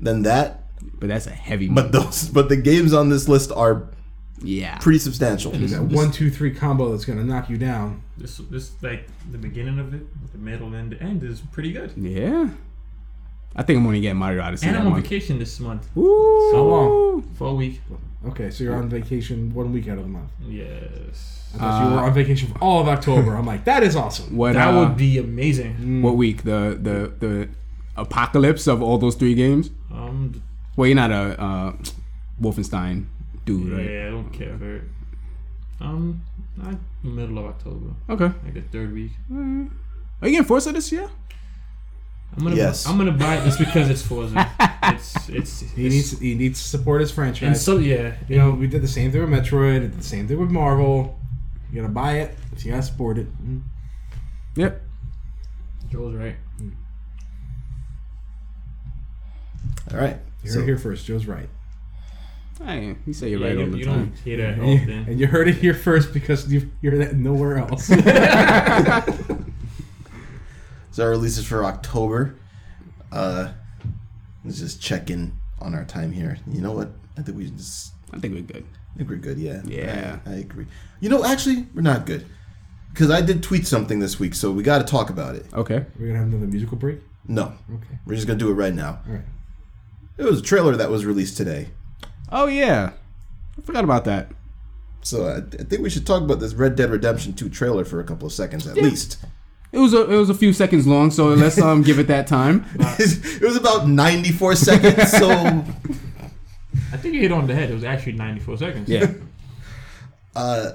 Speaker 5: than that
Speaker 2: But that's a heavy month.
Speaker 5: but those but the games on this list are
Speaker 2: yeah.
Speaker 5: pretty substantial
Speaker 4: that one two three combo that's gonna knock you down.
Speaker 3: This this like the beginning of it, the middle, and the end is pretty good.
Speaker 2: yeah. I think I'm only getting Mario Odyssey.
Speaker 3: And
Speaker 2: that
Speaker 3: I'm on
Speaker 2: month.
Speaker 3: vacation this month
Speaker 2: Ooh.
Speaker 4: So long.
Speaker 3: for a week.
Speaker 4: Okay, so you're on vacation one week out of the month.
Speaker 3: Yes,
Speaker 4: I thought you were on vacation for all of October. I'm like, that is awesome.
Speaker 2: Uh,
Speaker 4: Mm.
Speaker 2: What
Speaker 3: that
Speaker 2: uh,
Speaker 3: would be amazing.
Speaker 2: what week? The the the apocalypse of all those three games.
Speaker 3: Um,
Speaker 2: Well, you're not a uh, Wolfenstein dude, right?
Speaker 3: yeah, I don't care for it. Um, not middle of October,
Speaker 2: Okay.
Speaker 3: like the third week.
Speaker 2: Are you getting Forza this year?
Speaker 3: I'm gonna
Speaker 5: Yes.
Speaker 3: I'm gonna buy it just because it's Forza. it's it's, it's
Speaker 4: He needs he needs to support his franchise.
Speaker 3: and so yeah.
Speaker 4: You know, we did the same thing with Metroid, did the same thing with mm, Marvel. You gotta buy it, so you gotta support it.
Speaker 2: Yep.
Speaker 3: Joel's right.
Speaker 5: All right.
Speaker 4: You heard
Speaker 5: So
Speaker 4: it here first. Joe's right.
Speaker 2: Hey, you say you're
Speaker 3: Yeah,
Speaker 2: right
Speaker 3: you,
Speaker 2: all the
Speaker 3: you
Speaker 2: time.
Speaker 3: don't hear
Speaker 2: Oh,
Speaker 3: that often.
Speaker 4: And you heard it here first because you hear that nowhere else.
Speaker 5: So our releases for October. Uh, let's just check in on our time here. You know what? I think we just
Speaker 2: I think we're good.
Speaker 5: I think we're good. Yeah.
Speaker 2: Yeah.
Speaker 5: I, I agree. You know, actually, we're not good because I did tweet something this week, so we got to talk about it.
Speaker 2: Okay.
Speaker 4: We're gonna have another musical break.
Speaker 5: No,
Speaker 4: Okay.
Speaker 5: we're just gonna do it right now.
Speaker 4: All right.
Speaker 5: It was a trailer that was released today,
Speaker 2: Oh yeah, I forgot about that.
Speaker 5: so I, I think we should talk about this Red Dead Redemption Two trailer for a couple of seconds at least.
Speaker 2: It was a it was a few seconds long, so let's um give it that time.
Speaker 5: it was about ninety four seconds, so
Speaker 3: I think you hit on the head. It was actually 94 seconds.
Speaker 2: Yeah.
Speaker 5: uh,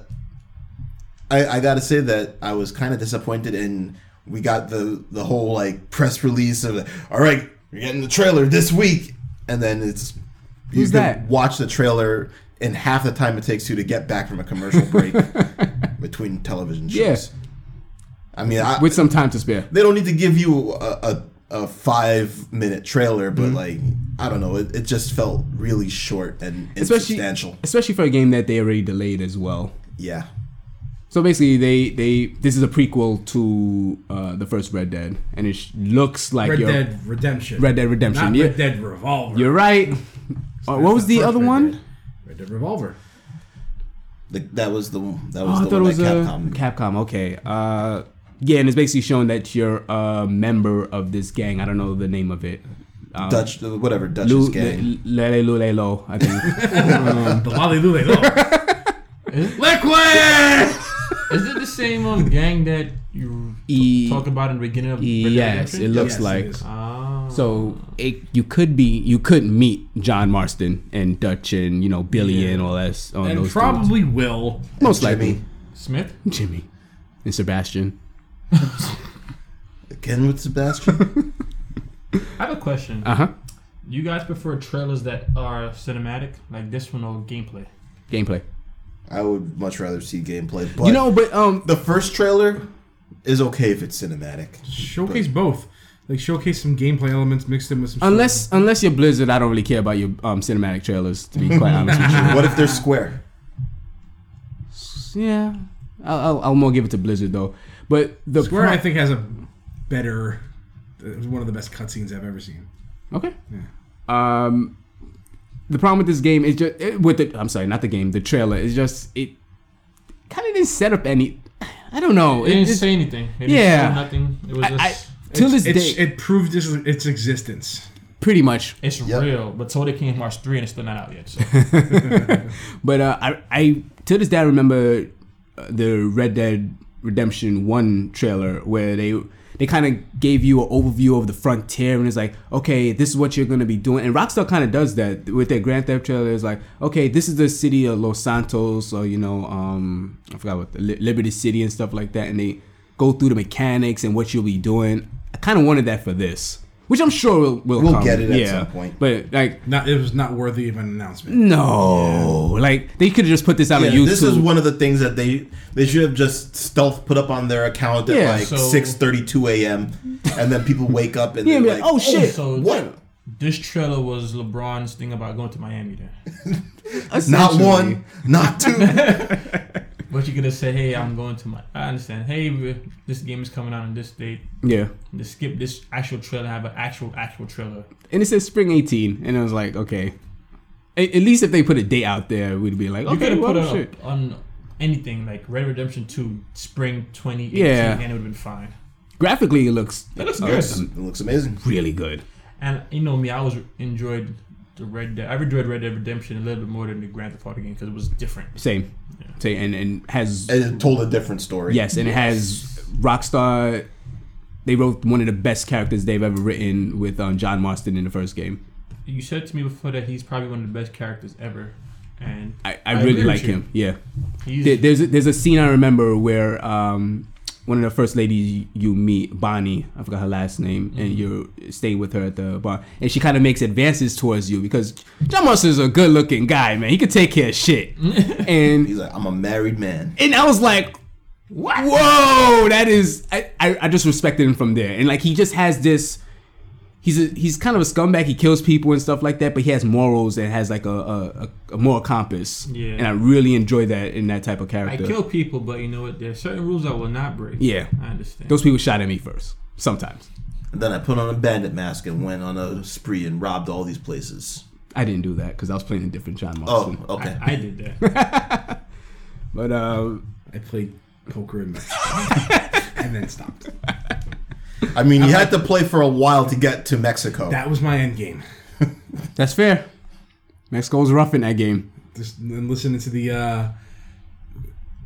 Speaker 5: I, I gotta say that I was kind of disappointed, and we got the the whole like press release of all right, you're getting the trailer this week, and then it's
Speaker 2: Who's
Speaker 5: you can
Speaker 2: that?
Speaker 5: Watch the trailer in half the time it takes you to get back from a commercial break between television shows.
Speaker 2: Yeah.
Speaker 5: I mean, I,
Speaker 2: With some time to spare.
Speaker 5: they don't need to give you a, a, a five minute trailer, but
Speaker 2: Mm-hmm.
Speaker 5: like I don't know, it, it just felt really short and
Speaker 2: Especially
Speaker 5: insubstantial.
Speaker 2: especially for a game that they already delayed as well.
Speaker 5: Yeah.
Speaker 2: So basically, they they this is a prequel to uh, the first Red Dead, and it sh- looks like
Speaker 4: Red
Speaker 2: you're-
Speaker 4: Dead Redemption.
Speaker 2: Red Dead Redemption.
Speaker 4: Not
Speaker 2: yeah,
Speaker 4: Red Dead Revolver.
Speaker 2: you're right. Uh, what was the
Speaker 4: That's first
Speaker 2: other
Speaker 4: Red
Speaker 2: one?
Speaker 4: Dead. Red Dead Revolver.
Speaker 5: The, that was the that
Speaker 2: Oh,
Speaker 5: was
Speaker 2: I
Speaker 5: the
Speaker 2: thought it
Speaker 5: one
Speaker 2: was
Speaker 5: that
Speaker 2: uh,
Speaker 5: Capcom
Speaker 2: Capcom. Okay. Uh, yeah, and it's basically showing that you're a member of this gang. I don't know the name of it. Um,
Speaker 5: Dutch, whatever Dutch's
Speaker 2: Lu-
Speaker 5: gang.
Speaker 2: Lele Lule Lo, I think.
Speaker 4: The Lolly Lule. Liquid.
Speaker 3: Is it the same um, gang that you
Speaker 2: E-
Speaker 3: talk about in the beginning of Red Dead
Speaker 2: yes, it
Speaker 3: Redemption?
Speaker 2: looks
Speaker 4: Yes, it
Speaker 2: like.
Speaker 4: is.
Speaker 3: Ah.
Speaker 2: So it, you could be you could meet John Marston and Dutch and you know Billy
Speaker 3: Yeah.
Speaker 2: and all that. On
Speaker 4: and
Speaker 2: those dudes.
Speaker 4: probably will.
Speaker 2: most likely
Speaker 5: Jimmy.
Speaker 3: Smith?
Speaker 2: Jimmy and Sebastian.
Speaker 5: Again with Sebastian.
Speaker 3: I have a question.
Speaker 2: Uh huh.
Speaker 3: you guys prefer trailers that are cinematic, like this one, or gameplay?
Speaker 2: Gameplay.
Speaker 5: I would much rather see gameplay. But
Speaker 2: you know, but um,
Speaker 5: the first trailer is okay if it's cinematic.
Speaker 4: Showcase both. Like showcase some gameplay elements mixed in with some.
Speaker 2: unless unless you're Blizzard, I don't really care about your um cinematic trailers. To be quite honest with you.
Speaker 5: what if they're square?
Speaker 2: Yeah, I'll, I'll, I'll more give it to Blizzard though. But the
Speaker 4: Square,
Speaker 2: pro-
Speaker 4: I think, has a better. It was one of the best cutscenes I've ever seen.
Speaker 2: okay. Um, the problem with this game is just it, with the I'm sorry, not the game, the trailer is just it kind of didn't set up any. I don't know.
Speaker 3: They
Speaker 2: It,
Speaker 3: didn't
Speaker 2: it's,
Speaker 3: say anything. They didn't
Speaker 2: yeah.
Speaker 3: show nothing. It was
Speaker 2: I, I,
Speaker 3: just.
Speaker 2: till this
Speaker 4: It's,
Speaker 2: day,
Speaker 4: it proved its, its existence.
Speaker 2: pretty much.
Speaker 3: it's
Speaker 5: Yep.
Speaker 3: real, but Soda King March 3 and it's still not out yet. So.
Speaker 2: But uh, I I to this day I remember uh, the Red Dead Redemption One trailer where they they kind of gave you an overview of the frontier and it's like okay this is what you're gonna be doing and Rockstar kind of does that with their Grand Theft trailer it's like okay this is the city of Los Santos or you know um I forgot what the Li- Liberty City and stuff like that and they go through the mechanics and what you'll be doing I kind of wanted that for this which I'm sure will will
Speaker 5: We'll
Speaker 2: come.
Speaker 5: get it at
Speaker 2: yeah.
Speaker 5: some point.
Speaker 2: but like
Speaker 4: Not it was not worthy of an announcement.
Speaker 2: no, like they could have just put this out
Speaker 5: Yeah,
Speaker 2: on YouTube.
Speaker 5: this is one of the things that they they should have just stealth put up on their account at
Speaker 2: Yeah,
Speaker 5: like
Speaker 3: so-
Speaker 5: six thirty two a.m. and then people wake up and
Speaker 2: Yeah,
Speaker 5: they're
Speaker 2: be
Speaker 5: like,
Speaker 2: like, oh shit,
Speaker 3: so
Speaker 5: what?
Speaker 3: This trailer was LeBron's thing about going to Miami then.
Speaker 5: Not
Speaker 2: essentially.
Speaker 5: one, not two.
Speaker 3: But you're going to say, hey, I'm going to my. I understand. Hey, we- this game is coming out on this date.
Speaker 2: Yeah,
Speaker 3: Just skip this actual trailer, have an actual, actual trailer.
Speaker 2: and it says spring eighteen, and I was like, okay. A- at least if they put a date out there, we'd be like,
Speaker 3: You could
Speaker 2: okay,
Speaker 3: have
Speaker 2: well,
Speaker 3: put it
Speaker 2: shit.
Speaker 3: up on anything like Red Dead Redemption 2 spring 2018
Speaker 2: Yeah.
Speaker 3: and it would have been fine.
Speaker 2: Graphically, it looks
Speaker 3: It looks
Speaker 2: uh,
Speaker 3: good.
Speaker 5: it looks amazing.
Speaker 2: really good.
Speaker 3: And you know me, I always enjoyed the Red Dead. I enjoyed Red Dead Redemption a little bit more than the Grand Theft Auto game because it was different.
Speaker 2: Same, Same, and and has
Speaker 5: It told a different story.
Speaker 2: yes, and it has Rockstar. They wrote one of the best characters they've ever written with um, John Marston in the first game.
Speaker 3: You said to me before that he's probably one of the best characters ever, and
Speaker 2: I, I,
Speaker 3: agree
Speaker 2: really
Speaker 3: with
Speaker 2: like
Speaker 3: you.
Speaker 2: him. Yeah.
Speaker 3: He's
Speaker 2: There- there's a, there's a scene I remember where um, one of the first ladies you meet, Bonnie, I forgot her last name, and you're staying with her at the bar, and she kind of makes advances towards you because John Marston's a good looking guy, man. He could take care of shit, and
Speaker 5: He's like, I'm a married man.
Speaker 2: and I was like, What? Whoa, that is. I, I, I just respected him from there, and like he just has this. He's a, he's kind of a scumbag. He kills people and stuff like that, but he has morals and has like a a, a, a moral compass.
Speaker 3: Yeah.
Speaker 2: And I really enjoy that in that type of
Speaker 3: I
Speaker 2: character.
Speaker 3: kill people, but you know what? There are certain rules I will not break.
Speaker 2: Yeah.
Speaker 3: I understand.
Speaker 2: Those people shot at me first. Sometimes
Speaker 5: And then I put on a bandit mask and went on a spree and robbed all these places.
Speaker 2: I didn't do that because I was playing a different John
Speaker 5: Oh,
Speaker 2: Marston.
Speaker 5: okay.
Speaker 3: I did that.
Speaker 2: But uh,
Speaker 4: I played poker in Mexico and then stopped.
Speaker 5: I mean, you had to play for a while to get to Mexico.
Speaker 4: That was my end game.
Speaker 2: that's fair. Mexico was rough in that game.
Speaker 4: Just and listening to the uh,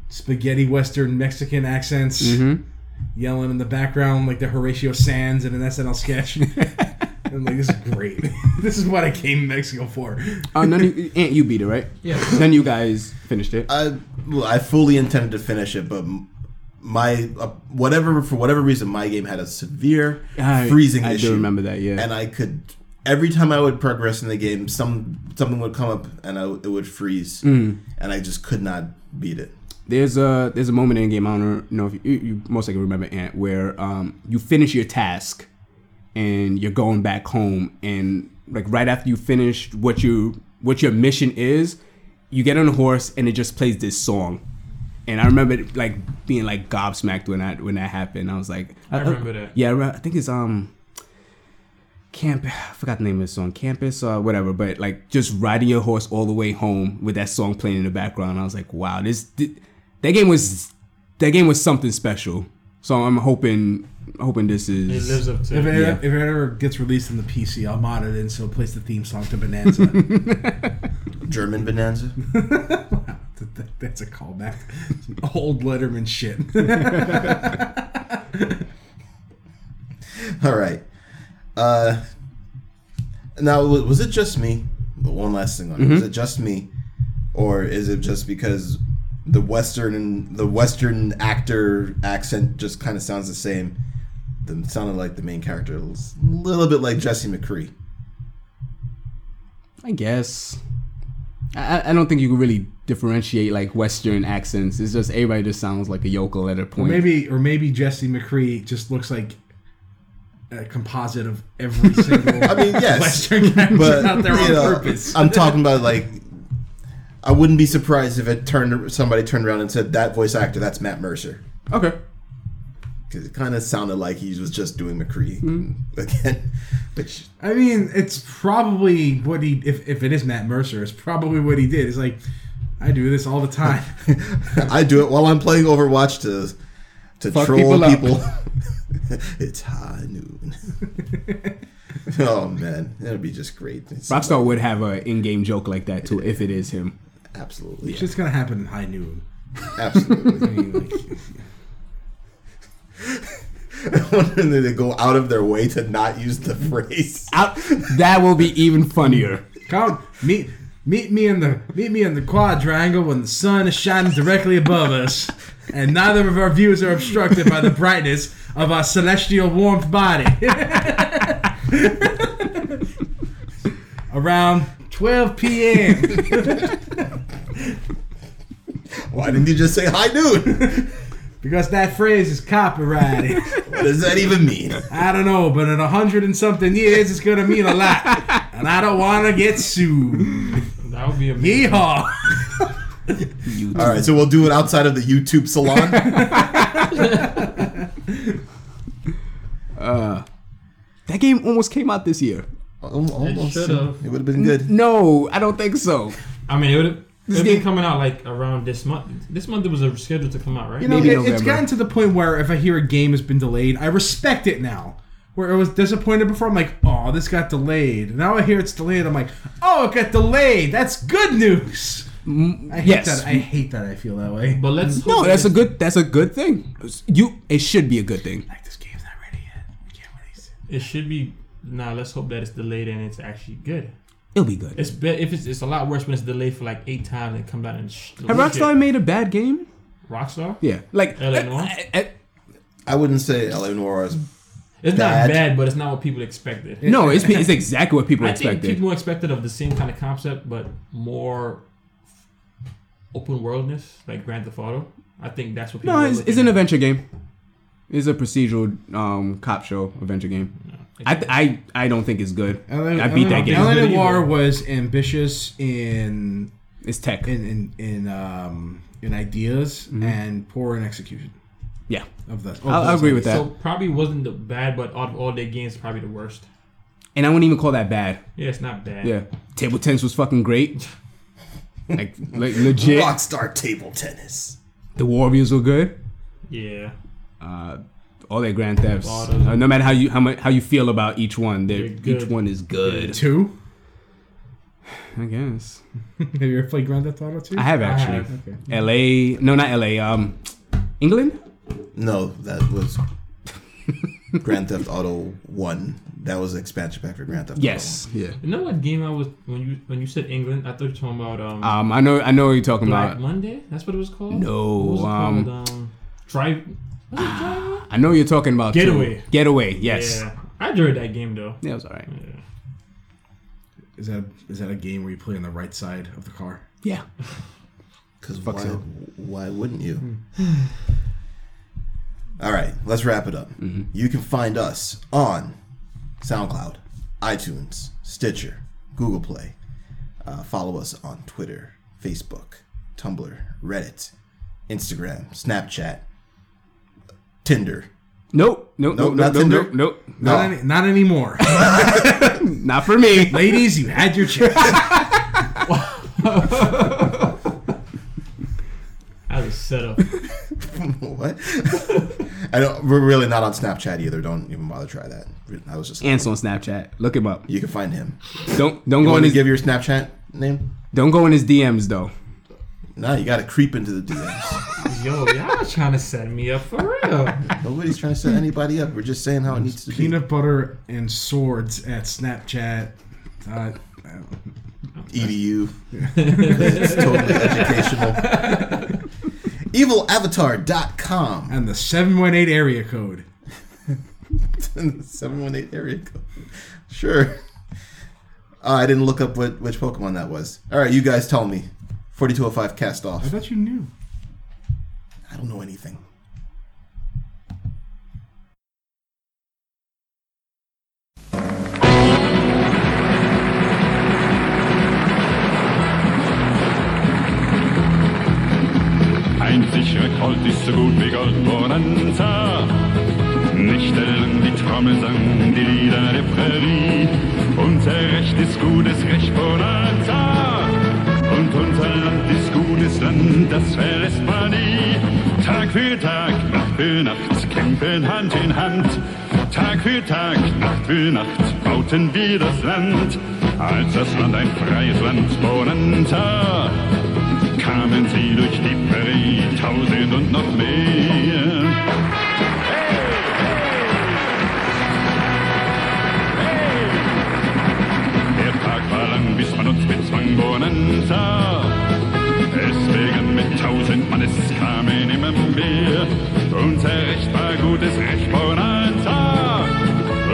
Speaker 4: spaghetti western Mexican accents,
Speaker 2: Mm-hmm.
Speaker 4: yelling in the background like the Horatio Sands in an SNL sketch. I'm like, this is great. this is what I came to Mexico for.
Speaker 2: Uh, none of you, Ant, you beat it, right?
Speaker 3: Yeah.
Speaker 2: None of you guys finished it.
Speaker 5: I well, I fully intended to finish it, but m- my uh, whatever for whatever reason, my game had a severe
Speaker 2: I-
Speaker 5: freezing
Speaker 2: I do
Speaker 5: issue.
Speaker 2: remember that, yeah.
Speaker 5: and I could every time I would progress in the game, some something would come up and I, it would freeze, and I just could not beat it.
Speaker 2: There's a there's a moment in the game I don't know if you, you, you most likely remember Ant where um, you finish your task and you're going back home and like right after you finish what you what your mission is, you get on a horse and it just plays this song. And I remember it, like being like gobsmacked when that when that happened. I was like,
Speaker 3: I remember that.
Speaker 2: Yeah, I re- I think it's um camp I forgot the name of the song, campus or whatever, but like just riding your horse all the way home with that song playing in the background. I was like, wow, this thi- that game was that game was something special. So I'm hoping hoping this
Speaker 3: It
Speaker 2: is
Speaker 3: lives up to.
Speaker 4: If it,
Speaker 2: Yeah.
Speaker 4: if it ever gets released in the PC, I'll mod it in so it plays the theme song to Bonanza.
Speaker 5: German bonanza.
Speaker 4: That- that- That's a callback. Some old Letterman shit.
Speaker 5: All right. Uh, now, wa- was it just me? One last thing on it. Was it just me, or is it just because the western the western actor accent just kind of sounds the same? The sounded like the main character a little bit like Jesse McCree.
Speaker 2: I guess. I, I- I don't think you can really differentiate like Western accents. It's just everybody just sounds like a yokel at a point.
Speaker 4: maybe or maybe Jesse McCree just looks like a composite of every single
Speaker 5: I mean, yes,
Speaker 4: Western character
Speaker 5: but
Speaker 4: out there
Speaker 5: you
Speaker 4: on
Speaker 5: know,
Speaker 4: purpose.
Speaker 5: I'm talking about like. I wouldn't be surprised if it turned somebody turned around and said that voice actor that's Matt Mercer
Speaker 2: Okay.
Speaker 5: because it kind of sounded like he was just doing McCree
Speaker 2: Hmm.
Speaker 5: again, which
Speaker 4: I mean, it's probably what he if, if it is Matt Mercer, it's probably what he did. It's like I do this all the time.
Speaker 5: I do it while I'm playing Overwatch to to
Speaker 2: Fuck
Speaker 5: troll
Speaker 2: people up.
Speaker 5: people. it's high noon. oh man, that'd be just great. It's-
Speaker 2: Rockstar would have a in-game joke like that too if it is him.
Speaker 5: absolutely,
Speaker 4: It's just gonna happen in high noon. I
Speaker 5: absolutely.
Speaker 4: mean, like,
Speaker 5: and then they go out of their way to not use the phrase.
Speaker 2: Out, that will be even funnier.
Speaker 4: come meet meet me in the meet me in the quadrangle when the sun is shining directly above us, and neither of our views are obstructed by the brightness of our celestial warmed body. Around 12 p.m.
Speaker 5: Why didn't you just say high noon?
Speaker 4: because that phrase is copyrighted.
Speaker 5: what does that even mean?
Speaker 4: I don't know, but in a hundred and something years, it's gonna mean a lot, and I don't want to get sued.
Speaker 3: That would be amazing.
Speaker 4: Yeehaw!
Speaker 5: All right, so we'll do it outside of the YouTube salon.
Speaker 2: That game almost came out this year.
Speaker 5: Al- Almost, it
Speaker 3: should've.
Speaker 5: would have been good.
Speaker 2: No, I don't think so.
Speaker 3: I mean, it would. It's
Speaker 2: game-
Speaker 3: been coming out like around this month. This month it was scheduled to come out, right?
Speaker 4: You know,
Speaker 2: Maybe
Speaker 4: it, it's
Speaker 2: November.
Speaker 4: gotten to the point where if I hear a game has been delayed, I respect it now. Where I was disappointed before, I'm like, oh, this got delayed. Now I hear it's delayed, I'm like, oh, it got delayed. That's good news. I hate
Speaker 2: Mm, yes.
Speaker 4: that. I hate that. I feel that way.
Speaker 3: but let's
Speaker 2: No,
Speaker 3: hope
Speaker 2: that's a
Speaker 3: it-
Speaker 2: good that's a good thing. You it should be a good thing.
Speaker 4: Like, this game's not ready yet. We can't release it.
Speaker 3: It should be. Nah, let's hope that it's delayed and it's actually good.
Speaker 2: It'll be good.
Speaker 3: It's be, if it's, it's a lot worse when it's delayed for like eight times and it comes out and sh-
Speaker 2: Have Rockstar made a bad game?
Speaker 3: Rockstar?
Speaker 2: Yeah. Like uh,
Speaker 3: LA Noire?
Speaker 2: I- I-
Speaker 5: I wouldn't say LA Noir is
Speaker 3: It's
Speaker 5: Bad.
Speaker 3: not bad, but it's not what people expected.
Speaker 2: no, it's it's exactly what people
Speaker 3: I think
Speaker 2: expected.
Speaker 3: people expected of the same kind of concept, but more open worldness, like Grand Theft Auto. I think that's what people.
Speaker 2: No,
Speaker 3: are
Speaker 2: it's,
Speaker 3: looking
Speaker 2: it's an
Speaker 3: at.
Speaker 2: adventure game. It's a procedural um, cop show adventure game. I, th- I I don't think it's good.
Speaker 4: Alan,
Speaker 2: I beat that
Speaker 4: Alan,
Speaker 2: game.
Speaker 4: Alan
Speaker 3: Good
Speaker 4: Noir
Speaker 3: either.
Speaker 4: was ambitious in
Speaker 2: It's tech.
Speaker 4: in in in, um, in ideas
Speaker 2: Mm-hmm.
Speaker 4: and poor in execution
Speaker 2: Yeah,
Speaker 4: of that.
Speaker 2: I'll, I'll agree with that.
Speaker 3: So probably wasn't the bad, but out of all their games, probably the worst.
Speaker 2: and I wouldn't even call that bad.
Speaker 3: Yeah, it's not bad.
Speaker 2: Yeah, table tennis was fucking great. like, like legit.
Speaker 7: Rockstar table tennis.
Speaker 2: The Warriors were good.
Speaker 3: yeah.
Speaker 2: Uh, all their Grand Thefts.
Speaker 3: Lot of-
Speaker 2: Uh, no matter how you how much how you feel about each one, they're,
Speaker 3: They're
Speaker 2: each
Speaker 3: good.
Speaker 2: one is good.
Speaker 4: Two?
Speaker 2: I guess.
Speaker 4: Have you ever played Grand Theft Auto Two?
Speaker 2: I have actually.
Speaker 3: have.
Speaker 4: Okay.
Speaker 2: L.A. No, not L.A. Um, England.
Speaker 5: No, that was Grand Theft Auto One. That was an expansion pack for Grand Theft.
Speaker 2: Yes. Yeah.
Speaker 3: You know what game I was when you when you said England? I thought you were talking about um,
Speaker 2: Um, I know. I know what you're talking
Speaker 3: Black
Speaker 2: about.
Speaker 3: Monday. That's what it was called.
Speaker 2: No,
Speaker 3: What was it
Speaker 2: um,
Speaker 3: called? Um, drive. Was it Drive?
Speaker 2: I know what you're talking about. too.
Speaker 3: Getaway.
Speaker 2: Getaway. Yes. Yeah.
Speaker 3: Yeah. I enjoyed that game though.
Speaker 2: it was all right.
Speaker 3: Yeah.
Speaker 4: Is that is that a game where you play on the right side of the car?
Speaker 2: Yeah.
Speaker 5: Because
Speaker 2: Fuck
Speaker 5: why?
Speaker 2: so. Hmm.
Speaker 5: Why wouldn't you? All right, let's wrap it up.
Speaker 2: Mm-hmm.
Speaker 5: You can find us on SoundCloud, iTunes, Stitcher, Google Play. Uh, follow us on Twitter, Facebook, Tumblr, Reddit, Instagram, Snapchat, Tinder.
Speaker 2: Nope. Nope.
Speaker 5: Nope,
Speaker 2: Nope.
Speaker 5: not
Speaker 2: Nope. Nope.
Speaker 5: Tinder?
Speaker 2: Nope. nope.
Speaker 5: No.
Speaker 4: Not any, not anymore.
Speaker 2: Not for me.
Speaker 4: Ladies, you had your chance.
Speaker 3: That was set up.
Speaker 5: what? I don't. We're really not on Snapchat either. Don't even bother to try that. I was just.
Speaker 2: Ansel on Snapchat. Look him up.
Speaker 5: You can find him.
Speaker 2: Don't don't
Speaker 5: You
Speaker 2: go in
Speaker 5: want to
Speaker 2: his
Speaker 5: give your Snapchat name?
Speaker 2: don't go in his DMs though.
Speaker 5: No, you got to creep into the DMs.
Speaker 3: Yo, y'all trying to set me up for real.
Speaker 5: Nobody's trying to set anybody up. We're just saying how it needs to be.
Speaker 4: Hmm. Peanut butter and swords at Snapchat. Uh, I don't-
Speaker 5: Edu. E it's totally educational. Evilavatar.com.
Speaker 4: and the seven one eight area code.
Speaker 5: 718 area code. Sure. Uh, I didn't look up what which Pokemon that was. All right, you guys tell me. 4205 cast
Speaker 4: I
Speaker 5: off.
Speaker 4: thought you knew.
Speaker 5: I don't know anything.
Speaker 8: Einzig Rekord ist so gut wie Gold Bonanza. Nicht erlang die Trommel sang die Lieder der Prärie. Unser Recht ist gutes Recht Bonanza. Und unser Land ist gutes Land, das verlässt man nie. Tag für Tag, Nacht für Nacht, kämpfen Hand in Hand. Tag für Tag, Nacht für Nacht, bauten wir das Land. Als das Land ein freies Land, Bonanza kamen sie durch die Prärie, tausend und noch mehr. Der Tag war lang, bis man uns bezwang, Bonanza. Es begann mit tausend Mann, es kamen immer mehr. Unser Recht war gutes Recht, Bonanza.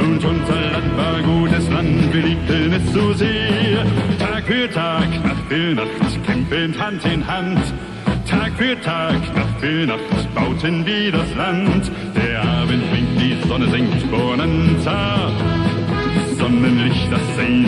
Speaker 8: Und unser Land war gutes Land, wir liebten es so sehr. Tag für Tag, Nacht für Nacht, kämpfend Hand in Hand. Tag für Tag, Nacht für Nacht bauten wir das Land. Der Abend winkt, die Sonne sinkt, Bonanza. Sonnenlicht, das sehen